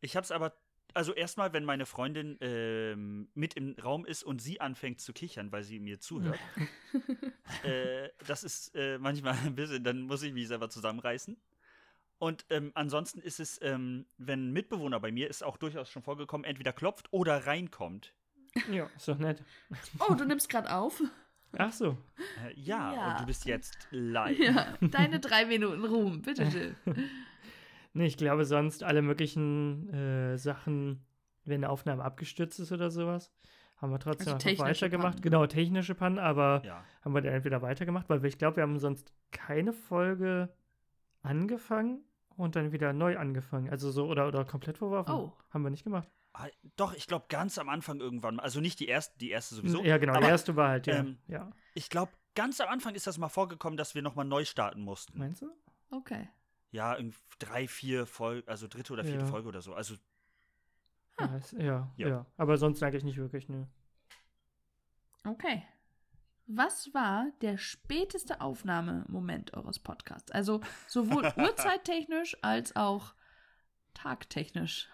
Speaker 1: Ich hab's aber. Also erstmal, wenn meine Freundin ähm, mit im Raum ist und sie anfängt zu kichern, weil sie mir zuhört, äh, das ist äh, manchmal ein bisschen, dann muss ich mich selber zusammenreißen. Und ähm, ansonsten ist es, ähm, wenn ein Mitbewohner bei mir ist, auch durchaus schon vorgekommen, entweder klopft oder reinkommt.
Speaker 2: ja, ist doch nett.
Speaker 3: Oh, du nimmst gerade auf.
Speaker 2: Ach so,
Speaker 1: Äh, ja,
Speaker 3: Ja.
Speaker 1: und du bist jetzt live.
Speaker 3: Ja, deine drei Minuten Ruhm, bitte. Jill.
Speaker 2: Nee, ich glaube sonst alle möglichen äh, Sachen, wenn eine Aufnahme abgestürzt ist oder sowas, haben wir trotzdem
Speaker 3: Also
Speaker 2: einfach
Speaker 3: technische
Speaker 2: weitergemacht.
Speaker 3: Pannen.
Speaker 2: Genau, technische Pannen, aber
Speaker 1: Ja.
Speaker 2: haben wir dann entweder weitergemacht, weil wir- ich glaube, wir haben sonst keine Folge angefangen und dann wieder neu angefangen. Also so oder, oder komplett verworfen.
Speaker 3: Oh.
Speaker 2: Haben wir nicht gemacht.
Speaker 1: Ah, Doch, ich glaube, ganz am Anfang irgendwann, mal- also nicht die erste, die erste sowieso.
Speaker 2: Ja, genau.
Speaker 1: aber
Speaker 2: der erste war halt, ja.
Speaker 1: ähm,
Speaker 2: ja.
Speaker 1: Ich glaube, ganz am Anfang ist das mal vorgekommen, dass wir nochmal neu starten mussten.
Speaker 2: Meinst du?
Speaker 3: Okay.
Speaker 1: Ja, irgendwie drei, vier Folge, also dritte oder vierte
Speaker 2: Ja.
Speaker 1: Folge oder so. Also
Speaker 2: Ja, ist- ja,
Speaker 1: Ja.
Speaker 2: ja, Aber sonst eigentlich nicht wirklich, ne.
Speaker 3: Okay. Was war der späteste Aufnahmemoment eures Podcasts? Also sowohl uhrzeittechnisch als auch tagtechnisch.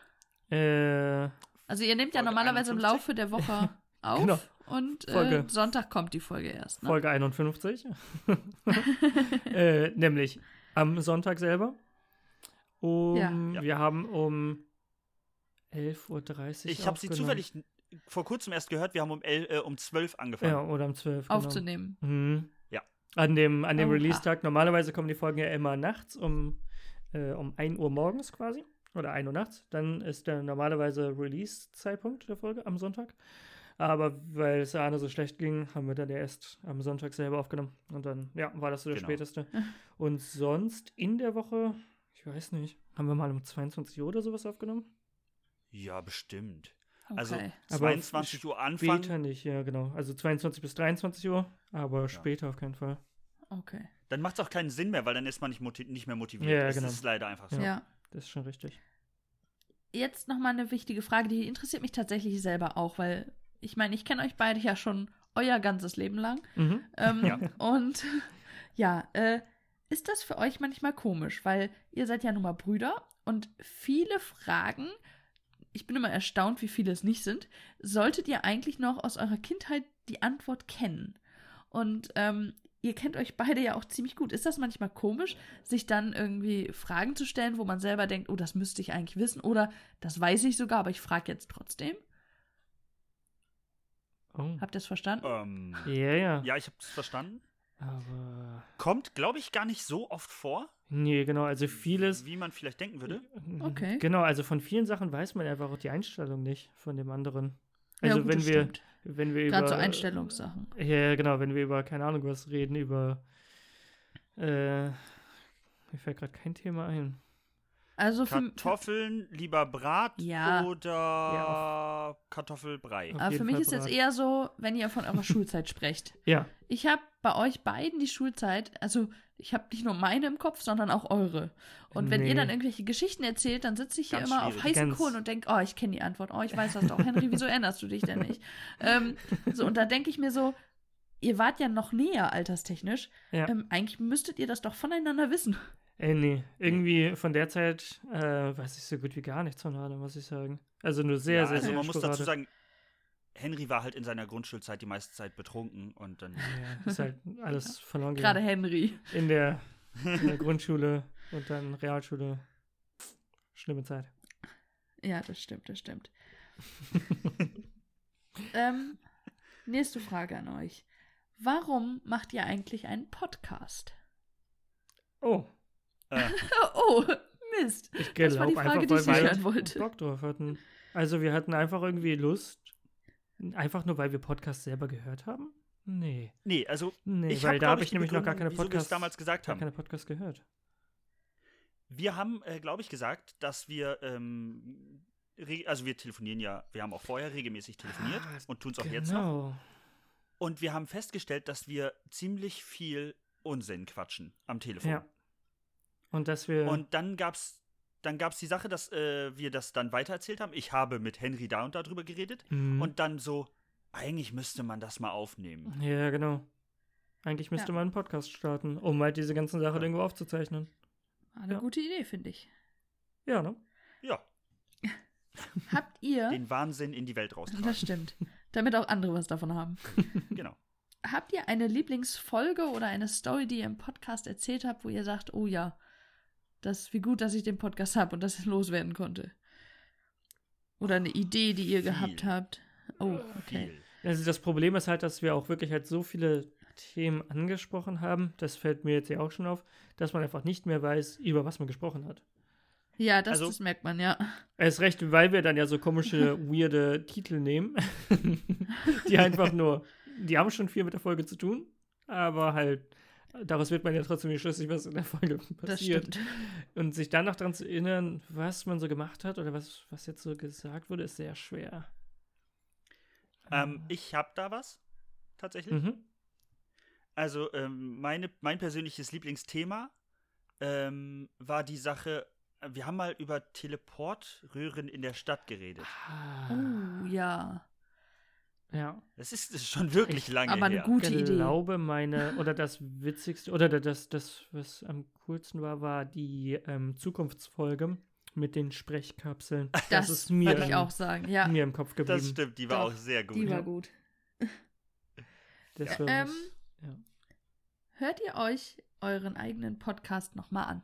Speaker 2: Äh,
Speaker 3: Also ihr nehmt ja
Speaker 1: Folge
Speaker 3: normalerweise im
Speaker 1: 51?
Speaker 3: Laufe der Woche auf
Speaker 2: Genau.
Speaker 3: und äh,
Speaker 2: Folge.
Speaker 3: Sonntag kommt die Folge erst. Ne?
Speaker 2: Folge 51. äh, nämlich am Sonntag selber. Um,
Speaker 3: Ja.
Speaker 1: Ja.
Speaker 2: Wir haben um 11.30 Uhr.
Speaker 1: ich habe sie zufällig n- vor kurzem erst gehört, wir haben um, el äh, um 12 angefangen.
Speaker 2: Ja, oder um 12. Genau.
Speaker 3: Aufzunehmen.
Speaker 2: Mhm.
Speaker 1: Ja.
Speaker 2: An dem, an dem
Speaker 3: Oha.
Speaker 2: Release-Tag. Normalerweise kommen die Folgen ja immer nachts um, äh, um 1 Uhr morgens quasi. Oder 1 Uhr nachts. Dann ist der normalerweise Release-Zeitpunkt der Folge am Sonntag. Aber weil es Arne so schlecht ging, haben wir dann ja erst am Sonntag selber aufgenommen. Und dann, ja, war das so der
Speaker 1: Genau.
Speaker 2: späteste. Und sonst in der Woche, ich weiß nicht, haben wir mal um 22 Uhr oder sowas aufgenommen?
Speaker 1: Ja, bestimmt. Also
Speaker 3: Okay.
Speaker 2: Aber
Speaker 1: 22 Uhr
Speaker 2: Später
Speaker 1: anfangen,
Speaker 2: nicht, ja, genau. Also 22 bis 23 Uhr, aber später auf keinen Fall.
Speaker 3: Okay.
Speaker 1: dann macht es auch keinen Sinn mehr, weil dann ist man nicht, moti nicht mehr motiviert.
Speaker 2: Ja, ja,
Speaker 1: das
Speaker 2: genau.
Speaker 1: ist leider einfach so.
Speaker 2: Ja.
Speaker 3: Ja.
Speaker 2: Das ist schon richtig.
Speaker 3: Jetzt nochmal eine wichtige Frage, die interessiert mich tatsächlich selber auch, weil ich meine, ich kenne euch beide ja schon euer ganzes Leben lang.
Speaker 2: Mhm.
Speaker 3: Ähm,
Speaker 1: Ja.
Speaker 3: Und ja, äh, ist das für euch manchmal komisch, weil ihr seid ja nun mal Brüder und viele Fragen, ich bin immer erstaunt, wie viele es nicht sind, solltet ihr eigentlich noch aus eurer Kindheit die Antwort kennen. Und ähm, ihr kennt euch beide ja auch ziemlich gut. Ist das manchmal komisch, sich dann irgendwie Fragen zu stellen, wo man selber denkt, oh, das müsste ich eigentlich wissen oder das weiß ich sogar, aber ich frage jetzt trotzdem?
Speaker 2: Oh.
Speaker 3: Habt ihr es verstanden?
Speaker 1: Ähm,
Speaker 2: Ja, ja.
Speaker 1: ja, ich habe es verstanden.
Speaker 2: Aber.
Speaker 1: Kommt, glaube ich, gar nicht so oft vor,
Speaker 2: Nee, genau. Also vieles.
Speaker 1: wie man vielleicht denken würde.
Speaker 3: Okay.
Speaker 2: Genau, also von vielen Sachen weiß man einfach auch die Einstellung nicht von dem anderen. Also
Speaker 3: gut,
Speaker 2: wenn
Speaker 3: das
Speaker 2: wir,
Speaker 3: stimmt.
Speaker 2: wenn wir
Speaker 3: Gerade
Speaker 2: über. äh,
Speaker 3: so Einstellungssachen.
Speaker 2: Ja, ja, genau, wenn wir über, keine Ahnung, was reden, über. Äh, mir fällt gerade kein Thema ein.
Speaker 3: Also für,
Speaker 1: Kartoffeln, lieber Brat
Speaker 3: Ja.
Speaker 1: oder
Speaker 2: Ja,
Speaker 1: Kartoffelbrei.
Speaker 2: Auf
Speaker 3: aber für
Speaker 2: jeden
Speaker 3: mich
Speaker 2: Fall
Speaker 3: ist jetzt
Speaker 2: Brat.
Speaker 3: eher so, wenn ihr von eurer Schulzeit sprecht.
Speaker 2: Ja,
Speaker 3: Ich habe bei euch beiden die Schulzeit, also ich habe nicht nur meine im Kopf, sondern auch eure. Und wenn
Speaker 2: Nee.
Speaker 3: ihr dann irgendwelche Geschichten erzählt, dann sitze ich hier
Speaker 1: Ganz
Speaker 3: immer auf
Speaker 1: schwierig.
Speaker 3: heißen
Speaker 2: Ganz-
Speaker 3: Kohlen und denke, oh, ich kenne die Antwort, oh, ich weiß das doch. Henry, wieso erinnerst du dich denn nicht? Ähm, so, und da denke ich mir so, ihr wart ja noch näher alterstechnisch.
Speaker 2: ja.
Speaker 3: Ähm, eigentlich müsstet ihr das doch voneinander wissen.
Speaker 2: Ey, äh, nee. Irgendwie von der Zeit äh, weiß ich so gut wie gar nichts von Hanna, muss ich sagen. Also nur sehr,
Speaker 1: ja,
Speaker 2: sehr,
Speaker 1: also
Speaker 2: sehr
Speaker 1: man muss dazu
Speaker 2: sporadisch.
Speaker 1: sagen, Henry war halt in seiner Grundschulzeit die meiste Zeit betrunken und dann
Speaker 2: Ja, ist halt alles verloren
Speaker 3: Gerade
Speaker 2: gegangen.
Speaker 3: Henry.
Speaker 2: In der, in der Grundschule und dann Realschule. Schlimme Zeit.
Speaker 3: Ja, das stimmt, das stimmt. ähm, nächste Frage an euch. Warum macht ihr eigentlich einen Podcast?
Speaker 2: Oh,
Speaker 1: äh,
Speaker 3: Oh, Mist.
Speaker 2: ich
Speaker 3: Das war die
Speaker 2: glaube
Speaker 3: Frage,
Speaker 2: einfach,
Speaker 3: die ich
Speaker 2: weil wir
Speaker 3: hören wollte.
Speaker 2: Bock drauf hatten. Also wir hatten einfach irgendwie Lust. Einfach nur, weil wir Podcasts selber gehört haben? Nee.
Speaker 1: nee, also
Speaker 2: Nee,
Speaker 1: ich
Speaker 2: weil
Speaker 1: hab,
Speaker 2: da
Speaker 1: glaub
Speaker 2: habe ich
Speaker 1: die
Speaker 2: nämlich noch gar
Speaker 1: Begründung,
Speaker 2: keine
Speaker 1: wieso wir es
Speaker 2: Podcasts,
Speaker 1: damals gesagt
Speaker 2: gar
Speaker 1: haben.
Speaker 2: keine Podcasts gehört.
Speaker 1: Wir haben, äh, glaube ich, gesagt, dass wir, ähm, re- also wir telefonieren ja, wir haben auch vorher regelmäßig telefoniert
Speaker 2: Ah,
Speaker 1: und tun es auch
Speaker 2: genau.
Speaker 1: jetzt noch. Und wir haben festgestellt, dass wir ziemlich viel Unsinn quatschen am Telefon.
Speaker 2: Ja. Und dass wir
Speaker 1: Und dann gab's dann gab's die Sache, dass äh, wir das dann weitererzählt haben. Ich habe mit Henry da und da drüber geredet
Speaker 2: Mhm.
Speaker 1: und dann so, eigentlich müsste man das mal
Speaker 3: Mhm.
Speaker 1: aufnehmen.
Speaker 2: Ja, genau. Eigentlich müsste
Speaker 3: Ja.
Speaker 2: man einen Podcast starten, um halt diese ganzen Sachen
Speaker 1: Ja.
Speaker 2: irgendwo aufzuzeichnen.
Speaker 3: War eine
Speaker 2: Ja.
Speaker 3: gute Idee, finde ich.
Speaker 2: Ja, ne?
Speaker 1: Ja,
Speaker 3: Habt ihr,
Speaker 1: den Wahnsinn in die Welt raustragen.
Speaker 3: das stimmt, damit auch andere was davon haben.
Speaker 1: genau.
Speaker 3: Habt ihr eine Lieblingsfolge oder eine Story, die ihr im Podcast erzählt habt, wo ihr sagt, oh ja, das wie gut, dass ich den Podcast habe und dass ich loswerden konnte? Oder eine Idee, die ihr
Speaker 1: Oh, Viel.
Speaker 3: gehabt habt? Oh, okay.
Speaker 1: Viel.
Speaker 2: Also das Problem ist halt, dass wir auch wirklich halt so viele Themen angesprochen haben, das fällt mir jetzt ja auch schon auf, dass man einfach nicht mehr weiß, über was man gesprochen hat.
Speaker 3: Ja, das,
Speaker 1: Also-
Speaker 3: das merkt man, ja.
Speaker 2: Er ist recht, weil wir dann ja so komische, weirde Titel nehmen, die einfach nur, die haben schon viel mit der Folge zu tun, aber halt, daraus wird man ja trotzdem nicht schlüssig, was in der Folge
Speaker 3: Das
Speaker 2: passiert.
Speaker 3: stimmt.
Speaker 2: Und sich dann noch daran zu erinnern, was man so gemacht hat oder was, was jetzt so gesagt wurde, ist sehr schwer.
Speaker 3: Ah.
Speaker 1: Ähm, ich habe da was, tatsächlich.
Speaker 2: Mhm.
Speaker 1: Also ähm, meine, mein persönliches Lieblingsthema ähm, war die Sache, wir haben mal über Teleportröhren in der Stadt geredet.
Speaker 2: Ah.
Speaker 3: Oh, ja.
Speaker 2: Ja,
Speaker 1: Das ist, das ist schon wirklich lange
Speaker 3: Aber eine
Speaker 1: her.
Speaker 3: gute
Speaker 2: ich
Speaker 3: Idee.
Speaker 2: glaube, meine, oder das Witzigste, oder da- das, das was am coolsten war, war die ähm, Zukunftsfolge mit den Sprechkapseln. Das,
Speaker 3: Das
Speaker 2: ist mir,
Speaker 3: Würde ich
Speaker 2: im-
Speaker 3: auch sagen, ja.
Speaker 2: mir im Kopf geblieben.
Speaker 1: das stimmt, die war
Speaker 3: Doch,
Speaker 1: auch sehr gut.
Speaker 3: Die war
Speaker 1: Ja.
Speaker 3: gut.
Speaker 2: Das
Speaker 1: Ja.
Speaker 2: war was-
Speaker 3: Ähm,
Speaker 2: ja.
Speaker 3: Hört ihr euch euren eigenen Podcast nochmal an?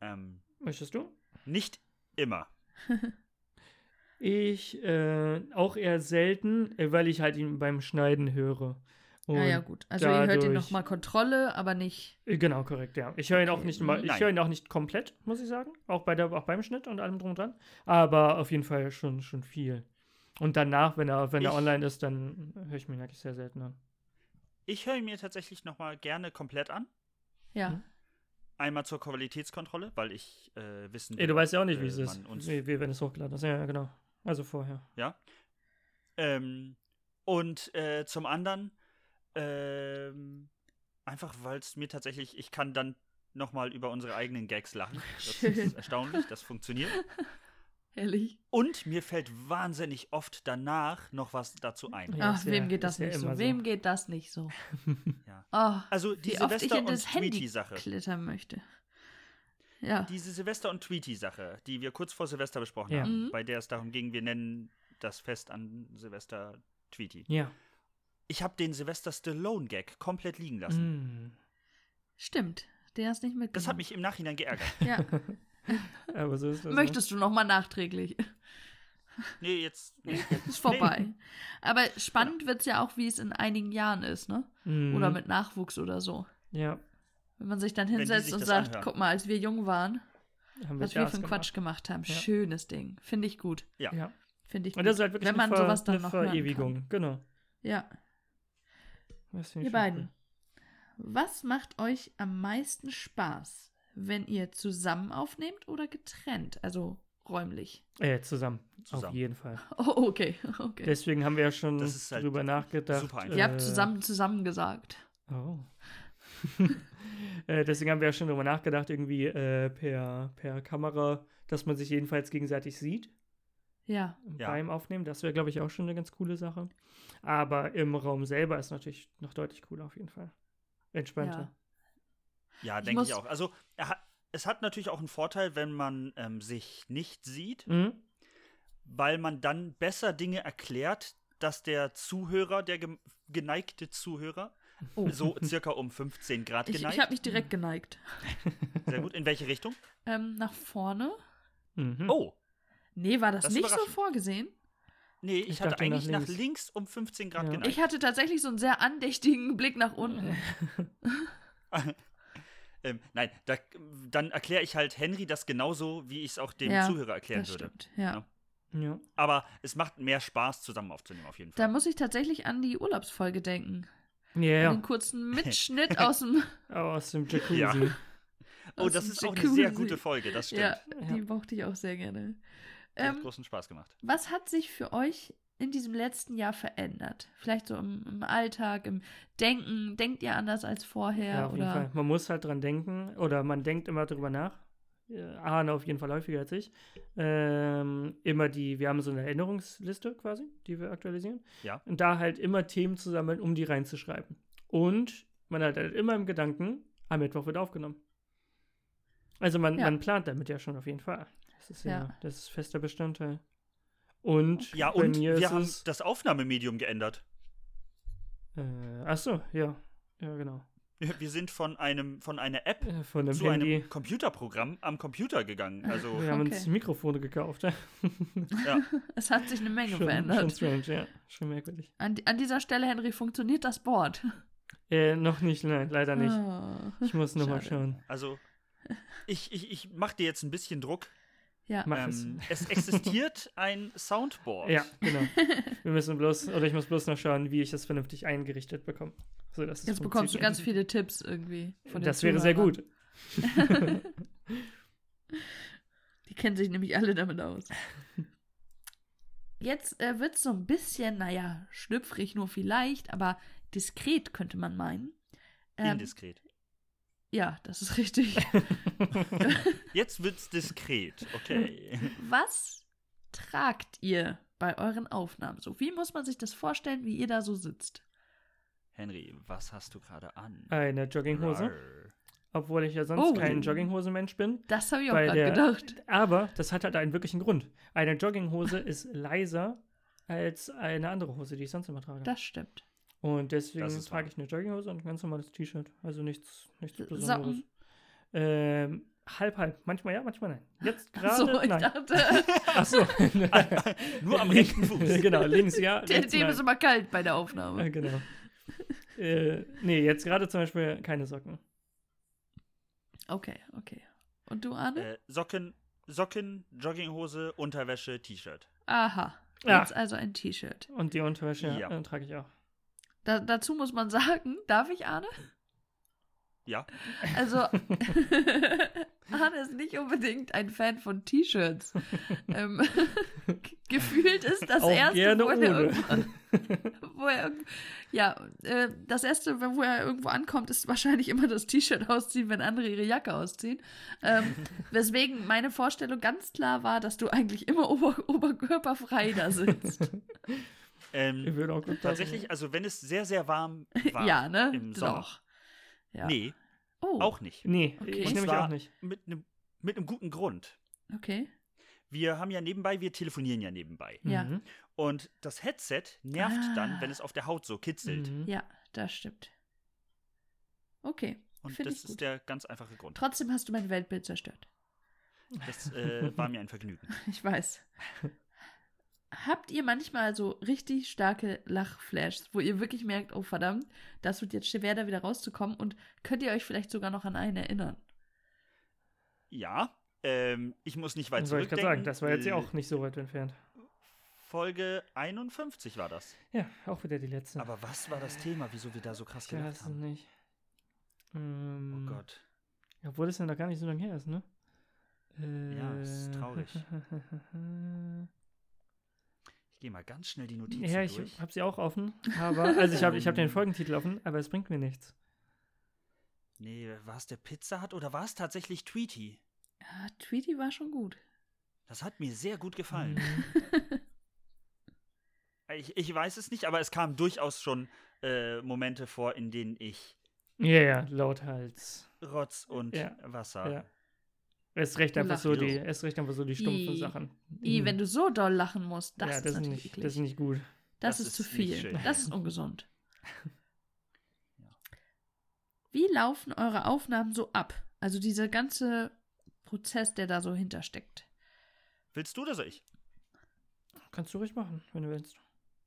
Speaker 1: Ähm,
Speaker 2: Möchtest du?
Speaker 1: nicht immer.
Speaker 2: Ich äh, auch eher selten, äh, weil ich halt ihn beim Schneiden höre. Und
Speaker 3: Ja, ja, gut. Also ihr hört ihn
Speaker 2: dadurch-
Speaker 3: nochmal Kontrolle, aber nicht.
Speaker 2: Äh, Genau, korrekt, ja. Ich höre ihn auch
Speaker 3: Okay,
Speaker 2: nicht mal, ich
Speaker 1: nein.
Speaker 2: höre ihn auch nicht komplett, muss ich sagen. Auch, bei der, auch beim Schnitt und allem drum und dran. Aber auf jeden Fall schon, schon viel. Und danach, wenn er, wenn er
Speaker 1: Ich-
Speaker 2: online ist, dann höre ich mir ihn eigentlich sehr selten an.
Speaker 1: Ich höre ihn mir tatsächlich noch mal gerne komplett an.
Speaker 3: Ja.
Speaker 2: Hm?
Speaker 1: Einmal zur Qualitätskontrolle, weil ich äh, wissen
Speaker 2: Ey, du weißt ja auch nicht, wie es
Speaker 1: äh,
Speaker 2: ist.
Speaker 1: wann uns-
Speaker 2: Wie, wie, wenn es hochgeladen ist. Ja, ja, genau. Also vorher.
Speaker 1: Ähm, und äh, zum anderen, ähm, einfach weil es mir tatsächlich, ich kann dann nochmal über unsere eigenen Gags lachen. Das
Speaker 3: Schön.
Speaker 1: ist erstaunlich, das funktioniert.
Speaker 3: Ehrlich.
Speaker 1: Und mir fällt wahnsinnig oft danach noch was dazu ein.
Speaker 2: Ja,
Speaker 3: Ach,
Speaker 2: ist ja-
Speaker 3: Ah, wem geht das
Speaker 2: ist ja
Speaker 3: nicht so?
Speaker 2: immer so.
Speaker 3: Wem geht das nicht so?
Speaker 1: Ja.
Speaker 3: Oh,
Speaker 1: Also die
Speaker 3: wie oft ich
Speaker 1: Silvester-
Speaker 3: in
Speaker 1: und
Speaker 3: das Handy
Speaker 1: Tweety-Sache.
Speaker 3: klettern möchte. Ja.
Speaker 1: Diese Silvester- und Tweety-Sache, die wir kurz vor Silvester besprochen
Speaker 2: Ja.
Speaker 1: haben,
Speaker 3: Mhm.
Speaker 1: bei der es darum ging, wir nennen das Fest an Silvester Tweety.
Speaker 2: Ja.
Speaker 1: Ich habe den Silvester Stallone-Gag komplett liegen
Speaker 3: Mhm.
Speaker 1: lassen.
Speaker 2: Mm.
Speaker 3: Stimmt. Der ist nicht mitgenommen.
Speaker 1: Das hat mich im Nachhinein geärgert.
Speaker 3: Ja.
Speaker 2: Aber so ist das. ne?
Speaker 3: Möchtest du nochmal nachträglich?
Speaker 1: Nee, jetzt. Nee.
Speaker 3: Ist vorbei. Aber spannend wird's wird es ja auch, wie es in einigen Jahren ist, ne?
Speaker 2: Mm.
Speaker 1: Mhm.
Speaker 3: Oder mit Nachwuchs oder so.
Speaker 2: Ja.
Speaker 3: Wenn man sich dann
Speaker 1: die
Speaker 3: hinsetzt
Speaker 1: sich
Speaker 3: und
Speaker 1: das
Speaker 3: sagt,
Speaker 1: anhören.
Speaker 3: guck mal, als wir jung waren,
Speaker 2: Haben
Speaker 3: was wir
Speaker 2: Gas
Speaker 3: für einen Quatsch gemacht haben.
Speaker 2: Ja.
Speaker 3: Schönes Ding. Finde ich gut.
Speaker 1: Ja.
Speaker 2: Ja.
Speaker 3: Finde ich gut.
Speaker 2: Und das ist halt wirklich
Speaker 3: Wenn man
Speaker 2: eine, Ver
Speaker 3: sowas dann
Speaker 2: eine
Speaker 3: noch hören
Speaker 2: Verewigung.
Speaker 3: kann.
Speaker 2: Genau.
Speaker 3: Ja.
Speaker 2: Das find ich
Speaker 3: Ihr
Speaker 2: schon
Speaker 3: beiden. Was macht euch am meisten Spaß, wenn ihr zusammen aufnehmt oder getrennt? Also räumlich.
Speaker 2: Cool. Äh, zusammen. Auf
Speaker 1: Zusammen.
Speaker 2: jeden Fall.
Speaker 3: Oh, okay. okay.
Speaker 2: Deswegen haben wir ja schon
Speaker 1: Das ist halt
Speaker 2: drüber nachgedacht. äh,
Speaker 1: super einfach.
Speaker 3: ihr habt zusammen zusammen gesagt.
Speaker 2: Oh. äh, deswegen haben wir ja schon drüber nachgedacht, irgendwie äh, per, per Kamera, dass man sich jedenfalls gegenseitig sieht
Speaker 3: Ja.
Speaker 1: Ja.
Speaker 2: beim Aufnehmen. Das wäre, glaube ich, auch schon eine ganz coole Sache. Aber im Raum selber ist natürlich noch deutlich cooler auf jeden Fall. Entspannter.
Speaker 1: Ja,
Speaker 3: Ich
Speaker 1: denke ich,
Speaker 3: muss-
Speaker 1: auch. Also, er hat, es hat natürlich auch einen Vorteil, wenn man ähm, sich nicht sieht,
Speaker 2: Mhm.
Speaker 1: weil man dann besser Dinge erklärt, dass der Zuhörer, der gem- geneigte Zuhörer,
Speaker 3: Oh.
Speaker 1: so circa um 15 Grad
Speaker 3: Ich,
Speaker 1: geneigt.
Speaker 3: ich habe mich direkt geneigt.
Speaker 1: Sehr gut. In welche Richtung?
Speaker 3: Ähm, nach vorne?
Speaker 2: Mhm.
Speaker 1: Oh,
Speaker 3: Nee, war das,
Speaker 1: Das ist
Speaker 3: nicht so
Speaker 1: überraschend.
Speaker 3: vorgesehen?
Speaker 1: nee, ich,
Speaker 2: Ich
Speaker 1: hatte
Speaker 2: dachte
Speaker 1: eigentlich
Speaker 2: nach
Speaker 1: nach
Speaker 2: links.
Speaker 1: links. um 15 Grad
Speaker 2: Ja.
Speaker 1: geneigt.
Speaker 3: Ich hatte tatsächlich so einen sehr andächtigen Blick nach unten.
Speaker 1: ähm, nein, da, dann erkläre ich halt Henry das genauso, wie ich es auch dem
Speaker 3: Ja,
Speaker 1: Zuhörer erklären
Speaker 3: Das
Speaker 1: würde. genau.
Speaker 3: stimmt, ja.
Speaker 1: Ja.
Speaker 2: Ja.
Speaker 1: Aber es macht mehr Spaß, zusammen aufzunehmen, auf jeden
Speaker 3: Da
Speaker 1: Fall.
Speaker 3: muss ich tatsächlich an die Urlaubsfolge denken.
Speaker 2: Ja,
Speaker 3: Einen
Speaker 2: ja.
Speaker 3: kurzen
Speaker 1: Oh,
Speaker 3: Mitschnitt aus dem.
Speaker 2: Aus dem Jacuzzi.
Speaker 1: Ja. oh,
Speaker 3: aus
Speaker 1: das
Speaker 3: dem
Speaker 1: ist auch eine sehr
Speaker 3: Jacuzzi.
Speaker 1: gute Folge, das stimmt.
Speaker 3: Ja,
Speaker 2: Ja.
Speaker 3: die mochte ich auch sehr gerne.
Speaker 1: Die Hat
Speaker 3: Ähm,
Speaker 1: großen Spaß gemacht.
Speaker 3: was hat sich für euch in diesem letzten Jahr verändert? Vielleicht so im, im Alltag, im Denken. Denkt ihr anders als vorher?
Speaker 2: Ja, auf
Speaker 3: oder?
Speaker 2: jeden Fall. Man muss halt dran denken oder man denkt immer drüber nach. Äh, Ahne auf jeden Fall häufiger als ich. Ähm, immer die, wir haben so eine Erinnerungsliste quasi, die wir aktualisieren.
Speaker 1: Ja.
Speaker 2: Und da halt immer Themen zu sammeln, um die reinzuschreiben. Und man hat halt immer im Gedanken, am Mittwoch wird aufgenommen. Also man,
Speaker 3: Ja.
Speaker 2: man plant damit ja schon auf jeden Fall. Das ist ja,
Speaker 3: Ja.
Speaker 2: das ist fester Bestandteil. Und
Speaker 1: Ja,
Speaker 2: bei
Speaker 1: und
Speaker 2: mir ist
Speaker 1: wir haben
Speaker 2: es,
Speaker 1: das Aufnahmemedium geändert.
Speaker 2: äh, ach so, ja. Ja, genau.
Speaker 1: Wir sind von einem von einer App
Speaker 2: Äh, Von dem
Speaker 1: zu
Speaker 2: Handy.
Speaker 1: einem Computerprogramm am Computer gegangen. Also
Speaker 2: Wir haben
Speaker 3: Okay.
Speaker 2: uns Mikrofone gekauft. Ja.
Speaker 1: ja,
Speaker 3: Es hat sich eine Menge
Speaker 2: schon, schon
Speaker 3: verändert.
Speaker 2: strange, ja. Schon merkwürdig.
Speaker 3: An, an dieser Stelle, Henry, funktioniert das Board.
Speaker 2: Äh, noch nicht, nein, leider nicht.
Speaker 3: Ah.
Speaker 2: Ich muss nochmal
Speaker 3: Schade.
Speaker 2: schauen.
Speaker 1: also ich, ich, ich mach dir jetzt ein bisschen Druck.
Speaker 3: Ja.
Speaker 2: Mach
Speaker 1: Ähm, es existiert ein Soundboard.
Speaker 2: es. Ja, genau. Wir müssen bloß, oder ich muss bloß noch schauen, wie ich das vernünftig eingerichtet bekomme. So, dass es
Speaker 3: Jetzt bekommst du
Speaker 2: funktioniert.
Speaker 3: ganz viele Tipps irgendwie. Von den
Speaker 2: Das wäre sehr
Speaker 3: Zuhörern.
Speaker 2: gut.
Speaker 3: Die kennen sich nämlich alle damit aus. Jetzt äh, wird es so ein bisschen, naja, schlüpfrig nur vielleicht, aber diskret könnte man meinen. Ähm,
Speaker 1: Indiskret.
Speaker 3: ja, das ist richtig.
Speaker 1: Jetzt wird's diskret. Okay.
Speaker 3: Was tragt ihr bei euren Aufnahmen so? Wie muss man sich das vorstellen, wie ihr da so sitzt?
Speaker 1: Henry, was hast du gerade an?
Speaker 2: Eine Äh, Jogginghose.
Speaker 1: Rar.
Speaker 2: Obwohl ich ja sonst
Speaker 3: Oh.
Speaker 2: kein Jogginghosenmensch bin.
Speaker 3: Das habe ich auch
Speaker 2: Bei
Speaker 3: gerade
Speaker 2: der-
Speaker 3: gedacht.
Speaker 2: Aber das hat halt einen wirklichen Grund. Eine Jogginghose ist leiser als eine andere Hose, die ich sonst immer trage.
Speaker 3: Das stimmt.
Speaker 2: Und deswegen
Speaker 1: Das ist
Speaker 2: trage
Speaker 1: wahr.
Speaker 2: ich eine Jogginghose und ein ganz normales T-Shirt. Also nichts, nichts
Speaker 3: Socken?
Speaker 2: Besonderes. Ähm, halb, halb. Manchmal ja, manchmal nein. Jetzt gerade
Speaker 3: so, ich
Speaker 2: nein.
Speaker 3: dachte,
Speaker 2: Ach so.
Speaker 1: Nur am rechten Fuß.
Speaker 2: genau, links ja.
Speaker 3: der,
Speaker 2: rechts
Speaker 3: dem
Speaker 2: nein.
Speaker 3: ist immer kalt bei der
Speaker 2: äh,
Speaker 3: Aufnahme.
Speaker 2: Genau. Äh, nee, jetzt gerade zum Beispiel keine Socken.
Speaker 3: Okay, okay. Und du, Arne?
Speaker 1: Äh, Socken, Socken, Jogginghose, Unterwäsche, T-Shirt.
Speaker 3: Aha.
Speaker 2: Ja.
Speaker 3: Jetzt also ein T-Shirt.
Speaker 2: Ah, Und die Unterwäsche
Speaker 1: Ja.
Speaker 2: äh, trage ich auch.
Speaker 3: Da, dazu muss man sagen, darf ich, Arne?
Speaker 1: Ja.
Speaker 3: Also, Arne ist nicht unbedingt ein Fan von T-Shirts. ähm, gefühlt ist das
Speaker 2: Auch
Speaker 3: erste,
Speaker 2: gerne
Speaker 3: wo er,
Speaker 2: ohne.
Speaker 3: irgendwo- wo er irgend- ja, äh, das erste, wo er irgendwo ankommt, ist wahrscheinlich immer das T-Shirt ausziehen, wenn andere ihre Jacke ausziehen. Ähm, weswegen meine Vorstellung ganz klar war, dass du eigentlich immer ober oberkörperfrei da sitzt.
Speaker 2: Ich
Speaker 1: Ähm,
Speaker 2: würde auch gut passen.
Speaker 1: tatsächlich, also wenn es sehr, sehr warm war
Speaker 3: ja, ne?
Speaker 1: im Sommer.
Speaker 3: Doch. Ja.
Speaker 1: Nee,
Speaker 3: Oh,
Speaker 1: auch nicht.
Speaker 2: Nee,
Speaker 3: Okay.
Speaker 2: ich
Speaker 3: Und
Speaker 2: nehme mich
Speaker 1: zwar-
Speaker 2: auch nicht.
Speaker 1: Mit einem mit einem guten Grund.
Speaker 3: okay.
Speaker 1: Wir haben ja nebenbei, wir telefonieren ja nebenbei.
Speaker 3: Ja.
Speaker 2: Mhm.
Speaker 1: Und das Headset nervt dann, wenn es auf der Haut so kitzelt.
Speaker 2: Ah. Mhm.
Speaker 3: Ja, das stimmt. Okay.
Speaker 1: Und
Speaker 3: Find
Speaker 1: das
Speaker 3: ich
Speaker 1: ist
Speaker 3: gut.
Speaker 1: der ganz einfache Grund.
Speaker 3: Trotzdem hast du mein Weltbild zerstört.
Speaker 1: Das äh, war mir ein Vergnügen.
Speaker 3: Ich weiß. Habt ihr manchmal so richtig starke Lachflashs, wo ihr wirklich merkt, oh verdammt, das wird jetzt schwer, da wieder rauszukommen und könnt ihr euch vielleicht sogar noch an einen erinnern?
Speaker 1: Ja, ähm, ich muss nicht weit
Speaker 2: Soll ich
Speaker 1: zurückdenken.
Speaker 2: gerade sagen, das war jetzt ja
Speaker 1: Äh,
Speaker 2: auch nicht so weit entfernt.
Speaker 1: Folge 51 war das.
Speaker 2: Ja, auch wieder die letzte.
Speaker 1: Aber was war das Thema, wieso wir da so krass
Speaker 2: ich weiß
Speaker 1: gelacht
Speaker 2: es
Speaker 1: haben?
Speaker 2: nicht.
Speaker 1: Oh
Speaker 2: Ähm,
Speaker 1: Gott.
Speaker 2: Obwohl es ja noch gar nicht so lange her ist, ne?
Speaker 1: Ja, es ist
Speaker 2: Äh,
Speaker 1: traurig. Ich gehe mal ganz schnell die Notizen
Speaker 2: ja, ich
Speaker 1: durch.
Speaker 2: habe sie auch offen, aber also ich habe ich hab den Folgentitel offen, aber es bringt mir nichts.
Speaker 1: Nee, war es der Pizza Hut oder war es tatsächlich Tweety?
Speaker 3: Ja, Tweety war schon gut.
Speaker 1: Das hat mir sehr gut gefallen.
Speaker 2: Mhm.
Speaker 1: Ich, ich weiß es nicht, aber es kamen durchaus schon äh, Momente vor, in denen ich
Speaker 2: Ja, ja, lauthals.
Speaker 1: Rotz und
Speaker 2: Ja,
Speaker 1: Wasser.
Speaker 2: Ja. Erst recht einfach so
Speaker 1: Lachen.
Speaker 2: die, erst recht einfach so die stumpfen
Speaker 3: I-
Speaker 2: Sachen.
Speaker 3: I,
Speaker 2: Mhm.
Speaker 3: wenn du so doll lachen musst, das,
Speaker 2: ja,
Speaker 3: ist
Speaker 2: das ist
Speaker 3: natürlich
Speaker 2: nicht,
Speaker 3: eklig.
Speaker 2: das ist nicht gut.
Speaker 1: Das
Speaker 3: Das, ist,
Speaker 1: ist
Speaker 3: zu
Speaker 1: nicht
Speaker 3: viel.
Speaker 1: schön.
Speaker 3: Das ist ungesund.
Speaker 1: Ja.
Speaker 3: Wie laufen eure Aufnahmen so ab? Also dieser ganze Prozess, der da so hintersteckt.
Speaker 1: Willst du das ich?
Speaker 2: Kannst du ruhig machen, wenn du willst.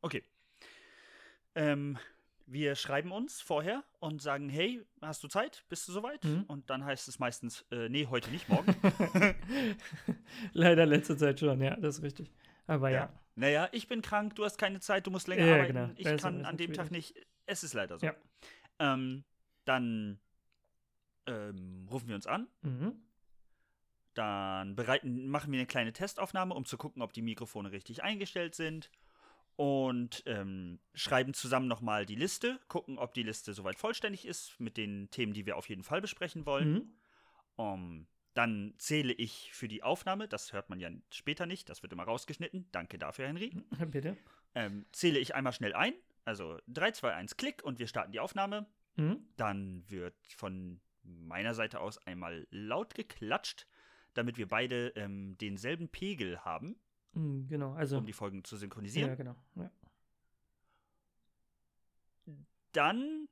Speaker 1: Okay. Ähm, wir schreiben uns vorher und sagen, hey, hast du Zeit? Bist du soweit?
Speaker 2: Mhm.
Speaker 1: Und dann heißt es meistens, äh, nee, heute nicht, morgen.
Speaker 2: Leider letzte Zeit schon, ja, das ist richtig. Aber ja.
Speaker 1: Naja, ich bin krank, du hast keine Zeit, du musst länger
Speaker 2: Ja,
Speaker 1: arbeiten,
Speaker 2: genau.
Speaker 1: ich
Speaker 2: Das ist ein
Speaker 1: kann
Speaker 2: bisschen
Speaker 1: an dem Tag nicht. Es ist leider so.
Speaker 2: Ja.
Speaker 1: Ähm, dann ähm, rufen wir uns an,
Speaker 2: Mhm.
Speaker 1: dann bereiten, machen wir eine kleine Testaufnahme, um zu gucken, ob die Mikrofone richtig eingestellt sind. Und ähm, schreiben zusammen nochmal die Liste, gucken, ob die Liste soweit vollständig ist mit den Themen, die wir auf jeden Fall besprechen wollen.
Speaker 2: Mhm.
Speaker 1: Ähm, dann zähle ich für die Aufnahme, das hört man ja später nicht, das wird immer rausgeschnitten. Danke dafür, Henry.
Speaker 2: Mhm. Bitte.
Speaker 1: Ähm, zähle ich einmal schnell ein, also 3, 2, 1, Klick und wir starten die Aufnahme. Hm?
Speaker 2: Mhm.
Speaker 1: Dann wird von meiner Seite aus einmal laut geklatscht, damit wir beide ähm, denselben Pegel haben,
Speaker 2: Mhm, Genau, also.
Speaker 1: um die Folgen zu
Speaker 2: ja,
Speaker 1: synchronisieren.
Speaker 2: genau. Ja.
Speaker 1: Dann,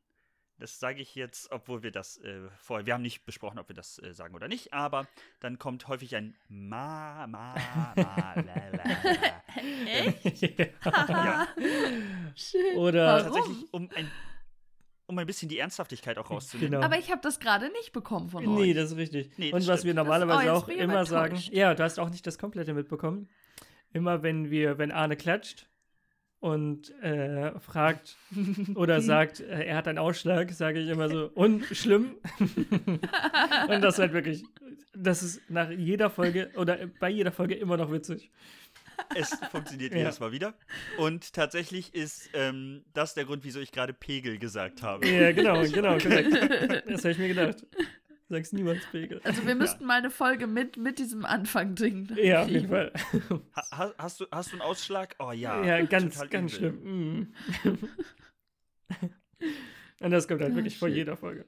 Speaker 1: das sage ich jetzt, obwohl wir das äh, vorher, wir haben nicht besprochen, ob wir das äh, sagen oder nicht, aber dann kommt häufig ein Ma, Ma, Ma, la, la, la.
Speaker 3: Echt?
Speaker 2: ja.
Speaker 3: Schön.
Speaker 2: Oder-
Speaker 3: Warum?
Speaker 1: Tatsächlich, um ein, um ein bisschen die Ernsthaftigkeit auch rauszunehmen.
Speaker 2: Genau.
Speaker 3: Aber ich habe das gerade nicht bekommen von
Speaker 2: Nee,
Speaker 3: euch.
Speaker 2: das ist richtig.
Speaker 1: Nee, das
Speaker 2: und was wir
Speaker 1: stimmt.
Speaker 3: Das- oh,
Speaker 2: normalerweise
Speaker 3: jetzt
Speaker 2: auch
Speaker 3: bin ich
Speaker 2: immer sagen,
Speaker 3: enttäuscht.
Speaker 2: ja, du hast auch nicht das komplette mitbekommen. Immer wenn wir, wenn Arne klatscht und äh, fragt oder sagt, äh, er hat einen Ausschlag, sage ich immer so, und schlimm. und das ist halt wirklich, das ist nach jeder Folge oder bei jeder Folge immer noch witzig.
Speaker 1: Es funktioniert
Speaker 2: Ja.
Speaker 1: jedes Mal wieder. Und tatsächlich ist ähm, das der Grund, wieso ich gerade Pegel gesagt habe.
Speaker 2: Ja, genau, genau, korrekt. Das habe ich mir gedacht. Sag's niemals, Pegel.
Speaker 3: also wir müssten mal eine Folge mit, mit diesem Anfang dringen.
Speaker 2: Ja, auf jeden Fall.
Speaker 1: Ha, ha- hast, du, hast du einen Ausschlag? Oh ja.
Speaker 2: Ja, ganz,
Speaker 1: total
Speaker 2: ganz
Speaker 1: übel.
Speaker 2: schlimm. Mm. Und das kommt halt
Speaker 3: Ah,
Speaker 2: wirklich vor
Speaker 3: shit.
Speaker 2: jeder Folge.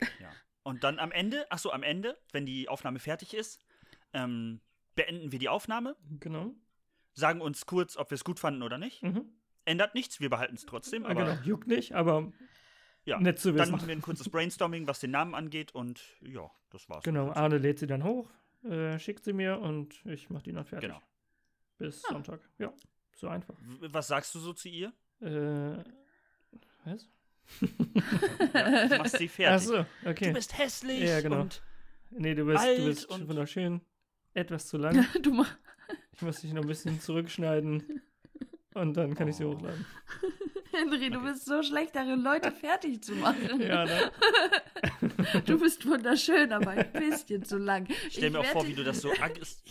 Speaker 1: Ja. Und dann am Ende, ach so, am Ende, wenn die Aufnahme fertig ist, ähm, beenden wir die Aufnahme,
Speaker 2: Genau.
Speaker 1: sagen uns kurz, ob wir es gut fanden oder nicht.
Speaker 2: Mhm.
Speaker 1: Ändert nichts, wir behalten es trotzdem.
Speaker 2: Aber
Speaker 1: Aber
Speaker 2: genau. Juckt nicht, aber
Speaker 1: ja,
Speaker 2: nett zu
Speaker 1: dann
Speaker 2: wissen.
Speaker 1: machen wir ein kurzes Brainstorming, was den Namen angeht. Und ja, das war's.
Speaker 2: genau, Arne lädt sie dann hoch, äh, schickt sie mir und ich mache die dann fertig.
Speaker 1: Genau.
Speaker 2: Bis
Speaker 3: Ah.
Speaker 2: Sonntag. Ja, so einfach.
Speaker 1: W- Was sagst du so zu ihr?
Speaker 2: Äh, was?
Speaker 1: Ja, du machst sie fertig.
Speaker 2: Achso, okay.
Speaker 1: Du bist hässlich
Speaker 2: Ja, genau.
Speaker 1: und
Speaker 2: nee, du bist,
Speaker 1: alt
Speaker 2: du bist
Speaker 1: und-
Speaker 2: wunderschön. Etwas zu lang.
Speaker 3: Du machst.
Speaker 2: Ich muss dich noch ein bisschen zurückschneiden. Und dann kann ich sie
Speaker 1: Oh.
Speaker 2: hochladen.
Speaker 3: Henry, du bist so schlecht darin, Leute fertig zu machen.
Speaker 2: Ja, ne?
Speaker 3: Du bist wunderschön, aber ein bisschen zu lang.
Speaker 1: Ich stell mir auch
Speaker 3: werd
Speaker 1: vor,
Speaker 3: dich-
Speaker 1: wie du das so aggressiv.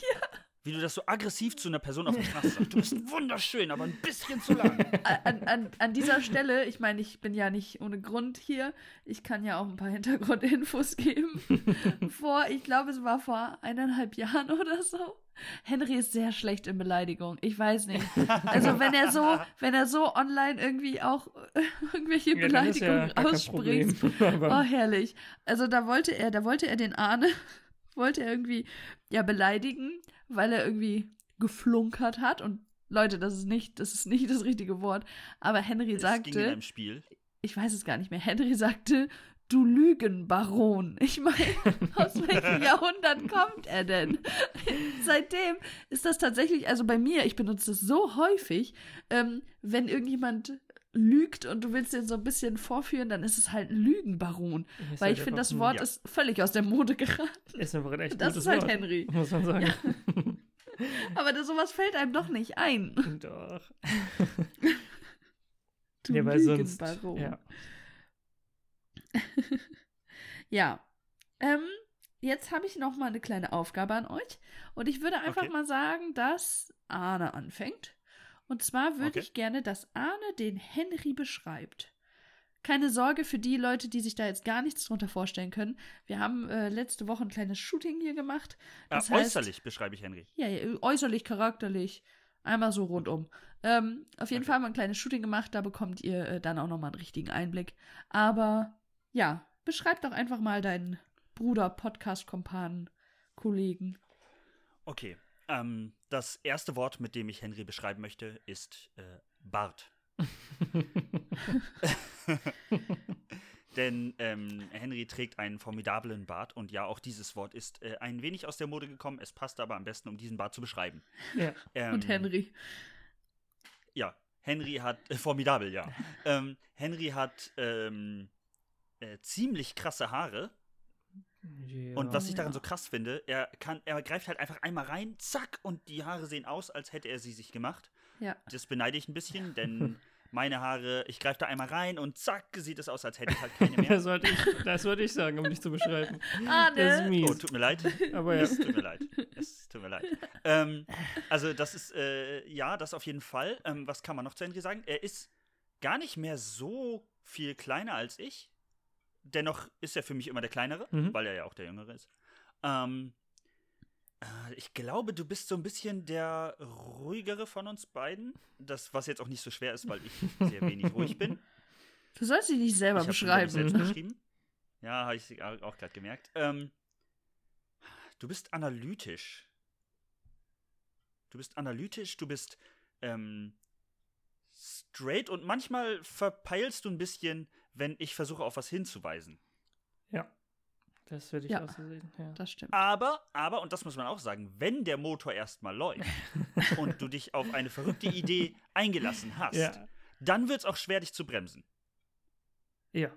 Speaker 1: Wie du das so aggressiv zu einer Person auf der Straße sagst. Du bist wunderschön, aber ein bisschen zu lang.
Speaker 3: an, an, an dieser Stelle, ich meine, ich bin ja nicht ohne Grund hier. Ich kann ja auch ein paar Hintergrundinfos geben. vor, ich glaube, es war vor eineinhalb Jahren oder so. Henry ist sehr schlecht in Beleidigung. Ich weiß nicht. Also wenn er so, wenn er so online irgendwie auch äh, irgendwelche
Speaker 2: Ja, dann ist ja
Speaker 3: Beleidigungen
Speaker 2: gar kein
Speaker 3: ausspringt,
Speaker 2: Problem. Aber
Speaker 3: Oh, herrlich. Also da wollte er, da wollte er den Ahne, wollte er irgendwie ja beleidigen, weil er irgendwie geflunkert hat und Leute, das ist nicht, das ist nicht das richtige Wort. Aber Henry
Speaker 1: Es ging in
Speaker 3: sagte,
Speaker 1: einem Spiel.
Speaker 3: ich weiß es gar nicht mehr, Henry sagte, du Lügenbaron. Ich meine, aus welchem Jahrhundert kommt er denn? Seitdem ist das tatsächlich, also bei mir, ich benutze das so häufig, ähm, wenn irgendjemand lügt und du willst den so ein bisschen vorführen, dann ist es halt ein Lügenbaron.
Speaker 2: Ist
Speaker 3: Oh, Weil
Speaker 2: halt
Speaker 3: ich finde,
Speaker 2: einfach
Speaker 3: das
Speaker 2: ein-
Speaker 3: Wort
Speaker 1: Ja.
Speaker 3: ist völlig aus der Mode geraten.
Speaker 2: ist einfach ein echt
Speaker 3: Das
Speaker 2: gutes
Speaker 3: ist halt
Speaker 2: Wort,
Speaker 3: Henry.
Speaker 2: Muss man sagen.
Speaker 3: Aber das, sowas fällt einem doch nicht ein.
Speaker 2: Doch.
Speaker 3: Du
Speaker 2: ja, weil sonst.
Speaker 3: Lügenbaron.
Speaker 2: Ja.
Speaker 3: Ja. Ähm, jetzt habe ich noch mal eine kleine Aufgabe an euch. Und ich würde einfach
Speaker 1: Okay.
Speaker 3: mal sagen, dass Arne anfängt. Und zwar würde
Speaker 1: Okay.
Speaker 3: ich gerne, dass Arne den Henry beschreibt. Keine Sorge für die Leute, die sich da jetzt gar nichts drunter vorstellen können. Wir haben äh, letzte Woche ein kleines Shooting hier gemacht.
Speaker 1: Äh,
Speaker 3: Das heißt-
Speaker 1: äußerlich beschreibe ich Henry.
Speaker 3: Ja, ja, äußerlich, charakterlich. Einmal so rundum. Ähm, auf jeden
Speaker 1: Okay.
Speaker 3: Fall haben wir ein kleines Shooting gemacht, da bekommt ihr äh, dann auch nochmal einen richtigen Einblick. Aber ja, beschreib doch einfach mal deinen Bruder, Podcast-Kompanen, Kollegen.
Speaker 1: Okay. Ähm, das erste Wort, mit dem ich Henry beschreiben möchte, ist äh, Bart. Denn ähm, Henry trägt einen formidablen Bart und ja, auch dieses Wort ist äh, ein wenig aus der Mode gekommen. Es passt aber am besten, um diesen Bart zu beschreiben.
Speaker 2: ja.
Speaker 1: Ähm,
Speaker 3: Und Henry.
Speaker 1: Ja, Henry hat, äh, formidabel, ja. ähm, Henry hat ähm, äh, ziemlich krasse Haare. Und
Speaker 2: Genau.
Speaker 1: was ich daran so krass finde, er kann, er greift halt einfach einmal rein, zack, und die Haare sehen aus, als hätte er sie sich gemacht.
Speaker 3: Ja.
Speaker 1: Das beneide ich ein bisschen, denn meine Haare, ich greife da einmal rein und zack, sieht es aus, als hätte ich halt keine mehr.
Speaker 2: Das sollte, ich, das sollte ich sagen, um dich zu beschreiben. Das ist
Speaker 3: Arne!
Speaker 1: Oh,
Speaker 2: mies.
Speaker 1: tut mir leid.
Speaker 2: aber ja.
Speaker 1: Es tut mir leid. Es tut mir leid. Ähm, also, das ist, äh, ja, das auf jeden Fall. Ähm, was kann man noch zu Henry sagen? Er ist gar nicht mehr so viel kleiner als ich. Dennoch ist er für mich immer der Kleinere,
Speaker 2: Mhm.
Speaker 1: weil er ja auch der Jüngere ist. Ähm, äh, ich glaube, du bist so ein bisschen der ruhigere von uns beiden. Das, was jetzt auch nicht so schwer ist, weil ich sehr wenig ruhig bin.
Speaker 3: Du sollst dich nicht selber
Speaker 1: Ich hab's über mich
Speaker 3: beschreiben.
Speaker 1: Selbst
Speaker 2: Mhm.
Speaker 1: beschrieben. Ja, habe ich au- auch gerade gemerkt. Ähm, du bist analytisch. Du bist analytisch, du bist ähm, straight und manchmal verpeilst du ein bisschen, wenn ich versuche, auf was hinzuweisen.
Speaker 2: Ja. Das würde ich
Speaker 3: Ja.
Speaker 2: auch so sehen. Ja.
Speaker 3: Das stimmt.
Speaker 1: Aber, aber, und das muss man auch sagen, wenn der Motor erstmal läuft und du dich auf eine verrückte Idee eingelassen hast,
Speaker 2: ja.
Speaker 1: dann wird es auch schwer, dich zu bremsen.
Speaker 2: ja.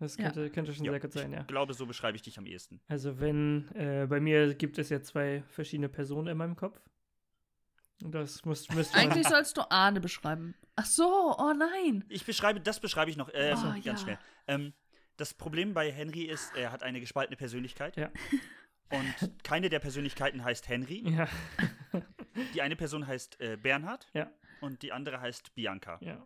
Speaker 2: Das
Speaker 3: Ja.
Speaker 2: könnte, könnte schon
Speaker 1: Ja,
Speaker 2: sehr gut sein, ja.
Speaker 1: Ich glaube, so beschreibe ich dich am ehesten.
Speaker 2: Also wenn, äh, bei mir gibt es ja zwei verschiedene Personen in meinem Kopf. Und das muss, müsste man-
Speaker 3: Eigentlich sollst du Arne beschreiben. Ach so, oh nein.
Speaker 1: Ich beschreibe, das beschreibe ich noch äh,
Speaker 3: Ah,
Speaker 1: ganz
Speaker 3: ja.
Speaker 1: schnell. Ähm, das Problem bei Henry ist, er hat eine gespaltene Persönlichkeit.
Speaker 2: Ja.
Speaker 1: Und keine der Persönlichkeiten heißt Henry.
Speaker 2: Ja,
Speaker 1: Die eine Person heißt äh, Bernhard
Speaker 2: ja,
Speaker 1: und die andere heißt Bianca.
Speaker 2: ja.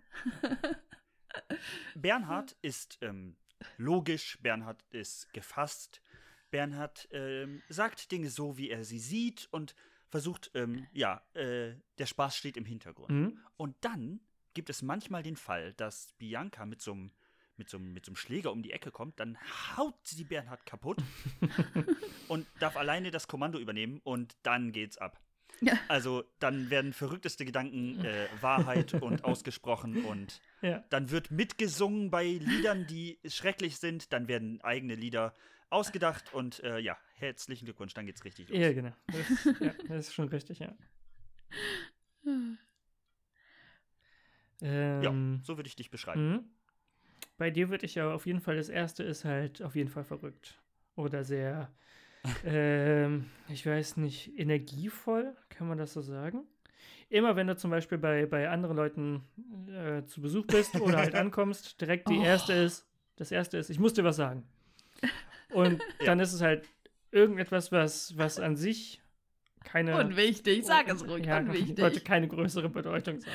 Speaker 1: Bernhard ist ähm, logisch, Bernhard ist gefasst. Bernhard ähm, sagt Dinge so, wie er sie sieht und versucht, ähm, ja, äh, der Spaß steht im Hintergrund.
Speaker 2: Mhm.
Speaker 1: Und dann gibt es manchmal den Fall, dass Bianca mit so einem mit so, einem- mit so einem Schläger um die Ecke kommt, dann haut sie Bernhard kaputt und darf alleine das Kommando übernehmen und dann geht's ab.
Speaker 3: Ja.
Speaker 1: Also dann werden verrückteste Gedanken äh, Wahrheit und ausgesprochen und
Speaker 2: Ja.
Speaker 1: dann wird mitgesungen bei Liedern, die schrecklich sind, dann werden eigene Lieder ausgedacht und äh, ja, herzlichen Glückwunsch, dann geht's richtig los.
Speaker 2: Ja, genau. Das, ja, das ist schon richtig, ja. Ähm,
Speaker 1: So würde ich dich beschreiben.
Speaker 2: mhm. Bei dir würde ich ja auf jeden Fall, das erste ist halt auf jeden Fall verrückt. Oder sehr, ähm, ich weiß nicht, energievoll, kann man das so sagen? Immer wenn du zum Beispiel bei, bei anderen Leuten äh, zu Besuch bist oder halt ankommst, direkt die
Speaker 3: Oh.
Speaker 2: erste ist, das erste ist, ich muss dir was sagen. Und dann ist es halt irgendetwas, was, was an sich keine.
Speaker 3: Unwichtig, sag es ruhig,
Speaker 2: Ja, sollte
Speaker 3: unwichtig.
Speaker 2: keine größere Bedeutung sein.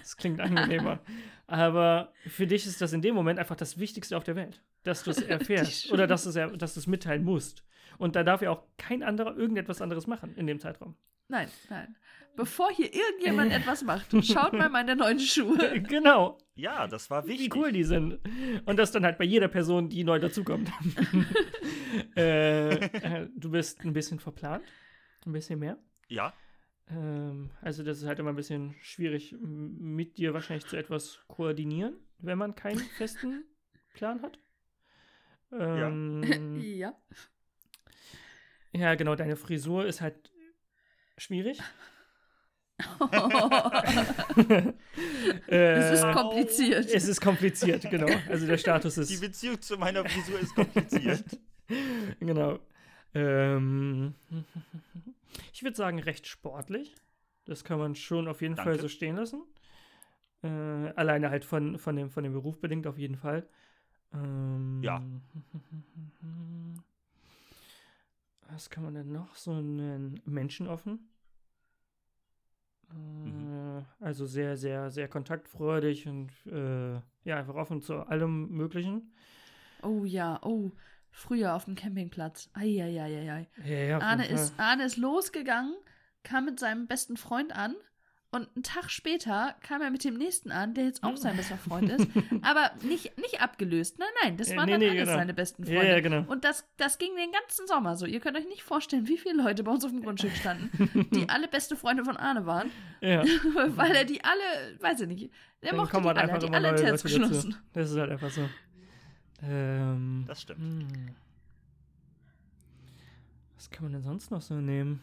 Speaker 2: Das klingt angenehmer. Aber für dich ist das in dem Moment einfach das Wichtigste auf der Welt, dass du es erfährst
Speaker 3: Schule.
Speaker 2: oder dass du es, er, dass du es mitteilen musst. Und da darf ja auch kein anderer irgendetwas anderes machen in dem Zeitraum.
Speaker 3: Nein, nein. Bevor hier irgendjemand etwas macht, schaut mal meine neuen Schuhe.
Speaker 2: Genau,
Speaker 1: Ja, das war
Speaker 2: wie
Speaker 1: wichtig.
Speaker 2: cool die sind. Und das dann halt bei jeder Person, die neu dazukommt. äh, äh, du bist ein bisschen verplant, ein bisschen mehr.
Speaker 1: Ja,
Speaker 2: Ähm, also das ist halt immer ein bisschen schwierig, m- mit dir wahrscheinlich zu etwas koordinieren, wenn man keinen festen Plan hat. Ähm,
Speaker 3: ja.
Speaker 2: ja. genau, deine Frisur ist halt schwierig.
Speaker 3: es ist
Speaker 2: Äh,
Speaker 3: kompliziert.
Speaker 2: es ist kompliziert, genau. Also der Status
Speaker 1: die
Speaker 2: ist,
Speaker 1: Beziehung zu meiner Frisur ist kompliziert.
Speaker 2: genau. Ähm, ich würde sagen, recht sportlich. Das kann man schon auf jeden Fall
Speaker 1: Danke.
Speaker 2: so stehen lassen. Äh, alleine halt von, von, dem, von dem Beruf bedingt auf jeden Fall. Ähm,
Speaker 1: Ja.
Speaker 2: Was kann man denn noch so nennen? Menschenoffen. Äh,
Speaker 1: Mhm.
Speaker 2: Also sehr, sehr, sehr kontaktfreudig und äh, ja, einfach offen zu allem Möglichen.
Speaker 3: Oh ja, oh. Früher auf dem Campingplatz. Eieieiei.
Speaker 2: Ja, ja, auf
Speaker 3: Arne
Speaker 2: jeden Fall.
Speaker 3: ist, Arne ist losgegangen, kam mit seinem besten Freund an und einen Tag später kam er mit dem nächsten an, der jetzt auch sein bester Freund ist, aber nicht, nicht abgelöst. Nein, nein, das
Speaker 2: Äh,
Speaker 3: waren
Speaker 2: nee,
Speaker 3: dann
Speaker 2: nee,
Speaker 3: alles
Speaker 2: genau.
Speaker 3: seine besten
Speaker 2: Ja,
Speaker 3: Freunde.
Speaker 2: ja, genau.
Speaker 3: Und das, das ging den ganzen Sommer so. Ihr könnt euch nicht vorstellen, wie viele Leute bei uns auf dem Grundstück standen, die alle beste Freunde von Arne waren,
Speaker 2: Ja.
Speaker 3: weil er die alle, weiß ich nicht, er
Speaker 2: Dann
Speaker 3: mochte
Speaker 2: kommen
Speaker 3: die
Speaker 2: halt
Speaker 3: alle, hat
Speaker 2: einfach
Speaker 3: die
Speaker 2: immer
Speaker 3: alle
Speaker 2: neue
Speaker 3: ins
Speaker 2: Leute
Speaker 3: Herz
Speaker 2: dazu.
Speaker 3: geschlossen.
Speaker 2: Das ist halt einfach so. Ähm,
Speaker 1: Das stimmt.
Speaker 2: hm. Was kann man denn sonst noch so nehmen?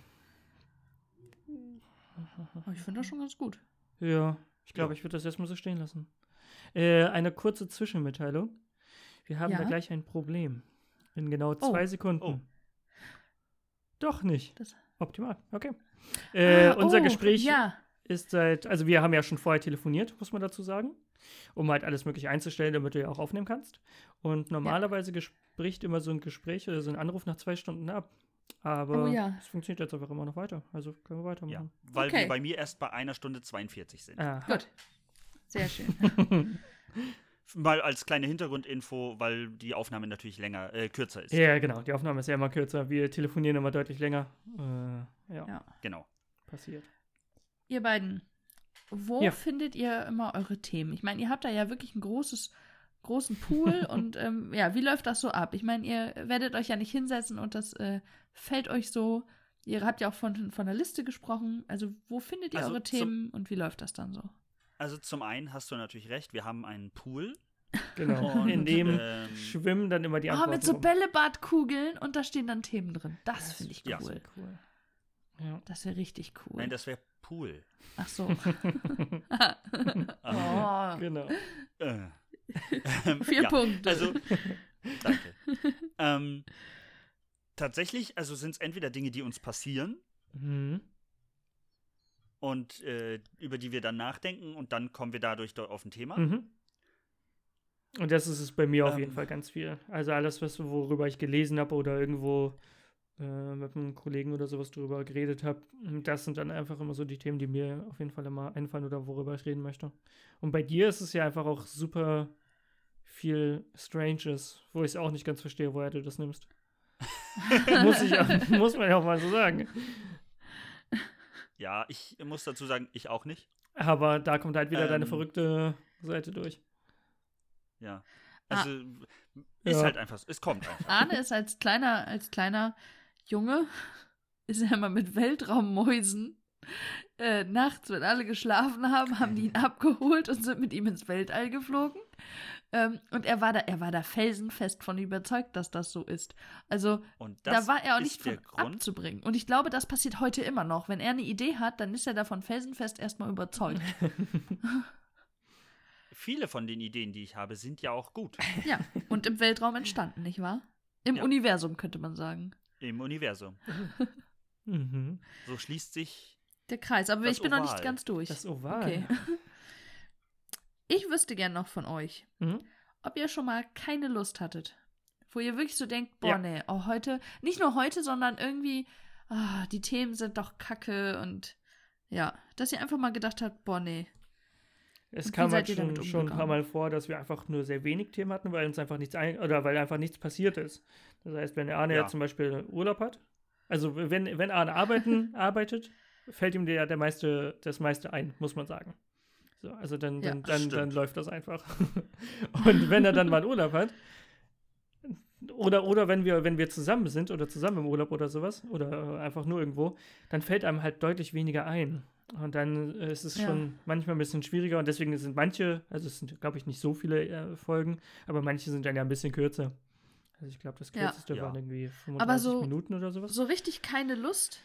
Speaker 3: Oh, ich finde das schon ganz gut.
Speaker 2: Ja, ich glaube,
Speaker 1: Hm. Ja.
Speaker 2: ich würde das erstmal so stehen lassen. Äh, eine kurze Zwischenmitteilung. Wir haben da
Speaker 3: Ja?
Speaker 2: gleich ein Problem. In genau zwei Sekunden.
Speaker 1: Oh.
Speaker 2: Doch nicht.
Speaker 3: Das-
Speaker 2: Optimal, okay. Äh,
Speaker 3: Ah,
Speaker 2: unser
Speaker 3: oh,
Speaker 2: Gespräch
Speaker 3: Ja,
Speaker 2: ist seit, also wir haben ja schon vorher telefoniert, muss man dazu sagen, um halt alles mögliche einzustellen, damit du ja auch aufnehmen kannst. Und normalerweise ges- bricht immer so ein Gespräch oder so ein Anruf nach zwei Stunden ab. Aber
Speaker 3: Oh ja.
Speaker 2: es funktioniert jetzt einfach immer noch weiter. Also können wir
Speaker 1: Ja,
Speaker 2: weitermachen.
Speaker 1: weil
Speaker 3: Okay.
Speaker 1: wir bei mir erst bei einer Stunde 42 sind.
Speaker 2: Aha.
Speaker 3: gut. Sehr schön.
Speaker 1: Mal als kleine Hintergrundinfo, weil die Aufnahme natürlich länger, äh, kürzer ist.
Speaker 2: Ja, genau. Die Aufnahme ist ja immer kürzer. Wir telefonieren immer deutlich länger. Äh, ja,
Speaker 3: Ja.
Speaker 1: Genau.
Speaker 2: passiert.
Speaker 3: Ihr beiden, wo
Speaker 2: Ja.
Speaker 3: findet ihr immer eure Themen? Ich meine, ihr habt da ja wirklich ein großes großen Pool und ähm, ja, wie läuft das so ab? Ich meine, ihr werdet euch ja nicht hinsetzen und das äh, fällt euch so. Ihr habt ja auch von, von der Liste gesprochen. Also wo findet ihr
Speaker 1: Also
Speaker 3: eure
Speaker 1: zum-
Speaker 3: Themen und wie läuft das dann so?
Speaker 1: Also zum einen hast du natürlich recht, wir haben einen Pool.
Speaker 2: Genau.
Speaker 1: Und,
Speaker 2: In dem
Speaker 1: ähm,
Speaker 2: schwimmen dann immer die
Speaker 3: Ah,
Speaker 2: Antworten.
Speaker 3: mit so
Speaker 2: rum.
Speaker 3: Bällebadkugeln und da stehen dann Themen drin. Das, finde ich
Speaker 1: ja.
Speaker 3: cool.
Speaker 2: cool. Ja.
Speaker 3: Das wäre richtig cool.
Speaker 1: Nein, das wäre Pool.
Speaker 3: Ach so.
Speaker 1: Ähm,
Speaker 3: Oh,
Speaker 2: Genau.
Speaker 1: äh.
Speaker 3: vier
Speaker 1: ja,
Speaker 3: Punkte.
Speaker 1: Also, danke. ähm, tatsächlich, also sind es entweder Dinge, die uns passieren
Speaker 2: Mhm.
Speaker 1: und äh, über die wir dann nachdenken und dann kommen wir dadurch do- auf ein Thema.
Speaker 2: Mhm. Und das ist es bei mir auf
Speaker 1: Ähm.
Speaker 2: jeden Fall ganz viel. Also alles, was, worüber ich gelesen habe oder irgendwo äh, mit einem Kollegen oder sowas drüber geredet habe, hm, das sind dann einfach immer so die Themen, die mir auf jeden Fall immer einfallen oder worüber ich reden möchte. Und bei dir ist es ja einfach auch super viel Stranges, wo ich es auch nicht ganz verstehe, woher du das nimmst. muss, ich, auch- muss man ja auch mal so sagen.
Speaker 1: Ja, ich muss dazu sagen, ich auch nicht.
Speaker 2: Aber da kommt halt wieder deine
Speaker 1: Ähm.
Speaker 2: verrückte Seite durch.
Speaker 1: Ja.
Speaker 3: Ah.
Speaker 1: Also, ist
Speaker 2: Ja.
Speaker 1: halt einfach so. Es kommt einfach.
Speaker 3: Arne ist als kleiner, als kleiner Junge, ist er immer mit Weltraummäusen. Äh, nachts, wenn alle geschlafen haben, haben die ihn abgeholt und sind mit ihm ins Weltall geflogen. Ähm, und er war da, er war da felsenfest von überzeugt, dass das so ist. Also
Speaker 1: Und das
Speaker 3: da war er auch
Speaker 1: ist
Speaker 3: nicht
Speaker 1: der
Speaker 3: von
Speaker 1: Grund.
Speaker 3: abzubringen. Und ich glaube, das passiert heute immer noch. Wenn er eine Idee hat, dann ist er davon felsenfest erstmal überzeugt.
Speaker 1: Viele von den Ideen, die ich habe, sind ja auch gut
Speaker 3: ja. Und im Weltraum entstanden, nicht wahr? Im
Speaker 1: Ja.
Speaker 3: Universum könnte man sagen.
Speaker 1: im Universum.
Speaker 2: Mhm.
Speaker 1: So schließt sich
Speaker 4: Der Kreis, aber
Speaker 1: Das
Speaker 4: ich bin noch
Speaker 1: Oval.
Speaker 4: nicht ganz durch.
Speaker 2: Das Oval.
Speaker 4: Okay.
Speaker 3: Ich wüsste gern noch von euch,
Speaker 2: Mhm.
Speaker 3: ob ihr schon mal keine Lust hattet. Wo ihr wirklich so denkt, boah,
Speaker 2: Ja.
Speaker 3: nee, oh, heute, nicht nur heute, sondern irgendwie, ah, die Themen sind doch kacke und ja, dass ihr einfach mal gedacht habt, boah, nee.
Speaker 2: Es
Speaker 3: Und wie
Speaker 2: kam
Speaker 3: seid
Speaker 2: halt
Speaker 3: ihr damit
Speaker 2: schon, schon ein paar
Speaker 3: umgegangen?
Speaker 2: Mal vor, dass wir einfach nur sehr wenig Themen hatten, weil uns einfach nichts ein oder weil einfach nichts passiert ist. Das heißt, wenn der Arne
Speaker 1: Ja.
Speaker 2: jetzt zum Beispiel Urlaub hat, also wenn, wenn Arne arbeiten, arbeitet, fällt ihm der, der meiste, das meiste ein, muss man sagen. So, also dann,
Speaker 3: Ja.
Speaker 2: dann, dann, dann
Speaker 1: Stimmt.
Speaker 2: läuft das einfach. Und wenn er dann mal Urlaub hat, oder, oder wenn wir, wenn wir zusammen sind oder zusammen im Urlaub oder sowas, oder äh, einfach nur irgendwo, dann fällt einem halt deutlich weniger ein. Und dann äh, ist es
Speaker 3: Ja.
Speaker 2: schon manchmal ein bisschen schwieriger und deswegen sind manche, also es sind, glaube ich, nicht so viele äh, Folgen, aber manche sind dann ja ein bisschen kürzer. Also ich glaube, das
Speaker 3: Ja.
Speaker 2: kürzeste
Speaker 1: Ja.
Speaker 2: waren irgendwie 35
Speaker 3: so-
Speaker 2: Minuten oder sowas.
Speaker 3: So richtig keine Lust,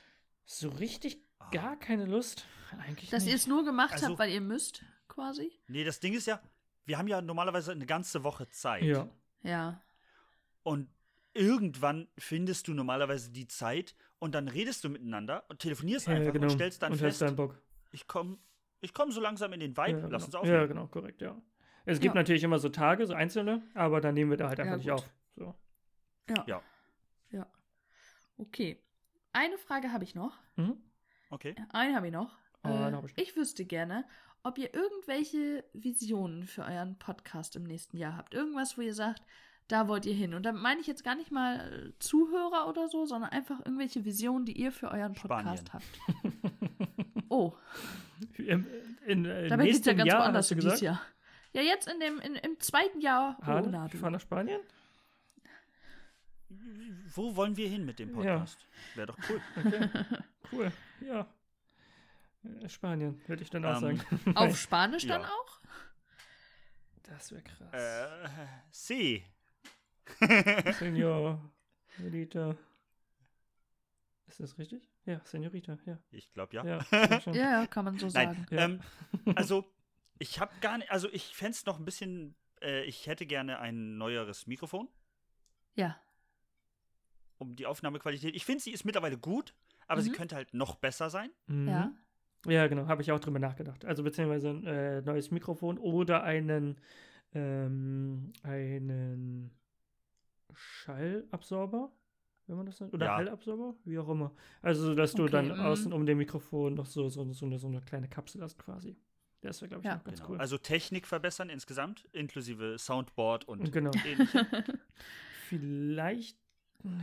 Speaker 2: So richtig
Speaker 1: ah,
Speaker 2: gar keine Lust? Eigentlich
Speaker 3: dass ihr
Speaker 2: nicht.
Speaker 3: es nur gemacht
Speaker 1: Also-
Speaker 3: habt, weil ihr müsst, quasi.
Speaker 1: Nee, das Ding ist ja, wir haben ja normalerweise eine ganze Woche Zeit.
Speaker 2: Ja.
Speaker 3: Ja.
Speaker 1: Und irgendwann findest du normalerweise die Zeit und dann redest du miteinander und telefonierst
Speaker 2: Ja,
Speaker 1: einfach
Speaker 2: genau.
Speaker 1: und stellst dann
Speaker 2: und hast
Speaker 1: fest,
Speaker 2: dann Bock.
Speaker 1: ich komme ich komm so langsam in den
Speaker 2: Ja,
Speaker 1: Vibe,
Speaker 2: genau.
Speaker 1: lass uns
Speaker 2: Ja,
Speaker 1: aufnehmen.
Speaker 2: genau, korrekt, ja. Es gibt
Speaker 3: Ja.
Speaker 2: natürlich immer so Tage, so einzelne, aber dann nehmen wir da halt
Speaker 3: Ja,
Speaker 2: einfach nicht
Speaker 3: gut.
Speaker 2: auf. So.
Speaker 3: Ja.
Speaker 1: Ja.
Speaker 3: Ja. Okay. Eine Frage habe ich noch.
Speaker 2: Mhm.
Speaker 1: Okay.
Speaker 3: Eine habe ich noch.
Speaker 2: Oh,
Speaker 3: Äh,
Speaker 2: eine habe ich noch.
Speaker 3: ich wüsste gerne, ob ihr irgendwelche Visionen für euren Podcast im nächsten Jahr habt. Irgendwas, wo ihr sagt, da wollt ihr hin. Und da meine ich jetzt gar nicht mal äh, Zuhörer oder so, sondern einfach irgendwelche Visionen, die ihr für euren Podcast
Speaker 1: Spanien.
Speaker 3: habt. oh,
Speaker 2: In, in, in
Speaker 3: dabei geht es ja
Speaker 2: nächsten
Speaker 3: ganz
Speaker 2: Jahr,
Speaker 3: woanders
Speaker 2: hast du
Speaker 3: in
Speaker 2: gesagt?
Speaker 3: dieses Jahr. Oh, Ja, jetzt in dem, in, im zweiten Jahr.
Speaker 2: Hane,
Speaker 3: na,
Speaker 2: ich
Speaker 3: du.
Speaker 2: fahr nach Spanien?
Speaker 1: Wo wollen wir hin mit dem Podcast? Wäre doch cool.
Speaker 2: Cool, ja. Äh, Spanien, würde ich dann auch
Speaker 1: Ähm,
Speaker 2: sagen.
Speaker 3: Auf Spanisch dann
Speaker 1: Ja.
Speaker 3: auch?
Speaker 2: Das wäre krass.
Speaker 1: Äh, C. Äh.
Speaker 2: Senor, Elita. Ist das richtig? Ja, Senorita, ja.
Speaker 1: Ich glaube, ja.
Speaker 2: Ja, ja, schon.
Speaker 3: Ja, ja, kann man so
Speaker 1: Nein,
Speaker 3: sagen.
Speaker 2: Ja.
Speaker 1: ähm, also ich habe gar nicht, also ich fände es noch ein bisschen, äh, ich hätte gerne ein neueres Mikrofon,
Speaker 3: Ja.
Speaker 1: um die Aufnahmequalität. Ich finde, sie ist mittlerweile gut, aber sie
Speaker 3: Mhm.
Speaker 1: könnte halt noch besser sein.
Speaker 2: Mhm.
Speaker 3: Ja.
Speaker 2: Ja, genau, habe ich auch drüber nachgedacht. Also beziehungsweise ein äh, neues Mikrofon oder einen, ähm, einen Schallabsorber, wenn man das nennt. Oder
Speaker 1: Ja.
Speaker 2: Hallabsorber, wie auch immer. Also, dass du
Speaker 3: Okay,
Speaker 2: dann
Speaker 3: mhm.
Speaker 2: außen um dem Mikrofon noch so, so, so, eine, so eine kleine Kapsel hast quasi. Das wäre, glaube ich,
Speaker 3: Ja.
Speaker 2: noch ganz
Speaker 1: Genau.
Speaker 2: cool.
Speaker 1: Also Technik verbessern insgesamt, inklusive Soundboard und
Speaker 2: genau.
Speaker 1: ähnlichem.
Speaker 2: Vielleicht,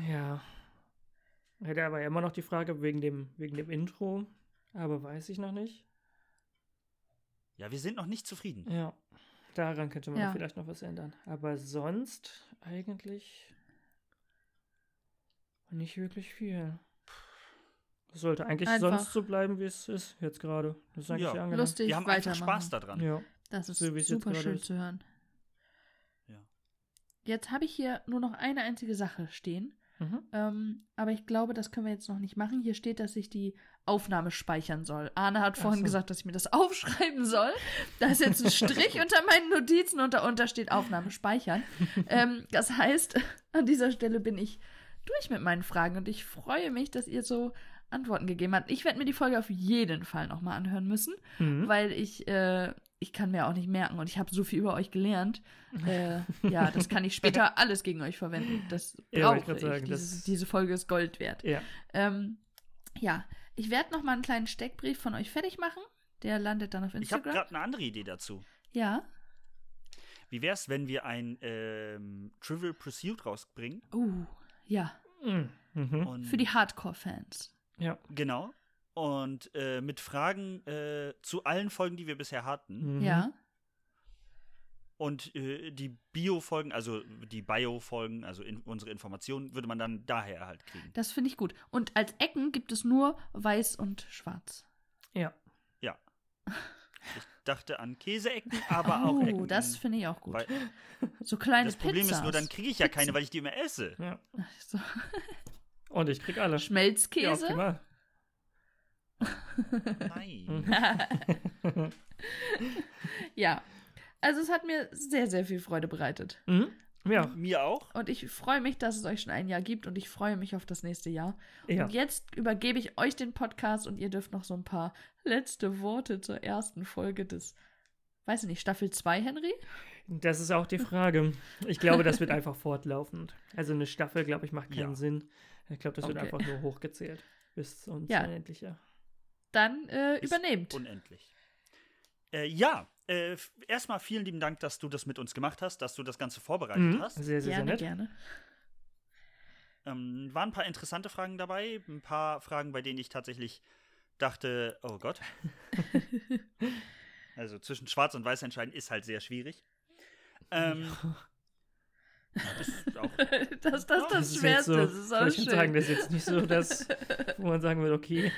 Speaker 2: ja. Hätte aber immer noch die Frage wegen dem, wegen dem Intro, aber weiß ich noch nicht.
Speaker 1: Ja, wir sind noch nicht zufrieden.
Speaker 2: Ja, daran könnte man
Speaker 3: Ja.
Speaker 2: vielleicht noch was ändern. Aber sonst eigentlich nicht wirklich viel. Es sollte eigentlich
Speaker 3: Einfach.
Speaker 2: sonst so bleiben, wie es ist jetzt gerade. Das ist eigentlich
Speaker 1: Ja.
Speaker 2: sehr angenehm.
Speaker 3: Lustig
Speaker 1: wir haben einfach
Speaker 3: weitermachen.
Speaker 1: Spaß daran.
Speaker 2: Ja.
Speaker 3: Das ist
Speaker 2: So wie es jetzt
Speaker 3: super
Speaker 2: gerade
Speaker 3: schön
Speaker 2: ist.
Speaker 3: zu hören.
Speaker 1: Ja.
Speaker 3: Jetzt habe ich hier nur noch eine einzige Sache stehen.
Speaker 2: Mhm.
Speaker 3: Ähm, aber ich glaube, das können wir jetzt noch nicht machen. Hier steht, dass ich die Aufnahme speichern soll. Arne hat
Speaker 2: Ach
Speaker 3: vorhin
Speaker 2: so.
Speaker 3: gesagt, dass ich mir das aufschreiben soll. Da ist jetzt ein Strich unter meinen Notizen und darunter steht Aufnahme speichern. ähm, das heißt, an dieser Stelle bin ich durch mit meinen Fragen und ich freue mich, dass ihr so Antworten gegeben habt. Ich werde mir die Folge auf jeden Fall nochmal anhören müssen
Speaker 1: Hm?
Speaker 2: Mhm.
Speaker 3: weil ich, äh, ich kann mir auch nicht merken und ich habe so viel über euch gelernt. Äh, ja, das kann ich später alles gegen euch verwenden. Das
Speaker 2: Ja, wollte ich
Speaker 3: brauche
Speaker 2: grad
Speaker 3: ich.
Speaker 2: sagen, das-
Speaker 3: Dieses, diese Folge ist Gold wert.
Speaker 2: Ja.
Speaker 3: Ähm, ja, ich werde noch mal einen kleinen Steckbrief von euch fertig machen. Der landet dann auf
Speaker 1: Ich habe
Speaker 3: Instagram.
Speaker 1: gerade eine andere Idee dazu.
Speaker 3: ja.
Speaker 1: Wie wäre es, wenn wir ein ähm, Trivial Pursuit rausbringen?
Speaker 3: Uh, ja.
Speaker 2: Mhm. Mhm.
Speaker 1: Und
Speaker 3: Für die Hardcore-Fans.
Speaker 2: Ja.
Speaker 1: Genau. Und äh, mit Fragen äh, zu allen Folgen, die wir bisher hatten.
Speaker 2: Mhm.
Speaker 3: Ja.
Speaker 1: Und äh, die Bio-Folgen, also die Bio-Folgen, also in, unsere Informationen, würde man dann daher halt kriegen.
Speaker 3: Das finde ich gut. Und als Ecken gibt es nur weiß und schwarz.
Speaker 2: Ja.
Speaker 1: Ich dachte an Käseecken, aber auch
Speaker 3: Oh,
Speaker 1: Ecken.
Speaker 3: das finde ich auch gut.
Speaker 1: weil-
Speaker 3: so kleine
Speaker 1: das Problem
Speaker 3: Pizzas.
Speaker 1: ist nur, dann kriege ich ja keine, weil ich die immer esse.
Speaker 2: ja.
Speaker 3: so.
Speaker 2: Und ich krieg alle. Ja,
Speaker 3: Schmelzkäse.
Speaker 2: optimal.
Speaker 3: Mhm.
Speaker 1: Nein.
Speaker 3: Ja. Also es hat mir sehr, sehr viel Freude bereitet.
Speaker 2: Mhm. Ja,
Speaker 1: Mir auch.
Speaker 3: Und ich freue mich, dass es euch schon ein Jahr gibt und ich freue mich auf das nächste Jahr.
Speaker 2: ja.
Speaker 3: Und jetzt übergebe ich euch den Podcast und ihr dürft noch so ein paar letzte Worte zur ersten Folge des, weiß ich nicht, Staffel 2, Henry?
Speaker 2: Das ist auch die Frage. Ich glaube, das wird einfach fortlaufend. Also eine Staffel, glaube ich, macht keinen
Speaker 1: Ja.
Speaker 2: Sinn. Ich glaube, das wird
Speaker 3: Okay.
Speaker 2: einfach nur hochgezählt. Bis uns
Speaker 3: Ja.
Speaker 2: unendlich, ja.
Speaker 3: Dann äh,
Speaker 1: Ist
Speaker 3: übernehmt.
Speaker 1: Unendlich. Äh, ja, äh, f- erstmal vielen lieben Dank, dass du das mit uns gemacht hast, dass du das Ganze vorbereitet
Speaker 2: Mhm.
Speaker 1: hast.
Speaker 2: Sehr, sehr, sehr
Speaker 3: gerne,
Speaker 2: nett.
Speaker 3: gerne.
Speaker 1: Ähm, waren ein paar interessante Fragen dabei, ein paar Fragen, bei denen ich tatsächlich dachte, oh Gott. also zwischen Schwarz und Weiß entscheiden ist halt sehr schwierig. Ähm, das ist auch
Speaker 3: Das, das, das,
Speaker 1: Das
Speaker 2: ist jetzt
Speaker 3: Schwerste,
Speaker 2: so,
Speaker 3: das ist auch
Speaker 2: ich würde sagen,
Speaker 3: schön.
Speaker 2: das ist jetzt nicht so, dass wo man sagen würde, okay,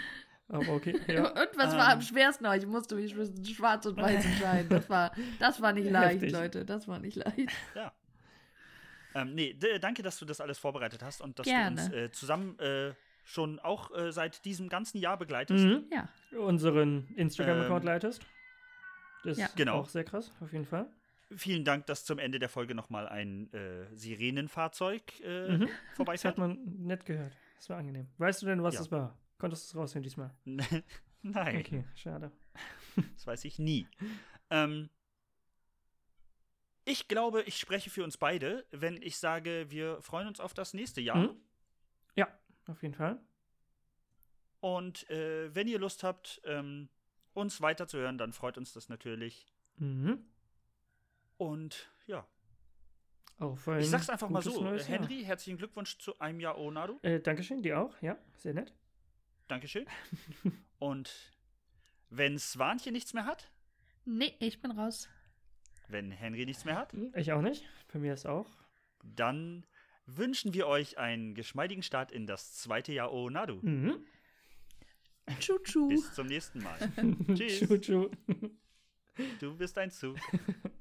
Speaker 2: aber okay, ja.
Speaker 3: Und was war am
Speaker 1: Ähm.
Speaker 3: schwersten euch? Ich musste mich zwischen schwarz und weiß entscheiden. Das war, das war nicht leicht,
Speaker 2: Heftig.
Speaker 3: Leute. Das war nicht leicht.
Speaker 1: Ja. Ähm, nee, d- danke, dass du das alles vorbereitet hast und dass
Speaker 3: Gerne.
Speaker 1: du uns äh, zusammen äh, schon auch äh, seit diesem ganzen Jahr begleitest.
Speaker 2: Mhm.
Speaker 3: Ja.
Speaker 2: Unseren Instagram-Account
Speaker 1: Ähm,
Speaker 2: leitest. Das
Speaker 3: Ja.
Speaker 2: ist
Speaker 1: Genau.
Speaker 2: auch sehr krass, auf jeden Fall.
Speaker 1: Vielen Dank, dass zum Ende der Folge nochmal ein äh, Sirenenfahrzeug äh,
Speaker 2: Mhm. Das hat
Speaker 1: vorbeifährt.
Speaker 2: man nett gehört. Das war angenehm. Weißt du denn, was
Speaker 1: Ja.
Speaker 2: das war? Konntest du es rausnehmen diesmal?
Speaker 1: Nein,
Speaker 2: Okay, schade.
Speaker 1: das weiß ich nie. Ähm, ich glaube, ich spreche für uns beide, wenn ich sage, wir freuen uns auf das nächste Jahr.
Speaker 2: Mhm. Ja, auf jeden Fall.
Speaker 1: Und äh, wenn ihr Lust habt, ähm, uns weiterzuhören, dann freut uns das natürlich.
Speaker 2: Mhm.
Speaker 1: Und ja,
Speaker 2: Auf ein
Speaker 1: Ich sag's einfach mal
Speaker 2: Oh, gutes
Speaker 1: so.
Speaker 2: neues Jahr.
Speaker 1: Henry, herzlichen Glückwunsch zu einem Jahr Onado.
Speaker 2: Äh, Dankeschön, dir auch. Ja, sehr nett.
Speaker 1: Dankeschön. Und wenn Swanchen nichts mehr hat,
Speaker 3: Nee, ich bin raus.
Speaker 1: wenn Henry nichts mehr hat,
Speaker 2: Ich auch nicht. Bei mir ist auch.
Speaker 1: dann wünschen wir euch einen geschmeidigen Start in das zweite Jahr Onado.
Speaker 2: Mhm.
Speaker 3: Tschu-tschu.
Speaker 1: Bis zum nächsten Mal. Tschüss.
Speaker 2: Tschu, tschu.
Speaker 1: Du bist ein Zug.